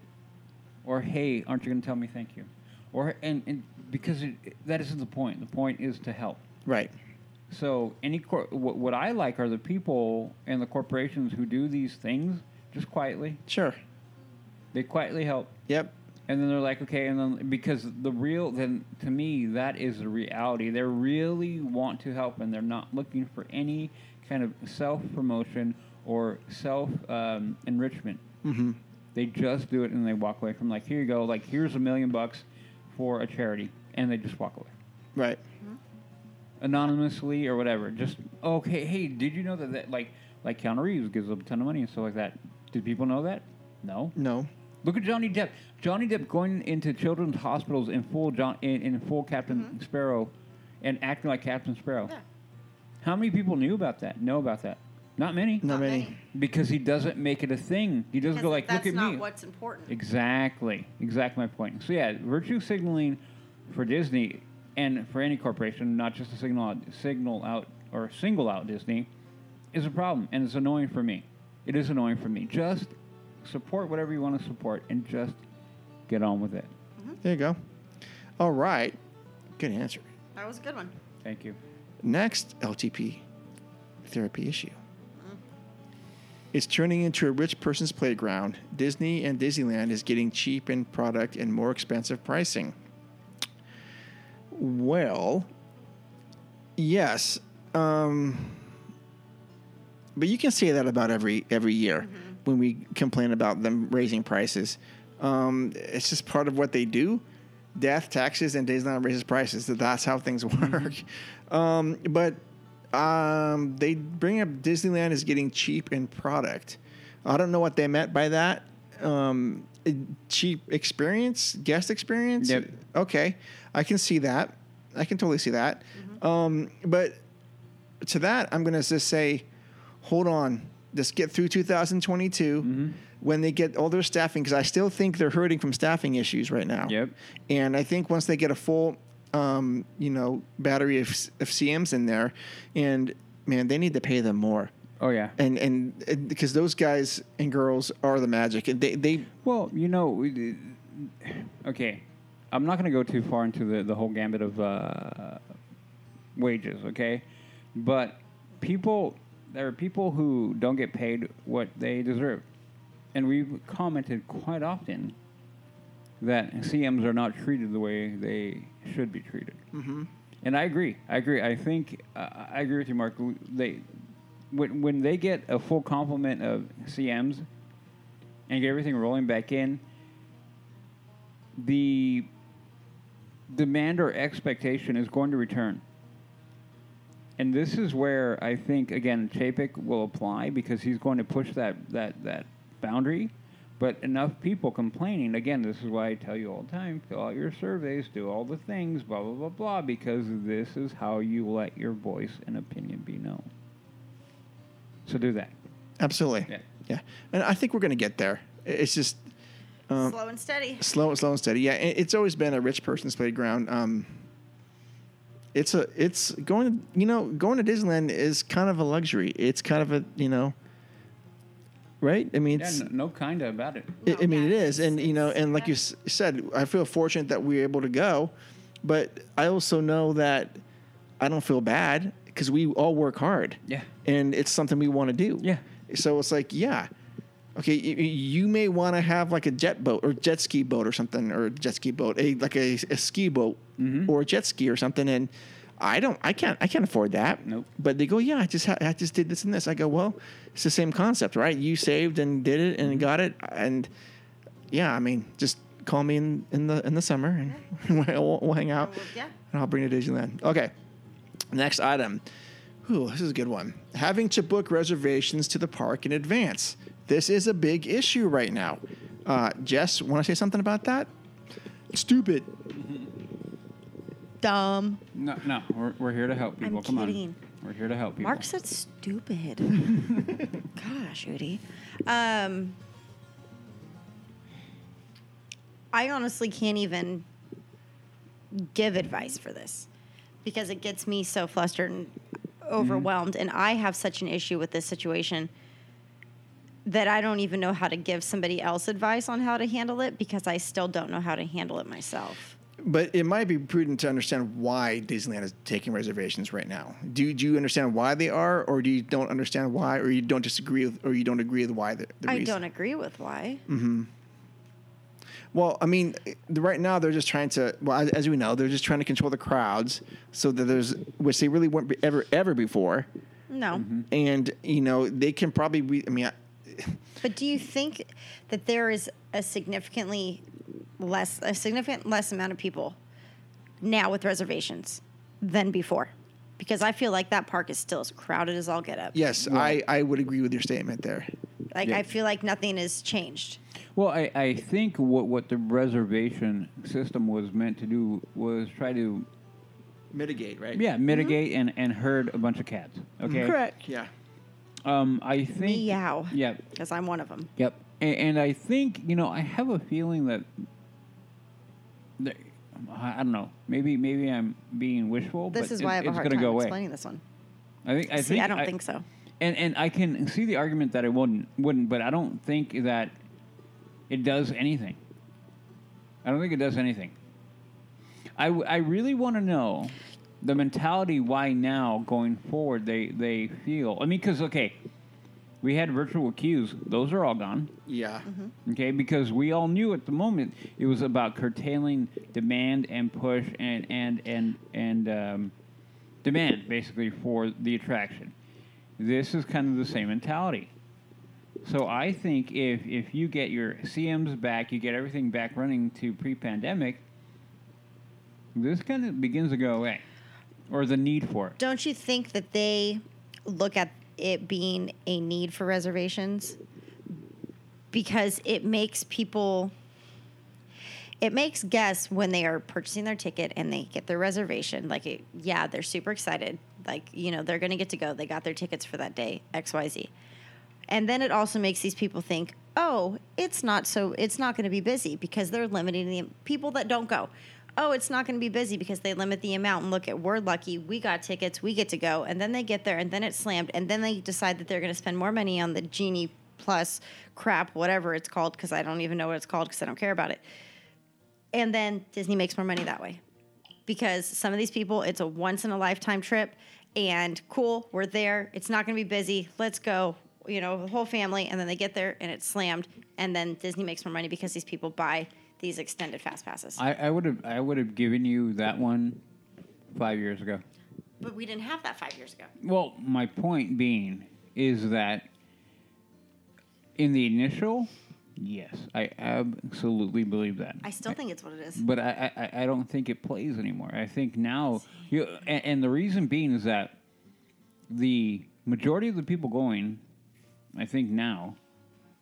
or "Hey, aren't you going to tell me thank you?" Or and, and because it, that isn't the point. The point is to help.
Right.
So any cor- what, what I like are the people and the corporations who do these things just quietly.
Sure.
They quietly help
Yep.
and then they're like, okay, and then because the real, then to me, that is the reality. They really want to help, and they're not looking for any kind of self promotion or self um, enrichment. Mm-hmm. They just do it and they walk away from like, here you go, like here's a million bucks for a charity, and they just walk away
Right.
anonymously or whatever. Just okay. Hey, did you know that, that like like Keanu Reeves gives up a ton of money and stuff like that? Did people know that? No.
No.
Look at Johnny Depp. Johnny Depp going into children's hospitals in full John in, in full Captain Sparrow, and acting like Captain Sparrow.
Mm-hmm. Yeah.
How many people knew about that? Know about that? Not many.
Not, many.
many.
Because he doesn't make it a thing. He doesn't
Because
go like,
that's
look at
not
me.
what's important.
Exactly. Exactly my point. So yeah, virtue signaling for Disney and for any corporation, not just to signal out, signal out or single out Disney, is a problem, and it's annoying for me. It is annoying for me. Just support whatever you want to support, and just get on with it.
There you go. All right. Good answer.
That was a good one.
Thank you.
Next LTP therapy issue. It's turning into a rich person's playground. Disney and Disneyland is getting cheap in product and more expensive pricing. Well, yes. Um, but you can say that about every every year when we complain about them raising prices. Um, it's just part of what they do. Death, taxes, and Disneyland raises prices. That- That's how things (laughs) work. Um, but um, they bring up Disneyland is getting cheap in product. I don't know what they meant by that. Um, it- cheap experience, guest experience.
Yep.
Okay, I can see that. I can totally see that. Um, but to that, I'm going to just say, hold on. Just get through 2022
Mm-hmm.
when they get all their staffing, because I still think they're hurting from staffing issues right now.
Yep.
And I think once they get a full, um, you know, battery of, of CMs in there, and man, they need to pay them more.
Oh yeah.
And and because those guys and girls are the magic, and they they
Well, you know, we- okay, I'm not going to go too far into the, the whole gambit of uh, wages, okay? But people, there are people who don't get paid what they deserve. And we've commented quite often that CMs are not treated the way they should be treated. Mm-hmm. And I agree. I agree. I think uh, I agree with you, Mark. They when when they get a full complement of CMs and get everything rolling back in, the demand or expectation is going to return. And this is where I think again Chapek will apply because he's going to push that that that boundary. But enough people complaining again. This is why I tell you all the time: fill out your surveys, do all the things, blah blah blah blah. Because this is how you let your voice and opinion be known. So do that.
absolutely
Yeah.
yeah. And I think we're going to get there. It's just
Uh,
Slow and steady.
slow, slow and steady. Yeah, it- it's always been a rich person's playground. Um, it's a, it's going, you know, going to Disneyland is kind of a luxury. It's kind of a, you know, right? I mean,
Yeah,
it's,
no, no kinda about it.
I- I mean, it
yeah,
is,
it's-
and you know,
it's-
and like you s- said, I feel fortunate that we were able to go, but I also know that I don't feel bad because we all work hard.
Yeah.
and it's something we want to do.
Yeah.
so it's like, yeah, okay, you, you may want to have like a jet boat or jet ski boat or something, or jet ski boat, a like a, a ski boat or a jet ski or something, and. I don't. I can't. I can't afford that.
Nope.
But they go, yeah. I just. Ha- I just did this and this. I go, well, it's the same concept, right? You saved and did it and got it, and yeah, I mean, just call me in, in the in the summer and (laughs) we'll, we'll hang out.
Well, yeah.
And I'll bring you to Disneyland. Okay. Next item. Ooh, this is a good one. Having to book reservations to the park in advance. This is a big issue right now. Uh, Jess, want to say something about that? Stupid.
Dumb.
No, no, we're, we're here to help people. Come
kidding.
on, we're here to help people.
Mark said
(laughs)
stupid. Gosh, Udi. Um, I honestly can't even give advice for this because it gets me so flustered and overwhelmed.
Mm-hmm.
And I have such an issue with this situation that I don't even know how to give somebody else advice on how to handle it because I still don't know how to handle it myself.
But it might be prudent to understand why Disneyland is taking reservations right now. Do, do you understand why they are, or do you don't understand why, or you don't disagree with, or you don't agree with why the, the
I
Mm.
reason?
don't agree with why.
Well, I mean, the- right now they're just trying to. Well, as, as we know, they're just trying to control the crowds so that there's, which they really weren't be- ever ever before.
No.
Mm-hmm.
And you know, they can probably. Be, I mean, I,
But do you think that there is a significantly less a significant less amount of people now with reservations than before? Because I feel like that park is still as crowded as all get up.
yes, I I would agree with your statement there.
Like
Yeah.
I feel like nothing has changed.
Well, I, I think what, what the reservation system was meant to do was try to
Mitigate, right?
yeah
Mm-hmm.
mitigate and, and herd a bunch of cats. Okay.
Yeah.
Um, I think.
Meow.
Yeah.
Because I'm one of them.
Yep. And, and I think you know I have a feeling that, that I I don't know. Maybe maybe I'm being wishful.
This
but
is
it-
why I have a
it's
hard
gonna
time
go away.
explaining this one.
I think. I
See,
think
I don't think so.
And and I can see the argument that it wouldn't wouldn't, but I don't think that it does anything. I don't think it does anything. I, w- I really want to know the mentality why now going forward they they feel. I mean, because okay, we had virtual queues; those are all gone.
Yeah.
Mm-hmm. Okay, because we all knew at the moment it was about curtailing demand and push and and and and um, demand basically for the attraction. This is kind of the same mentality. So I think if if you get your CMs back, you get everything back running to pre-pandemic, this kind of begins to go away, or the need for it.
Don't you think that they look at it being a need for reservations because it makes people it makes guests when they are purchasing their ticket and they get their reservation like it, yeah they're super excited like you know they're going to get to go they got their tickets for that day xyz and then it also makes these people think oh it's not so it's not going to be busy because they're limiting the people that don't go oh it's not going to be busy because they limit the amount and look at we're lucky we got tickets we get to go and then they get there and then it's slammed and then they decide that they're going to spend more money on the genie plus crap whatever it's called because i don't even know what it's called because i don't care about it and then disney makes more money that way because some of these people, it's a once in a lifetime trip, and cool, we're there. It's not going to be busy. Let's go. You know, the whole family, and then they get there and it's slammed, and then Disney makes more money because these people buy these extended fast passes.
I, I would have I would have given you that one five years ago.
but we didn't have that five years ago.
Well, my point being is that in the initial, yes, I absolutely believe that.
I still think it's what it is.
but I, I- I, I don't think it plays anymore. I think now, you, and, and the reason being is that the majority of the people going, I think now,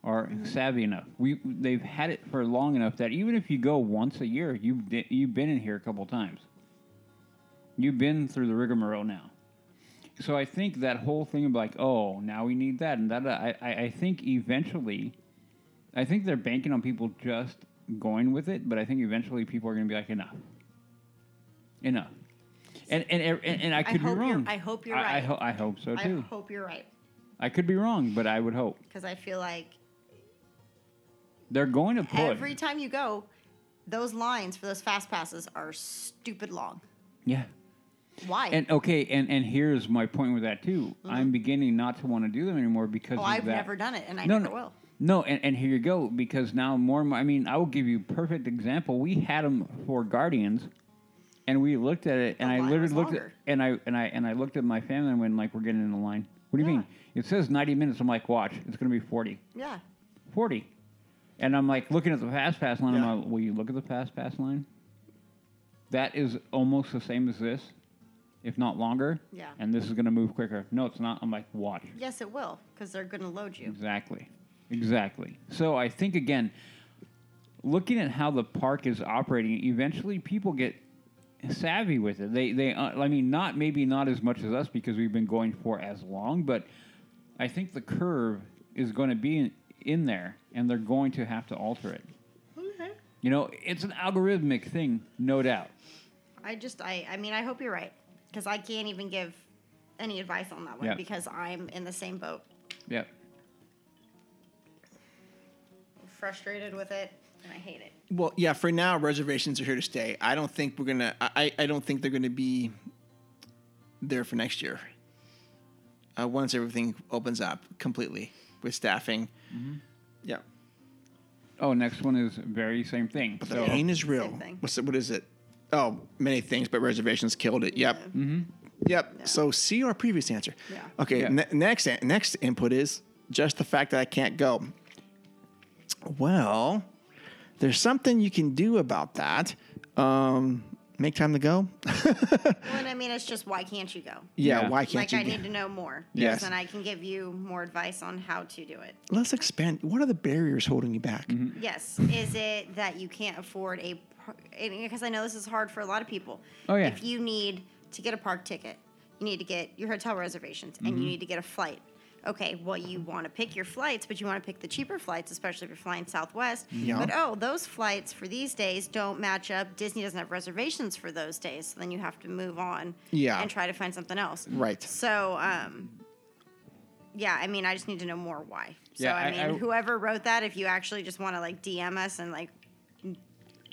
are savvy enough. We they've had it for long enough that even if you go once a year, you've di- you've been in here a couple times. You've been through the rigmarole now. So I think that whole thing of like, oh, now we need that and that. I, I, I think eventually, I think they're banking on people just going with it, but I think eventually people are going to be like, enough, enough. And and and, and I could
hope
be
you're-
wrong.
I hope you're
I, I,
right.
ho- I hope so
I
too.
hope you're right
I could be wrong, but I would hope
because I feel like
they're going to push.
every time you go, those lines for those fast passes are stupid long.
yeah.
Why?
And okay, and and here's my point with that too. I'm beginning not to want to do them anymore because
Mm-hmm. oh,
of
I've
that.
never done it, and I
no,
never
no,
will.
No, and, and here you go because now more. and more- I mean, I will give you a perfect example. We had them for Guardians, and we looked at it, and
The
I
line was
literally looked at
longer.
and I and I and I looked at my family and went like, "We're getting in the line." What do you
Yeah.
mean? It says 90 minutes. I'm like, "Watch, it's going to be 40."
Yeah.
40. And I'm like looking at the fast pass line.
Yeah.
I'm like, will you look at the fast pass line? That is almost the same as this, if not longer.
Yeah.
And this is going to move quicker. No, it's not. I'm like, watch.
Yes, it will because they're going to load you.
Exactly. Exactly. So I think, again, looking at how the park is operating, eventually people get savvy with it. They, they, uh, I mean, not maybe not as much as us because we've been going for as long, but I think the curve is going to be in, in there, and they're going to have to alter it. You know, it's an algorithmic thing, no doubt.
I just, I, I mean, I hope you're right because I can't even give any advice on that one
Yeah.
because I'm in the same boat,
Yep.
frustrated with it, and I hate it.
Well, yeah. For now, reservations are here to stay. I don't think we're gonna. I I don't think they're gonna be there for next year. Uh, once everything opens up completely with staffing. Yeah.
Oh, next one is very same thing.
But the
so
pain is real.
thing.
What's it, what is it? Oh, many things, but reservations killed it. Yep. Mm-hmm. Yep. So see our previous answer.
Yeah.
Okay.
Yeah.
Ne- next an- next input is just the fact that I can't go. Well, there's something you can do about that. Um, make time to go. (laughs)
Well, I mean, it's just why can't you go?
Yeah.
Yeah.
Why can't
like, I
you?
need
go?
to know more.
Yes.
Then I can give you more advice on how to do it.
Let's expand. What are the barriers holding you back?
Yes. Is it that you can't afford a? Because I know this is hard for a lot of people.
Oh, yeah.
If you need to get a park ticket, you need to get your hotel reservations, and
Mm-hmm.
you need to get a flight. Okay, well, you want to pick your flights, but you want to pick the cheaper flights, especially if you're flying Southwest.
Yeah.
But oh, those flights for these days don't match up. Disney doesn't have reservations for those days, so then you have to move on
Yeah.
and try to find something else.
Right.
So, um, yeah, I mean, I just need to know more why. So,
Yeah,
I
I-
mean,
I-
whoever wrote that, if you actually just want to like DM us and like,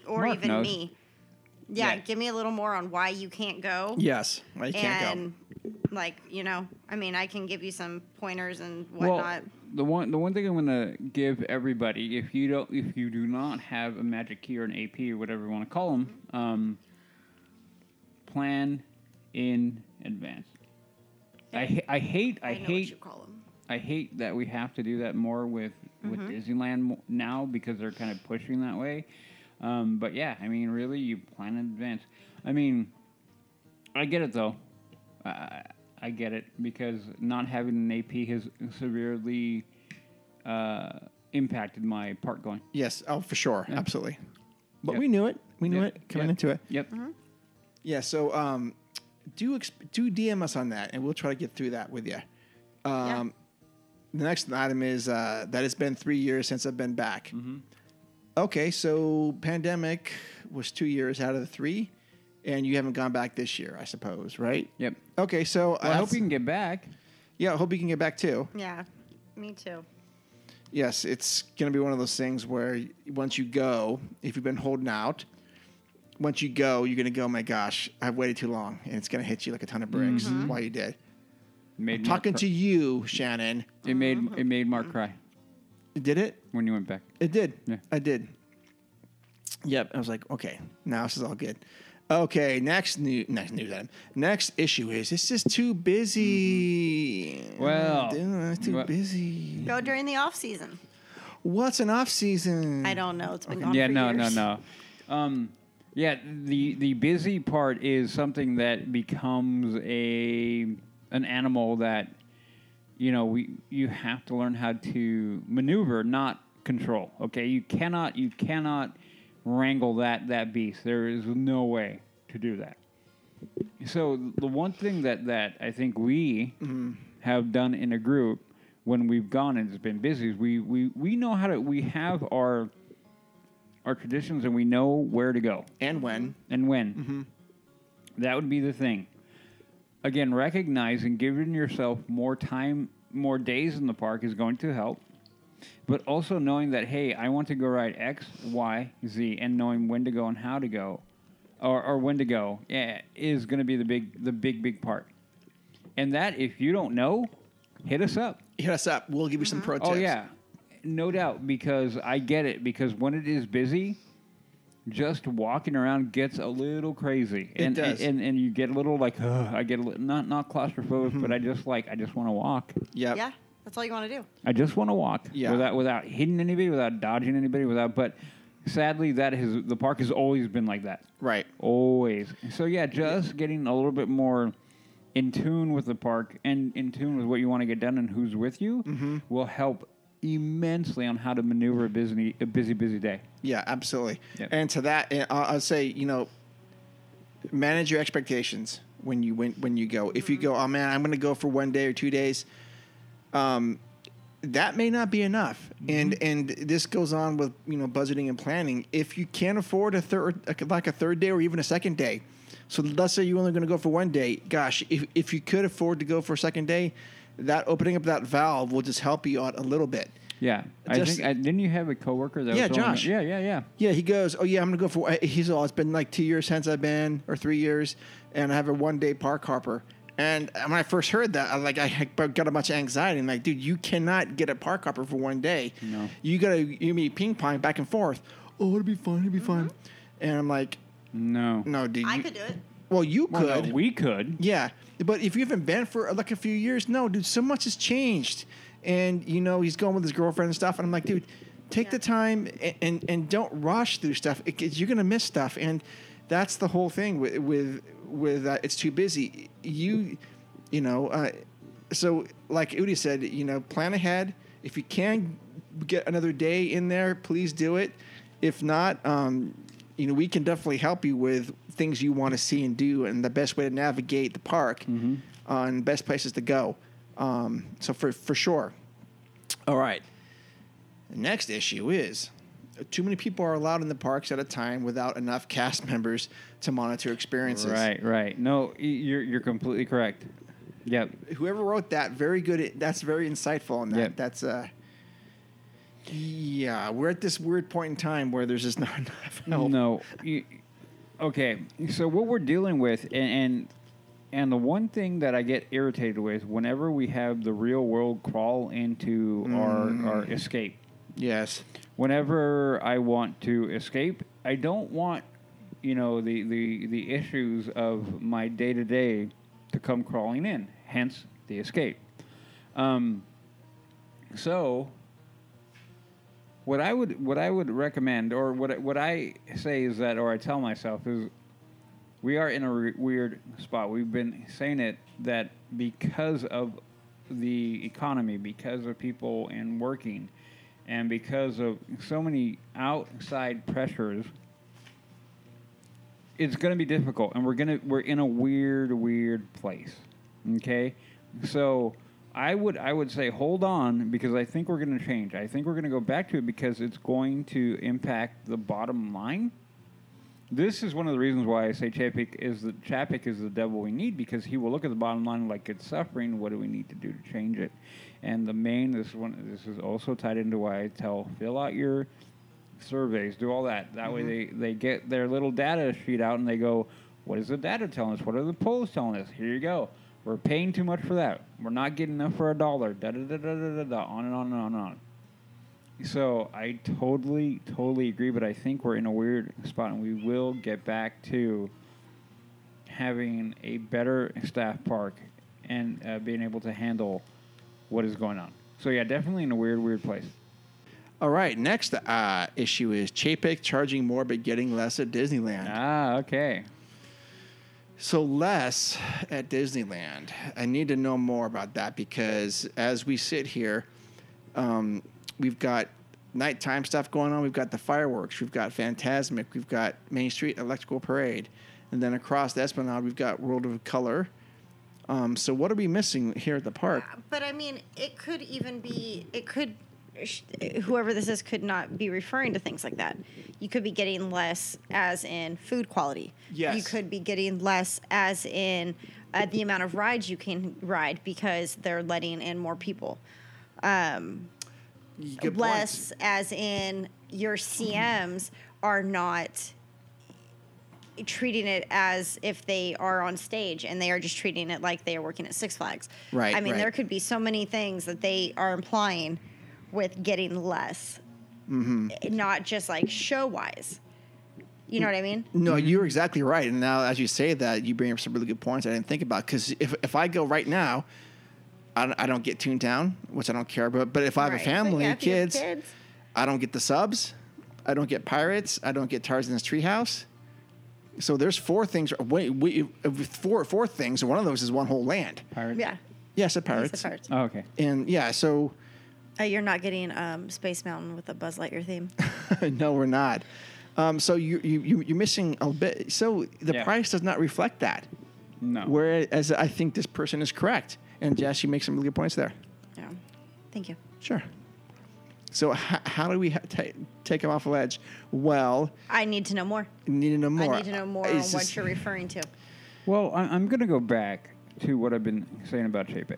or
Mark
even
knows.
me, yeah,
Yeah.
give me a little more on why you can't go.
Yes. Why you can't go?
and like, you know, I mean, I can give you some pointers and
well,
whatnot.
the one the one thing I'm gonna give everybody if you don't if you do not have a magic key or an AP or whatever you want to call them, um, plan in advance. I, ha- I hate I,
I, know what
hate
you call them.
I hate that we have to do that more with with Disneyland mo- now because they're kind of pushing that way. Um, but yeah, I mean, really, you plan in advance. I mean, I get it though. I- I, I get it because not having an AP has severely uh, impacted my park going.
Yes. Oh, for sure. Absolutely. But
Yeah.
we knew it. We knew
Yeah,
it coming
yeah,
into it.
Yep.
Yeah. So um, do exp- do DM us on that, and we'll try to get through that with you. Um, The next item is uh, that it's been three years since I've been back.
Mm-hmm.
Okay, so pandemic was two years out of the three, and you haven't gone back this year, I suppose, right?
Yep.
Okay, so
Well, I hope you
you.
can get back.
Yeah, I hope you can get back too.
Yeah, me too.
Yes, it's going to be one of those things where once you go, if you've been holding out, once you go, you're going to go, my gosh, I've waited too long. And it's going to hit you like a ton of bricks
Mm-hmm.
while you did.
Made Mark
Talking
cry.
to you, Shannon.
It made it made Mark cry
Did it?
when you went back.
It did.
Yeah.
I did. Yep. I was like, okay, now this is all good. Okay, next new next news item. Next issue is it's just too busy.
Mm-hmm. Well,
Dude, it's too
well-
busy.
Go during the off season.
What's an off season?
I don't know. It's been gone
yeah,
for
no,
years.
no, no. Um, yeah, the the busy part is something that becomes a an animal that you know we you have to learn how to maneuver, not control. Okay, you cannot you cannot wrangle that that beast. There is no way to do that. So the one thing that that I think we
Mm-hmm.
have done in a group when we've gone and it's been busy is we we we know how to we have our our traditions and we know where to go
And when?
and when. That would be the thing. Again, recognizing giving yourself more time, more days in the park is going to help. But also knowing that, hey, I want to go ride X, Y, Z, and knowing when to go and how to go, or, or when to go, yeah, is going to be the big, the big, big part. And that, if you don't know, hit us up.
Hit us up. We'll give you some
Mm-hmm.
pro tips.
Oh yeah, no doubt because I get it because when it is busy, just walking around gets a little crazy.
It
and,
does.
And, and you get a little like Ugh, I get a little, not not claustrophobic, but
(laughs)
I just like I just want to walk.
Yep.
Yeah, that's all you want to do.
I just want to walk
Yeah.
without without hitting anybody, without dodging anybody, without. But sadly, that has the park has always been like that.
Right.
Always. So yeah, just getting a little bit more in tune with the park and in tune with what you want to get done and who's with you
Mm-hmm.
will help immensely on how to maneuver a busy, a busy, busy day.
Yeah, absolutely.
Yeah.
And to that, and I- I'll say, you know, manage your expectations when you when, when you go. If you go, oh man, I'm going to go for one day or two days, um, that may not be enough. And and this goes on with you know budgeting and planning. If you can't afford a third like a third day or even a second day, so let's say you're only going to go for one day. Gosh, if if you could afford to go for a second day, that opening up that valve will just help you out a little bit.
Yeah, I
Just-
think. I, didn't you have a coworker that?
Yeah,
was throwing-
Josh.
Yeah, yeah, yeah.
Yeah, he goes, oh yeah, I'm gonna go for. He's all. It's been like two years since I've been, or three years, and I have a one day park hopper. And when I first heard that, I like I had- got a bunch of anxiety. I'm like, dude, you cannot get a park hopper for one day.
No.
You gotta you mean ping pong back and forth. Oh, it'll be fun. It'll be
Mm-hmm.
fun. And I'm like,
No.
no, dude.
I
you-
could do it.
Well, you
Well, no,
could.
we could.
Yeah, but if you haven't been for like a few years, no, dude, so much has changed. And you know, he's going with his girlfriend and stuff, and I'm like, dude, take the time and and, and don't rush through stuff because you're gonna miss stuff. And that's the whole thing with with with uh, it's too busy. You, you know, uh, so like Udi said, you know, plan ahead. If you can get another day in there, please do it. If not, um, you know, we can definitely help you with things you want to see and do, and the best way to navigate the park,
Mm-hmm.
uh, and best places to go. Um, so for for sure. All right. The next issue is too many people are allowed in the parks at a time without enough cast (laughs) members to monitor experiences.
Right, right. No, y- you're you're completely correct. Yep.
Whoever wrote that, very good. That's very insightful on that.
Yep.
That's uh. Yeah, we're at this weird point in time where there's just not (laughs) enough help.
No. You- okay. So what we're dealing with, and, and and the one thing that I get irritated with whenever we have the real world crawl into our our escape.
Yes.
Whenever I want to escape, I don't want you know the the the issues of my day to day to come crawling in. Hence the escape. Um. So what I would what I would recommend, or what I- what I say is that, or I tell myself is, we are in a re- weird spot. We've been saying it that because of the economy, because of people and working, and because of so many outside pressures, it's going to be difficult, and we're gonna we're in a weird weird place. Okay, so I would I would say hold on because I think we're going to change. I think we're going to go back to it because it's going to impact the bottom line. This is one of the reasons why I say Chapik is the Chapik is the devil we need because he will look at the bottom line like it's suffering. What do we need to do to change it? And the main this is one this is also tied into why I tell fill out your surveys, do all that. That way they, they get their little data sheet out and they go, what is the data telling us? What are the polls telling us? Here you go. We're paying too much for that. We're not getting enough for a dollar. Da da da da da da da. On and on and on and on. So I totally, totally agree, but I think we're in a weird spot, and we will get back to having a better staff park and uh, being able to handle what is going on. So yeah, definitely in a weird, weird place.
All right, next uh, issue is Chapek charging more but getting less at Disneyland.
Ah, okay.
So less at Disneyland. I need to know more about that because as we sit here, um, we've got nighttime stuff going on. We've got the fireworks. We've got Fantasmic. We've got Main Street Electrical Parade, and then across the Esplanade, we've got World of Color. Um, so what are we missing here at the park?
But I mean, it could even be, it could, sh- whoever this is could not be referring to things like that. You could be getting less as in food quality. You
Yes.
could be getting less as in uh, the amount of rides you can ride because they're letting in more people. Um,
Good points.
less as in your CMs are not treating it as if they are on stage and they are just treating it like they are working at Six Flags.
Right,
I mean,
right.
there could be so many things that they are implying with getting less, mm-hmm. not just like show wise. You know what I mean?
No, you're exactly right. And now, as you say that, you bring up some really good points I didn't think about. Because if, if I go right now, I don't, I don't get tuned down, which I don't care about. But if I have
Right.
a
So,
family,
yeah, if you have
kids, I don't get the subs. I don't get pirates. I don't get Tarzan's treehouse. So there's four things. Wait, wait uh, four four things. One of those is one whole land.
Pirates.
Yeah.
Yes, a pirates.
that's the part.
Oh, okay.
And yeah, so (laughs)
Uh, you're not getting um, Space Mountain with a Buzz Lightyear
(laughs)
theme.
no, we're not. Um, so you you you- you're missing a bit. So the
Yeah.
price does not reflect that.
No.
Whereas I think this person is correct. And Jess, you make some really good points there.
yeah. Thank you.
Sure. So h- how do we ha- ta take him off a ledge? Well,
I need to know more.
need to know more.
I need to know more on
It's
what
just-
you're referring to.
Well, I- I'm going to go back to what I've been saying about Chapek.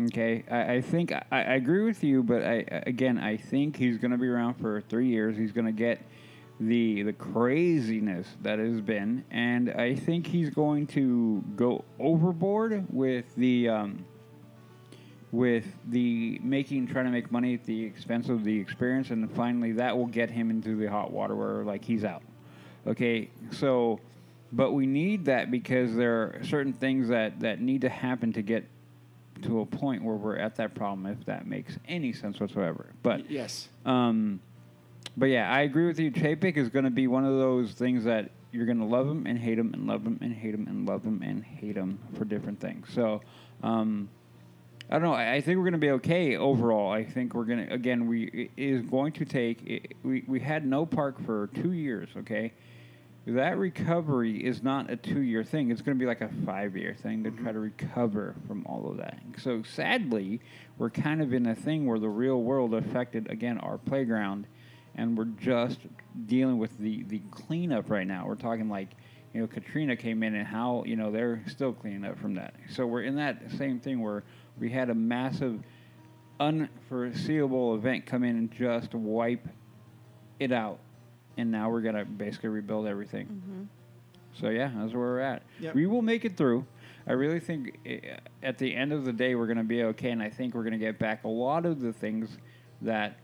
Okay, I, I think I, I agree with you, but I again I think he's going to be around for three years. He's going to get the the craziness that has been, and I think he's going to go overboard with the um, with the making trying to make money at the expense of the experience, and finally that will get him into the hot water where like he's out. Okay, so but we need that because there are certain things that that need to happen to get to a point where we're at that problem if that makes any sense whatsoever but
Yes.
um, but yeah, I agree with you. Chapek is going to be one of those things that you're going to love him and hate him and love him and hate him and love him and hate him for different things. So, um, I don't know. I, I think we're going to be okay overall. I think we're going to again. We it is going to take. It, we we had no park for two years. Okay. That recovery is not a two-year thing. It's going to be like a five-year thing to try to recover from all of that. So sadly, we're kind of in a thing where the real world affected again our playground, and we're just dealing with the the cleanup right now. We're talking like you know Katrina came in and how you know they're still cleaning up from that. So we're in that same thing where we had a massive unforeseeable event come in and just wipe it out, and now we're gonna basically rebuild everything. So yeah, that's where we're at.
Yep.
We will make it through. I really think eh, at the end of the day we're gonna be okay, and I think we're gonna get back a lot of the things that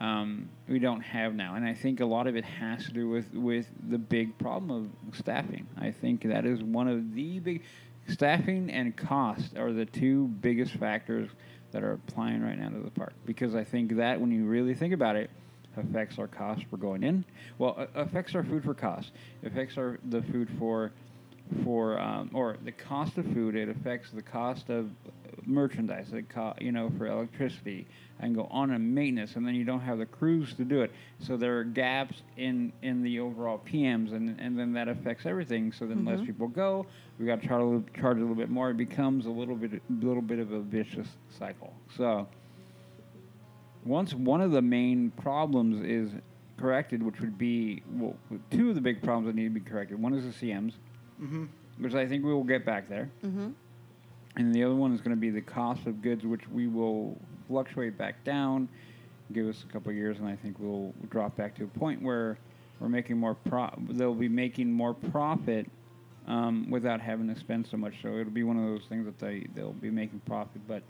um, we don't have now, and I think a lot of it has to do with with the big problem of staffing. I think that is one of the big staffing and cost are the two biggest factors that are applying right now to the park because I think that when you really think about it affects our cost for going in well a- affects our food for cost affects our the food for for um, or the cost of food it affects the cost of merchandise the co- you know for electricity I can go on and maintenance and then you don't have the crews to do it so there are gaps in in the overall PMs and and then that affects everything so then less people go we got to charge a little, charge a little bit more it becomes a little bit little bit of a vicious cycle so once one of the main problems is corrected, which would be well, two of the big problems that need to be corrected. One is the CMs, which I think we will get back there, and the other one is going to be the cost of goods, which we will fluctuate back down. Give us a couple of years, and I think we'll drop back to a point where we're making more pro. They'll be making more profit um, without having to spend so much. So it'll be one of those things that they they'll be making profit, but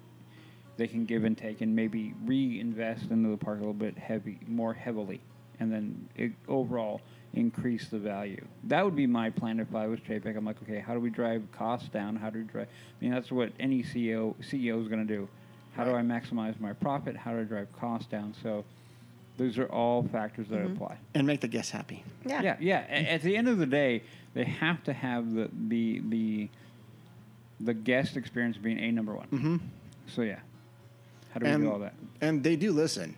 they can give and take and maybe reinvest into the park a little bit heavy, more heavily, and then it, overall increase the value. That would be my plan if I was JPEG. I'm like, okay, how do we drive costs down? How do we drive? I mean, that's what any E CEO CEO is going to do. How do I maximize my profit? How do I drive costs down? So those are all factors that apply.
And make the guests happy.
Yeah.
Yeah, yeah. A- At the end of the day, they have to have the the the, the guest experience being a number one. Mm-hmm. So yeah, how do we
and,
do all that?
And they do listen.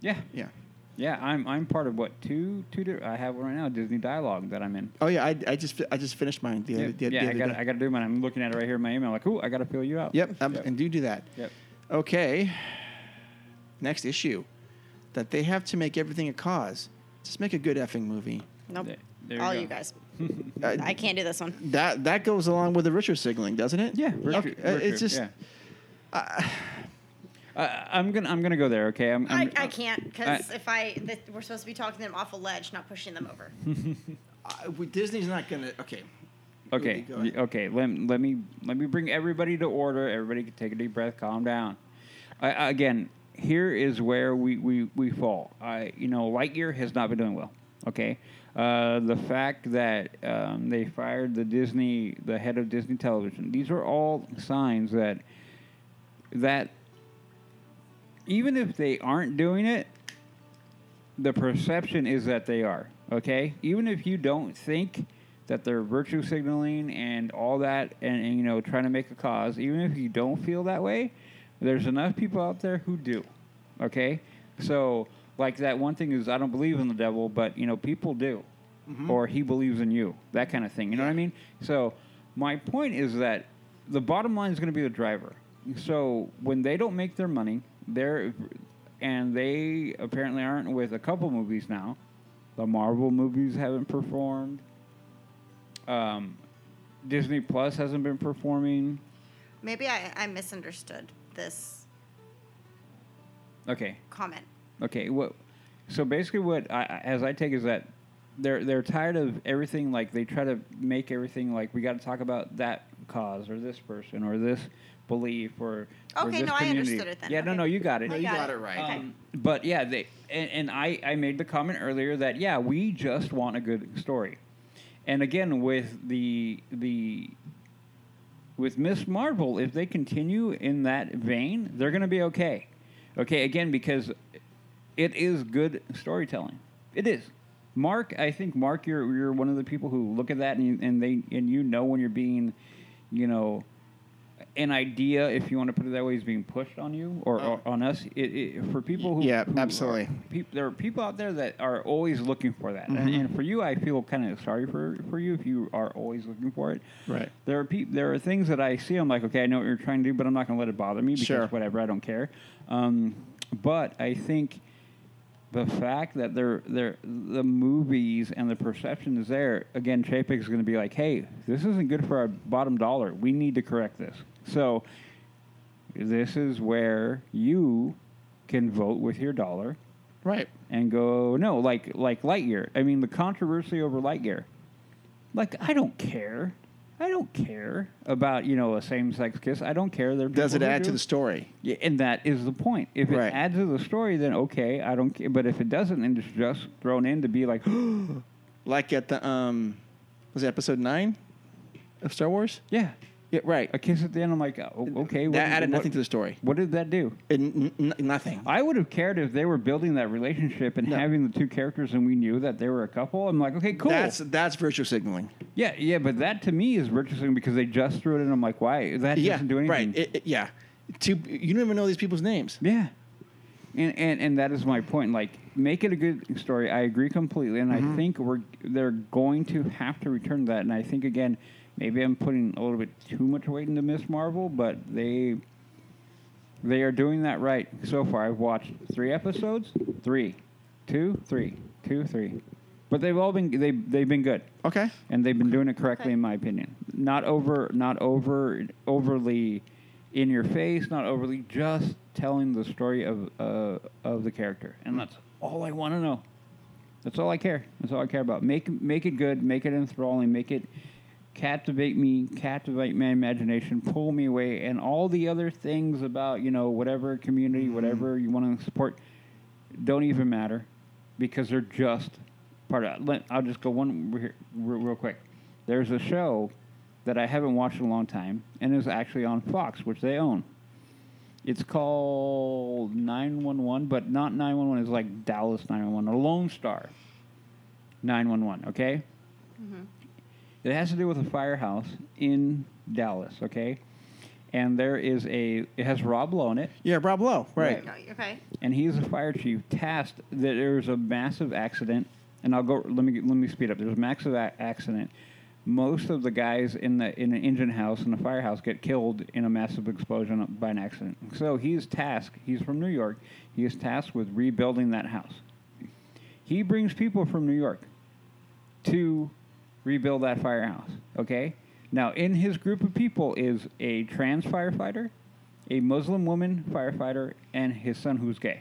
Yeah,
Yeah.
yeah. I'm I'm part of what two two. Di- I have one right now, Disney Dialogue that I'm in.
Oh yeah, I, I just fi- I just finished mine the other, the,
yeah,
the
I
other
got
day.
I got to do mine. I'm looking at it right here in my email. Like, ooh, I got to fill you out.
uh, Yep, um,
Yep.
and do do that.
Yep.
Okay. Next issue, that they have to make everything a cause. Just make a good effing movie.
Nope.
There- there
All
you
you,
go.
(laughs)
guys.
Uh,
I can't do this one.
That that goes along with the Richard signaling, doesn't it?
Yeah,
Okay,
virtue,
uh,
virtue,
It's just
yeah.
(sighs)
I, I'm gonna I'm gonna go there. Okay, I'm, I'm
I, I can't because
I-
if I th- we're supposed to be talking them off a ledge, not pushing them over.
Hmm.
uh, we- Disney's not gonna. Okay.
Okay.
Go ahead.
y- Okay. Let, let me let me bring everybody to order. Everybody can take a deep breath, calm down. I, I- again, here is where we, we, we fall. I you know Lightyear has not been doing well. Okay. Uh, the fact that um, they fired the Disney the head of Disney Television. These are all signs that that even if they aren't doing it, the perception is that they are okay even if you don't think that they're virtue signaling and all that and, and you know trying to make a cause even if you don't feel that way there's enough people out there who do okay so like that one thing is i don't believe in the devil but you know people do or he believes in you that kind of thing you know what i mean so my point is that the bottom line is going to be the driver so when they don't make their money they're and they apparently aren't with a couple movies now. The Marvel movies haven't performed. Um, Disney Plus hasn't been performing.
Maybe I, I misunderstood this
Okay,
comment.
okay. What So basically, what I, I- as I take is that they're they're tired of everything. Like they try to make everything like we got to talk about that cause or this person or this belief or or
Okay,
this
no, I
community.
understood it then.
Yeah, no,
Okay.
no, you got it.
I
you
got
got
it.
it right.
Okay.
Um, but yeah, they and, and I, I made the comment earlier that yeah, we just want a good story. And again, with the the with Miss Marvel, if they continue in that vein, they're going to be okay. Okay, again because it is good storytelling. It is. Mark, I think Mark, you're you're one of the people who look at that and you, and they and you know when you're being, you know, an idea, if you want to put it that way, is being pushed on you or, or on us. It, it, for people who
Oh. Yeah,
who are-
absolutely.
peop- there are people out there that are always looking for that, and,
Mm-hmm.
and for you, I feel kind of sorry for for you if you are always looking for it.
Right.
There are peop there are things that I see. I'm like, okay, I know what you're trying to do, but I'm not going to let it bother me because
Sure.
whatever, I don't care. Um, but I think the fact that they're, they're the movies and the perception is there again chapek is going to be like hey this isn't good for our bottom dollar we need to correct this so this is where you can vote with your dollar
Right.
and go no like like lightyear i mean the controversy over lightyear like i don't care i don't care about you know a same-sex kiss i don't care There are
Does it
people who
add to
do.
the story?
Yeah, and that is the point. If it
Right.
adds to the story, then okay, I don't care. But if it doesn't, and it's just thrown in to be like, (gasps)
Like at the um, was it episode nine of Star Wars?
yeah,
Yeah, right.
a kiss at the end, I'm like, oh, okay.
That added nothing to the story.
What did that do?
It, n- n- nothing.
I would have cared if they were building that relationship and
No.
having the two characters, and we knew that they were a couple. I'm like, okay, cool.
That's that's virtue signaling.
yeah, yeah, but that to me is interesting because they just threw it in. I'm like, why? That
yeah.
doesn't do anything.
Right. It, it- yeah. To, you don't even know these people's names.
Yeah. And, and and that is my point. Like, make it a good story. I agree completely, and
Mm-hmm.
I think we're they're going to have to return that. And I think again, maybe I'm putting a little bit too much weight into Miss Marvel, but they they are doing that right so far. I've watched three episodes, three, two, three, two, three, but they've all been they they've been good
Okay.
and they've been doing it correctly
Okay.
in my opinion not over not over overly in your face not overly just telling the story of uh, of the character and that's all i want to know that's all i care that's all i care about make make it good make it enthralling make it captivate me captivate my imagination pull me away and all the other things about you know whatever community whatever you want to support don't even matter because they're just part of. Let, I'll just go one re- re- real quick. There's a show that I haven't watched in a long time, and is actually on Fox, which they own. It's called 911, but not 911. It's like Dallas 911 or Lone Star 911. Okay. It has to do with a firehouse in Dallas. Okay. And there is a. It has Rob Lowe in it
Yeah, Rob Lowe. Right.
No, you're okay.
and he's a fire chief tasked that there was a massive accident and i'll go let me let me speed up there's a massive a- accident most of the guys in the in the engine house in the firehouse get killed in a massive explosion by an accident so he's tasked he's from new york he is tasked with rebuilding that house he brings people from new york to rebuild that firehouse. Okay? Now, in his group of people is a trans firefighter, a Muslim woman firefighter, and his son who's gay.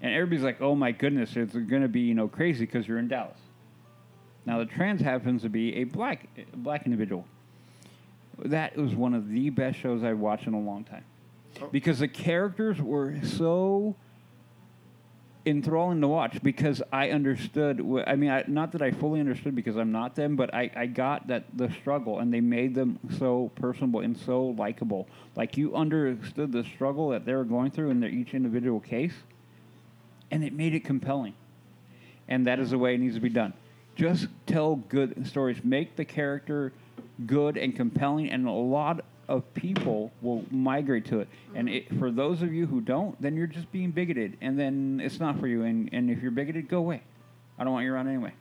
And everybody's like, oh my goodness, it's going to be, you know, crazy because you're in Dallas. Now, the trans happens to be a black, a black individual. That was one of the best shows I've watched in a long time. Because the characters were so enthralling to watch because I understood. wh- I mean, I, not that I fully understood because I'm not them, but I, I got that the struggle, and they made them so personable and so likable. Like you understood the struggle that they were going through in their each individual case, and it made it compelling. And that is the way it needs to be done. Just tell good stories. Make the character good and compelling, and a lot of people will migrate to it. And it, for those of you who don't, then you're just being bigoted, and then it's not for you. And, and if you're bigoted, go away. I don't want you around anyway.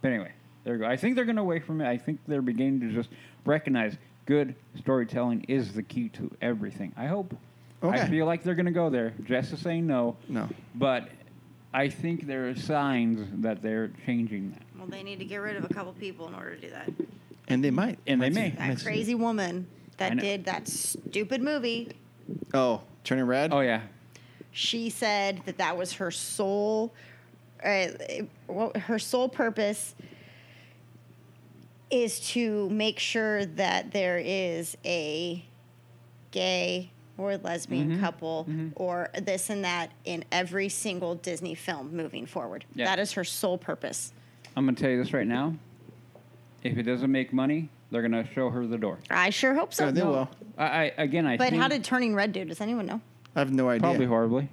But anyway, there you go. I think they're going away from it. I think they're beginning to just recognize good storytelling is the key to everything. I hope. I
Okay.
feel like they're going to go there. Jess is saying no.
No.
But I think there are signs that they're changing that.
Well, they need to get rid of a couple people in order to do that.
And they might.
And they may.
That crazy woman
I
that
know.
did that stupid movie.
Oh, turning red.
Oh, yeah.
She said that that was her sole, uh, well, her sole purpose is to make sure that there is a gay or lesbian
Mm-hmm.
couple or this and that in every single Disney film moving forward.
Yeah.
That is her sole purpose.
I'm going to tell you this right now. If it doesn't make money, they're going to show her the door.
I sure hope so.
Yeah, they will.
I, I again, I.
But
think
how did Turning Red do? Does anyone know?
I have no idea.
probably horribly?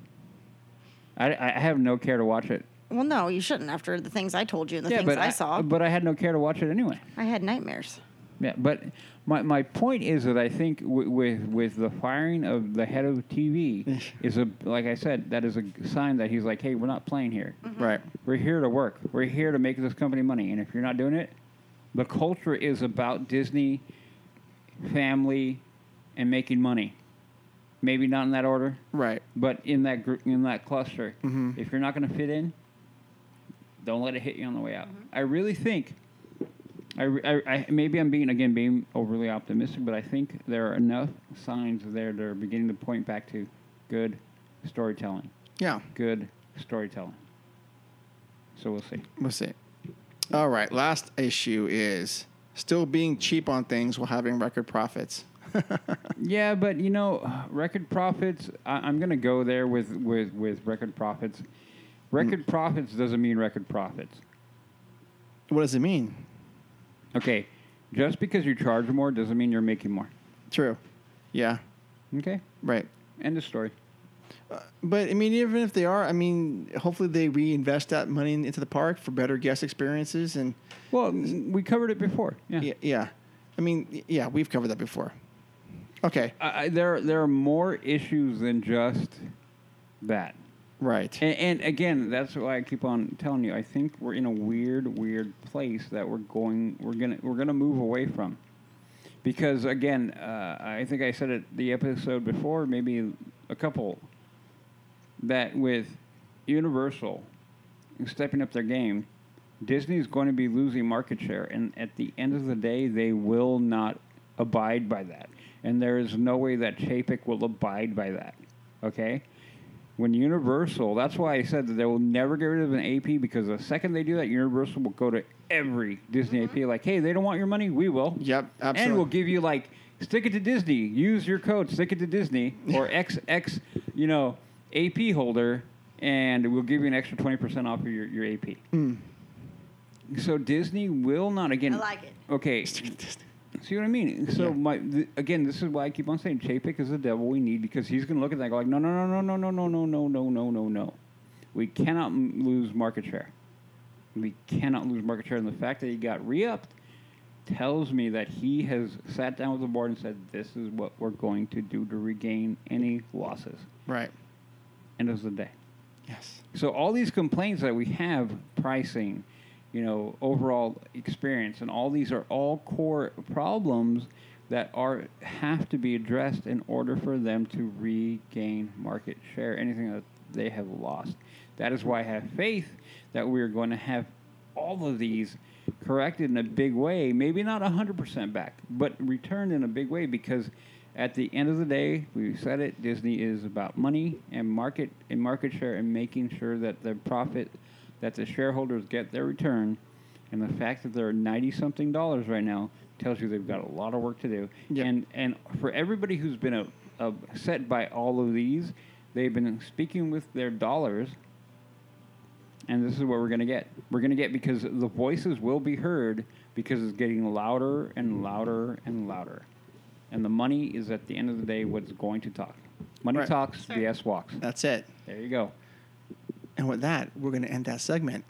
I, I have no care to watch it.
Well, no, you shouldn't after the things I told you and the things
but
I, saw.
But I had no care to watch it anyway.
I had nightmares.
Yeah, but my, my point is that I think w- with with the firing of the head of TV is a like I said that is a g- sign that he's like, hey, we're not playing here.
Right.
We're here to work. We're here to make this company money. And if you're not doing it, the culture is about Disney, family, and making money. Maybe not in that order,
Right.
but in that group, in that cluster. If you're not going to fit in, don't let it hit you on the way out. I really think. I, re- I, I, maybe I'm being again being overly optimistic, but I think there are enough signs there that are beginning to point back to good storytelling.
Yeah.
Good storytelling. So we'll see.
We'll see. All right. Last issue is still being cheap on things while having record profits.
Yeah, but you know, record profits. I, I'm gonna go there with with with record profits. Record profits doesn't mean record profits.
What does it mean?
Okay, just because you charge more doesn't mean you're making more.
True. Yeah.
Okay,
Right.
end of story.
But I mean, even if they are, I mean, hopefully they reinvest that money in- into the park for better guest experiences and
Well, m- we covered it before. Yeah.
yeah, yeah. I mean, y- yeah, we've covered that before. Okay.
I, I, there there are more issues than just that.
Right.
And, and again, that's why I keep on telling you. I think we're in a weird, weird place that we're going. We're gonna we're gonna move away from, because again, uh, I think I said it the episode before, maybe a couple. That with Universal stepping up their game, Disney's going to be losing market share, and at the end of the day, they will not abide by that. And there is no way that Chapek will abide by that. Okay when Universal, that's why I said that they will never get rid of an AP because the second they do that, Universal will go to every Disney AP like, hey, they don't want your money, we will.
Mm-hmm. Yep,
And
absolutely.
we'll give you like, stick it to Disney, use your code, stick it to Disney or XX, you know, AP holder, and we'll give you an extra twenty percent off of your, your AP. So Disney will not again.
I like it.
Okay, See what I mean? So my th- again, this is why I keep on saying Chapek is the devil we need because he's going to look at that and go like, no, no, no, no, no, no, no, no, no, no, no, no. We cannot m- lose market share. We cannot lose market share, and the fact that he got re-upped tells me that he has sat down with the board and said, "This is what we're going to do to regain any losses."
right.
End of the day.
Yes.
So all these complaints that we have, pricing, you know, overall experience, and all these are all core problems that are have to be addressed in order for them to regain market share, anything that they have lost. That is why I have faith that we are going to have all of these corrected in a big way, maybe not 100% back, but returned in a big way because at the end of the day, we said it, Disney is about money and market and market share and making sure that the profit that the shareholders get their return and the fact that there are 90 something dollars right now tells you they've got a lot of work to do.
Yeah.
And and for everybody who's been uh, upset by all of these, they've been speaking with their dollars and this is what we're going to get. We're going to get because the voices will be heard because it's getting louder and louder and louder. And the money is at the end of the day what's going to talk. Money
Right.
talks, the S walks.
That's it.
There you go.
And with that, we're going to end that segment.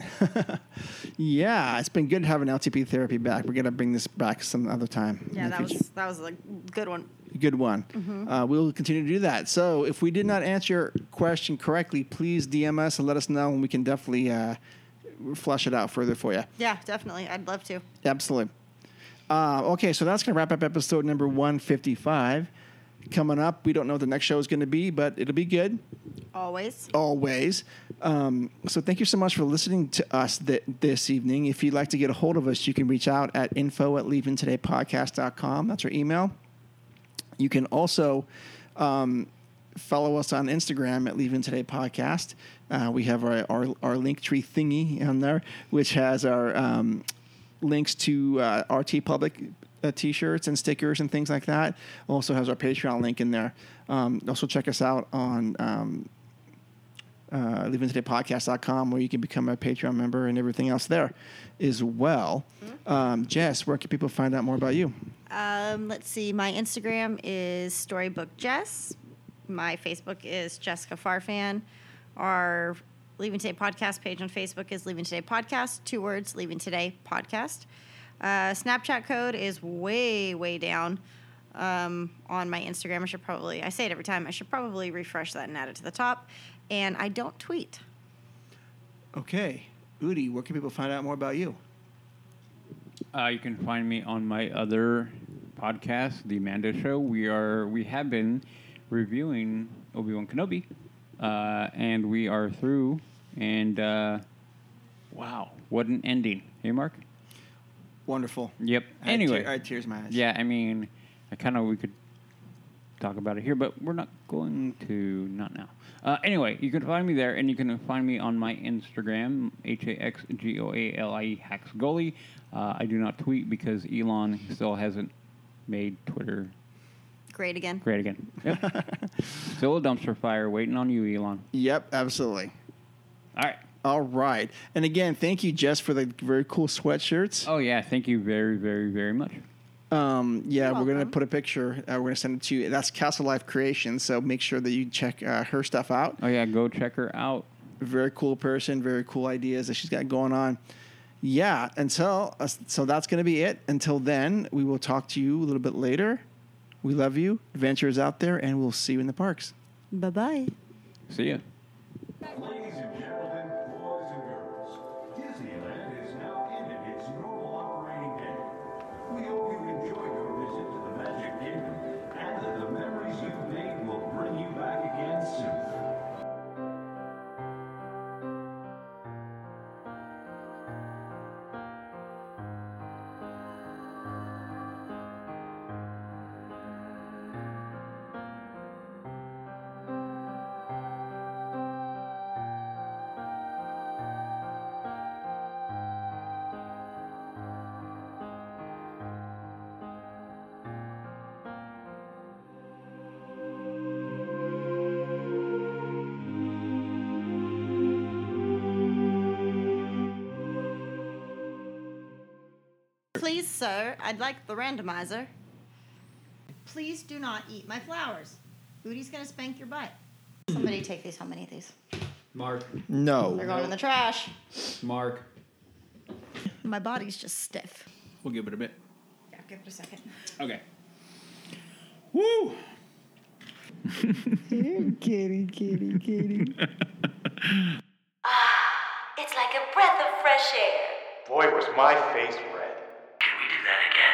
(laughs) yeah, it's been good having LTP therapy back. We're going to bring this back some other time. in
Yeah,
the
that
future.
was that was a good one.
good one. Uh, we'll continue to do that. So if we did not answer your question correctly, please DM us and let us know, and we can definitely uh, flush it out further for you.
Yeah, definitely. I'd love to.
Absolutely. Uh, okay, so that's going to wrap up episode number 155. Coming up, we don't know what the next show is going to be, but it'll be good
Always.
always. Um, so thank you so much for listening to us th- this evening. If you'd like to get a hold of us, you can reach out at info at leavingtodaypodcast.com. That's our email. You can also um, follow us on Instagram at Leaving Today Podcast. Uh, we have our, our, our link tree thingy on there, which has our um, links to uh, RT Public uh, t-shirts and stickers and things like that. Also has our Patreon link in there. Um, also check us out on um, uh, leavingtodaypodcast.com where you can become a Patreon member and everything else there as well. Um, Jess, where can people find out more about you?
Um, let's see. My Instagram is Storybook Jess. My Facebook is Jessica Farfan. Our Leaving Today podcast page on Facebook is Leaving Today Podcast. Two words, Leaving Today Podcast. Uh, Snapchat code is way, way down um, on my Instagram. I should probably, I say it every time, I should probably refresh that and add it to the top. And I don't tweet.
Okay. Udi, where can people find out more about you?
Uh, you can find me on my other podcast, The Mando Show. We are we have been reviewing Obi Wan Kenobi, uh, and we are through. And uh, wow, what an ending! Hey, Mark.
Wonderful.
Yep.
I had
anyway,
tear- I had tears in my eyes.
Yeah, I mean, I kind of we could talk about it here, but we're not going to not now. Uh, anyway, you can find me there, and you can find me on my Instagram, h a x g o a l i e hacks goalie. Uh, I do not tweet because Elon still hasn't made Twitter
Great again.
great again. Yep. still a dumpster fire waiting on you, Elon.
Yep, absolutely.
All right.
All right. And again, thank you, Jess, for the very cool sweatshirts.
Oh yeah, thank you very, very, very much.
Um, yeah,
You're
we're going to
welcome.
put a picture. Uh, we're going to send it to you. That's Castle Life Creations. So make sure that you check uh, her stuff out.
Oh yeah, go check her out.
Very cool person, very cool ideas that she's got going on. Yeah, until uh, so that's going to be it. Until then, we will talk to you a little bit later. We love you. Adventure is out there, and we'll see you in the parks.
Bye bye.
See ya.
Ladies and gentlemen, boys and girls, Disneyland is now ended its normal operating day. We hope you enjoyed your visit to the Magic Kingdom and that the memories you've made will bring you back again soon.
Please, sir, I'd like the randomizer. Please do not eat my flowers. Booty's gonna spank your butt. Somebody take these. How many of these?
Mark,
They're
No.
going in the trash.
Mark.
My body's just stiff.
We'll give it a bit.
Yeah, give it a second.
Okay. Woo!
It's like a breath of fresh air.
Boy, was my face red.
Can we do that again?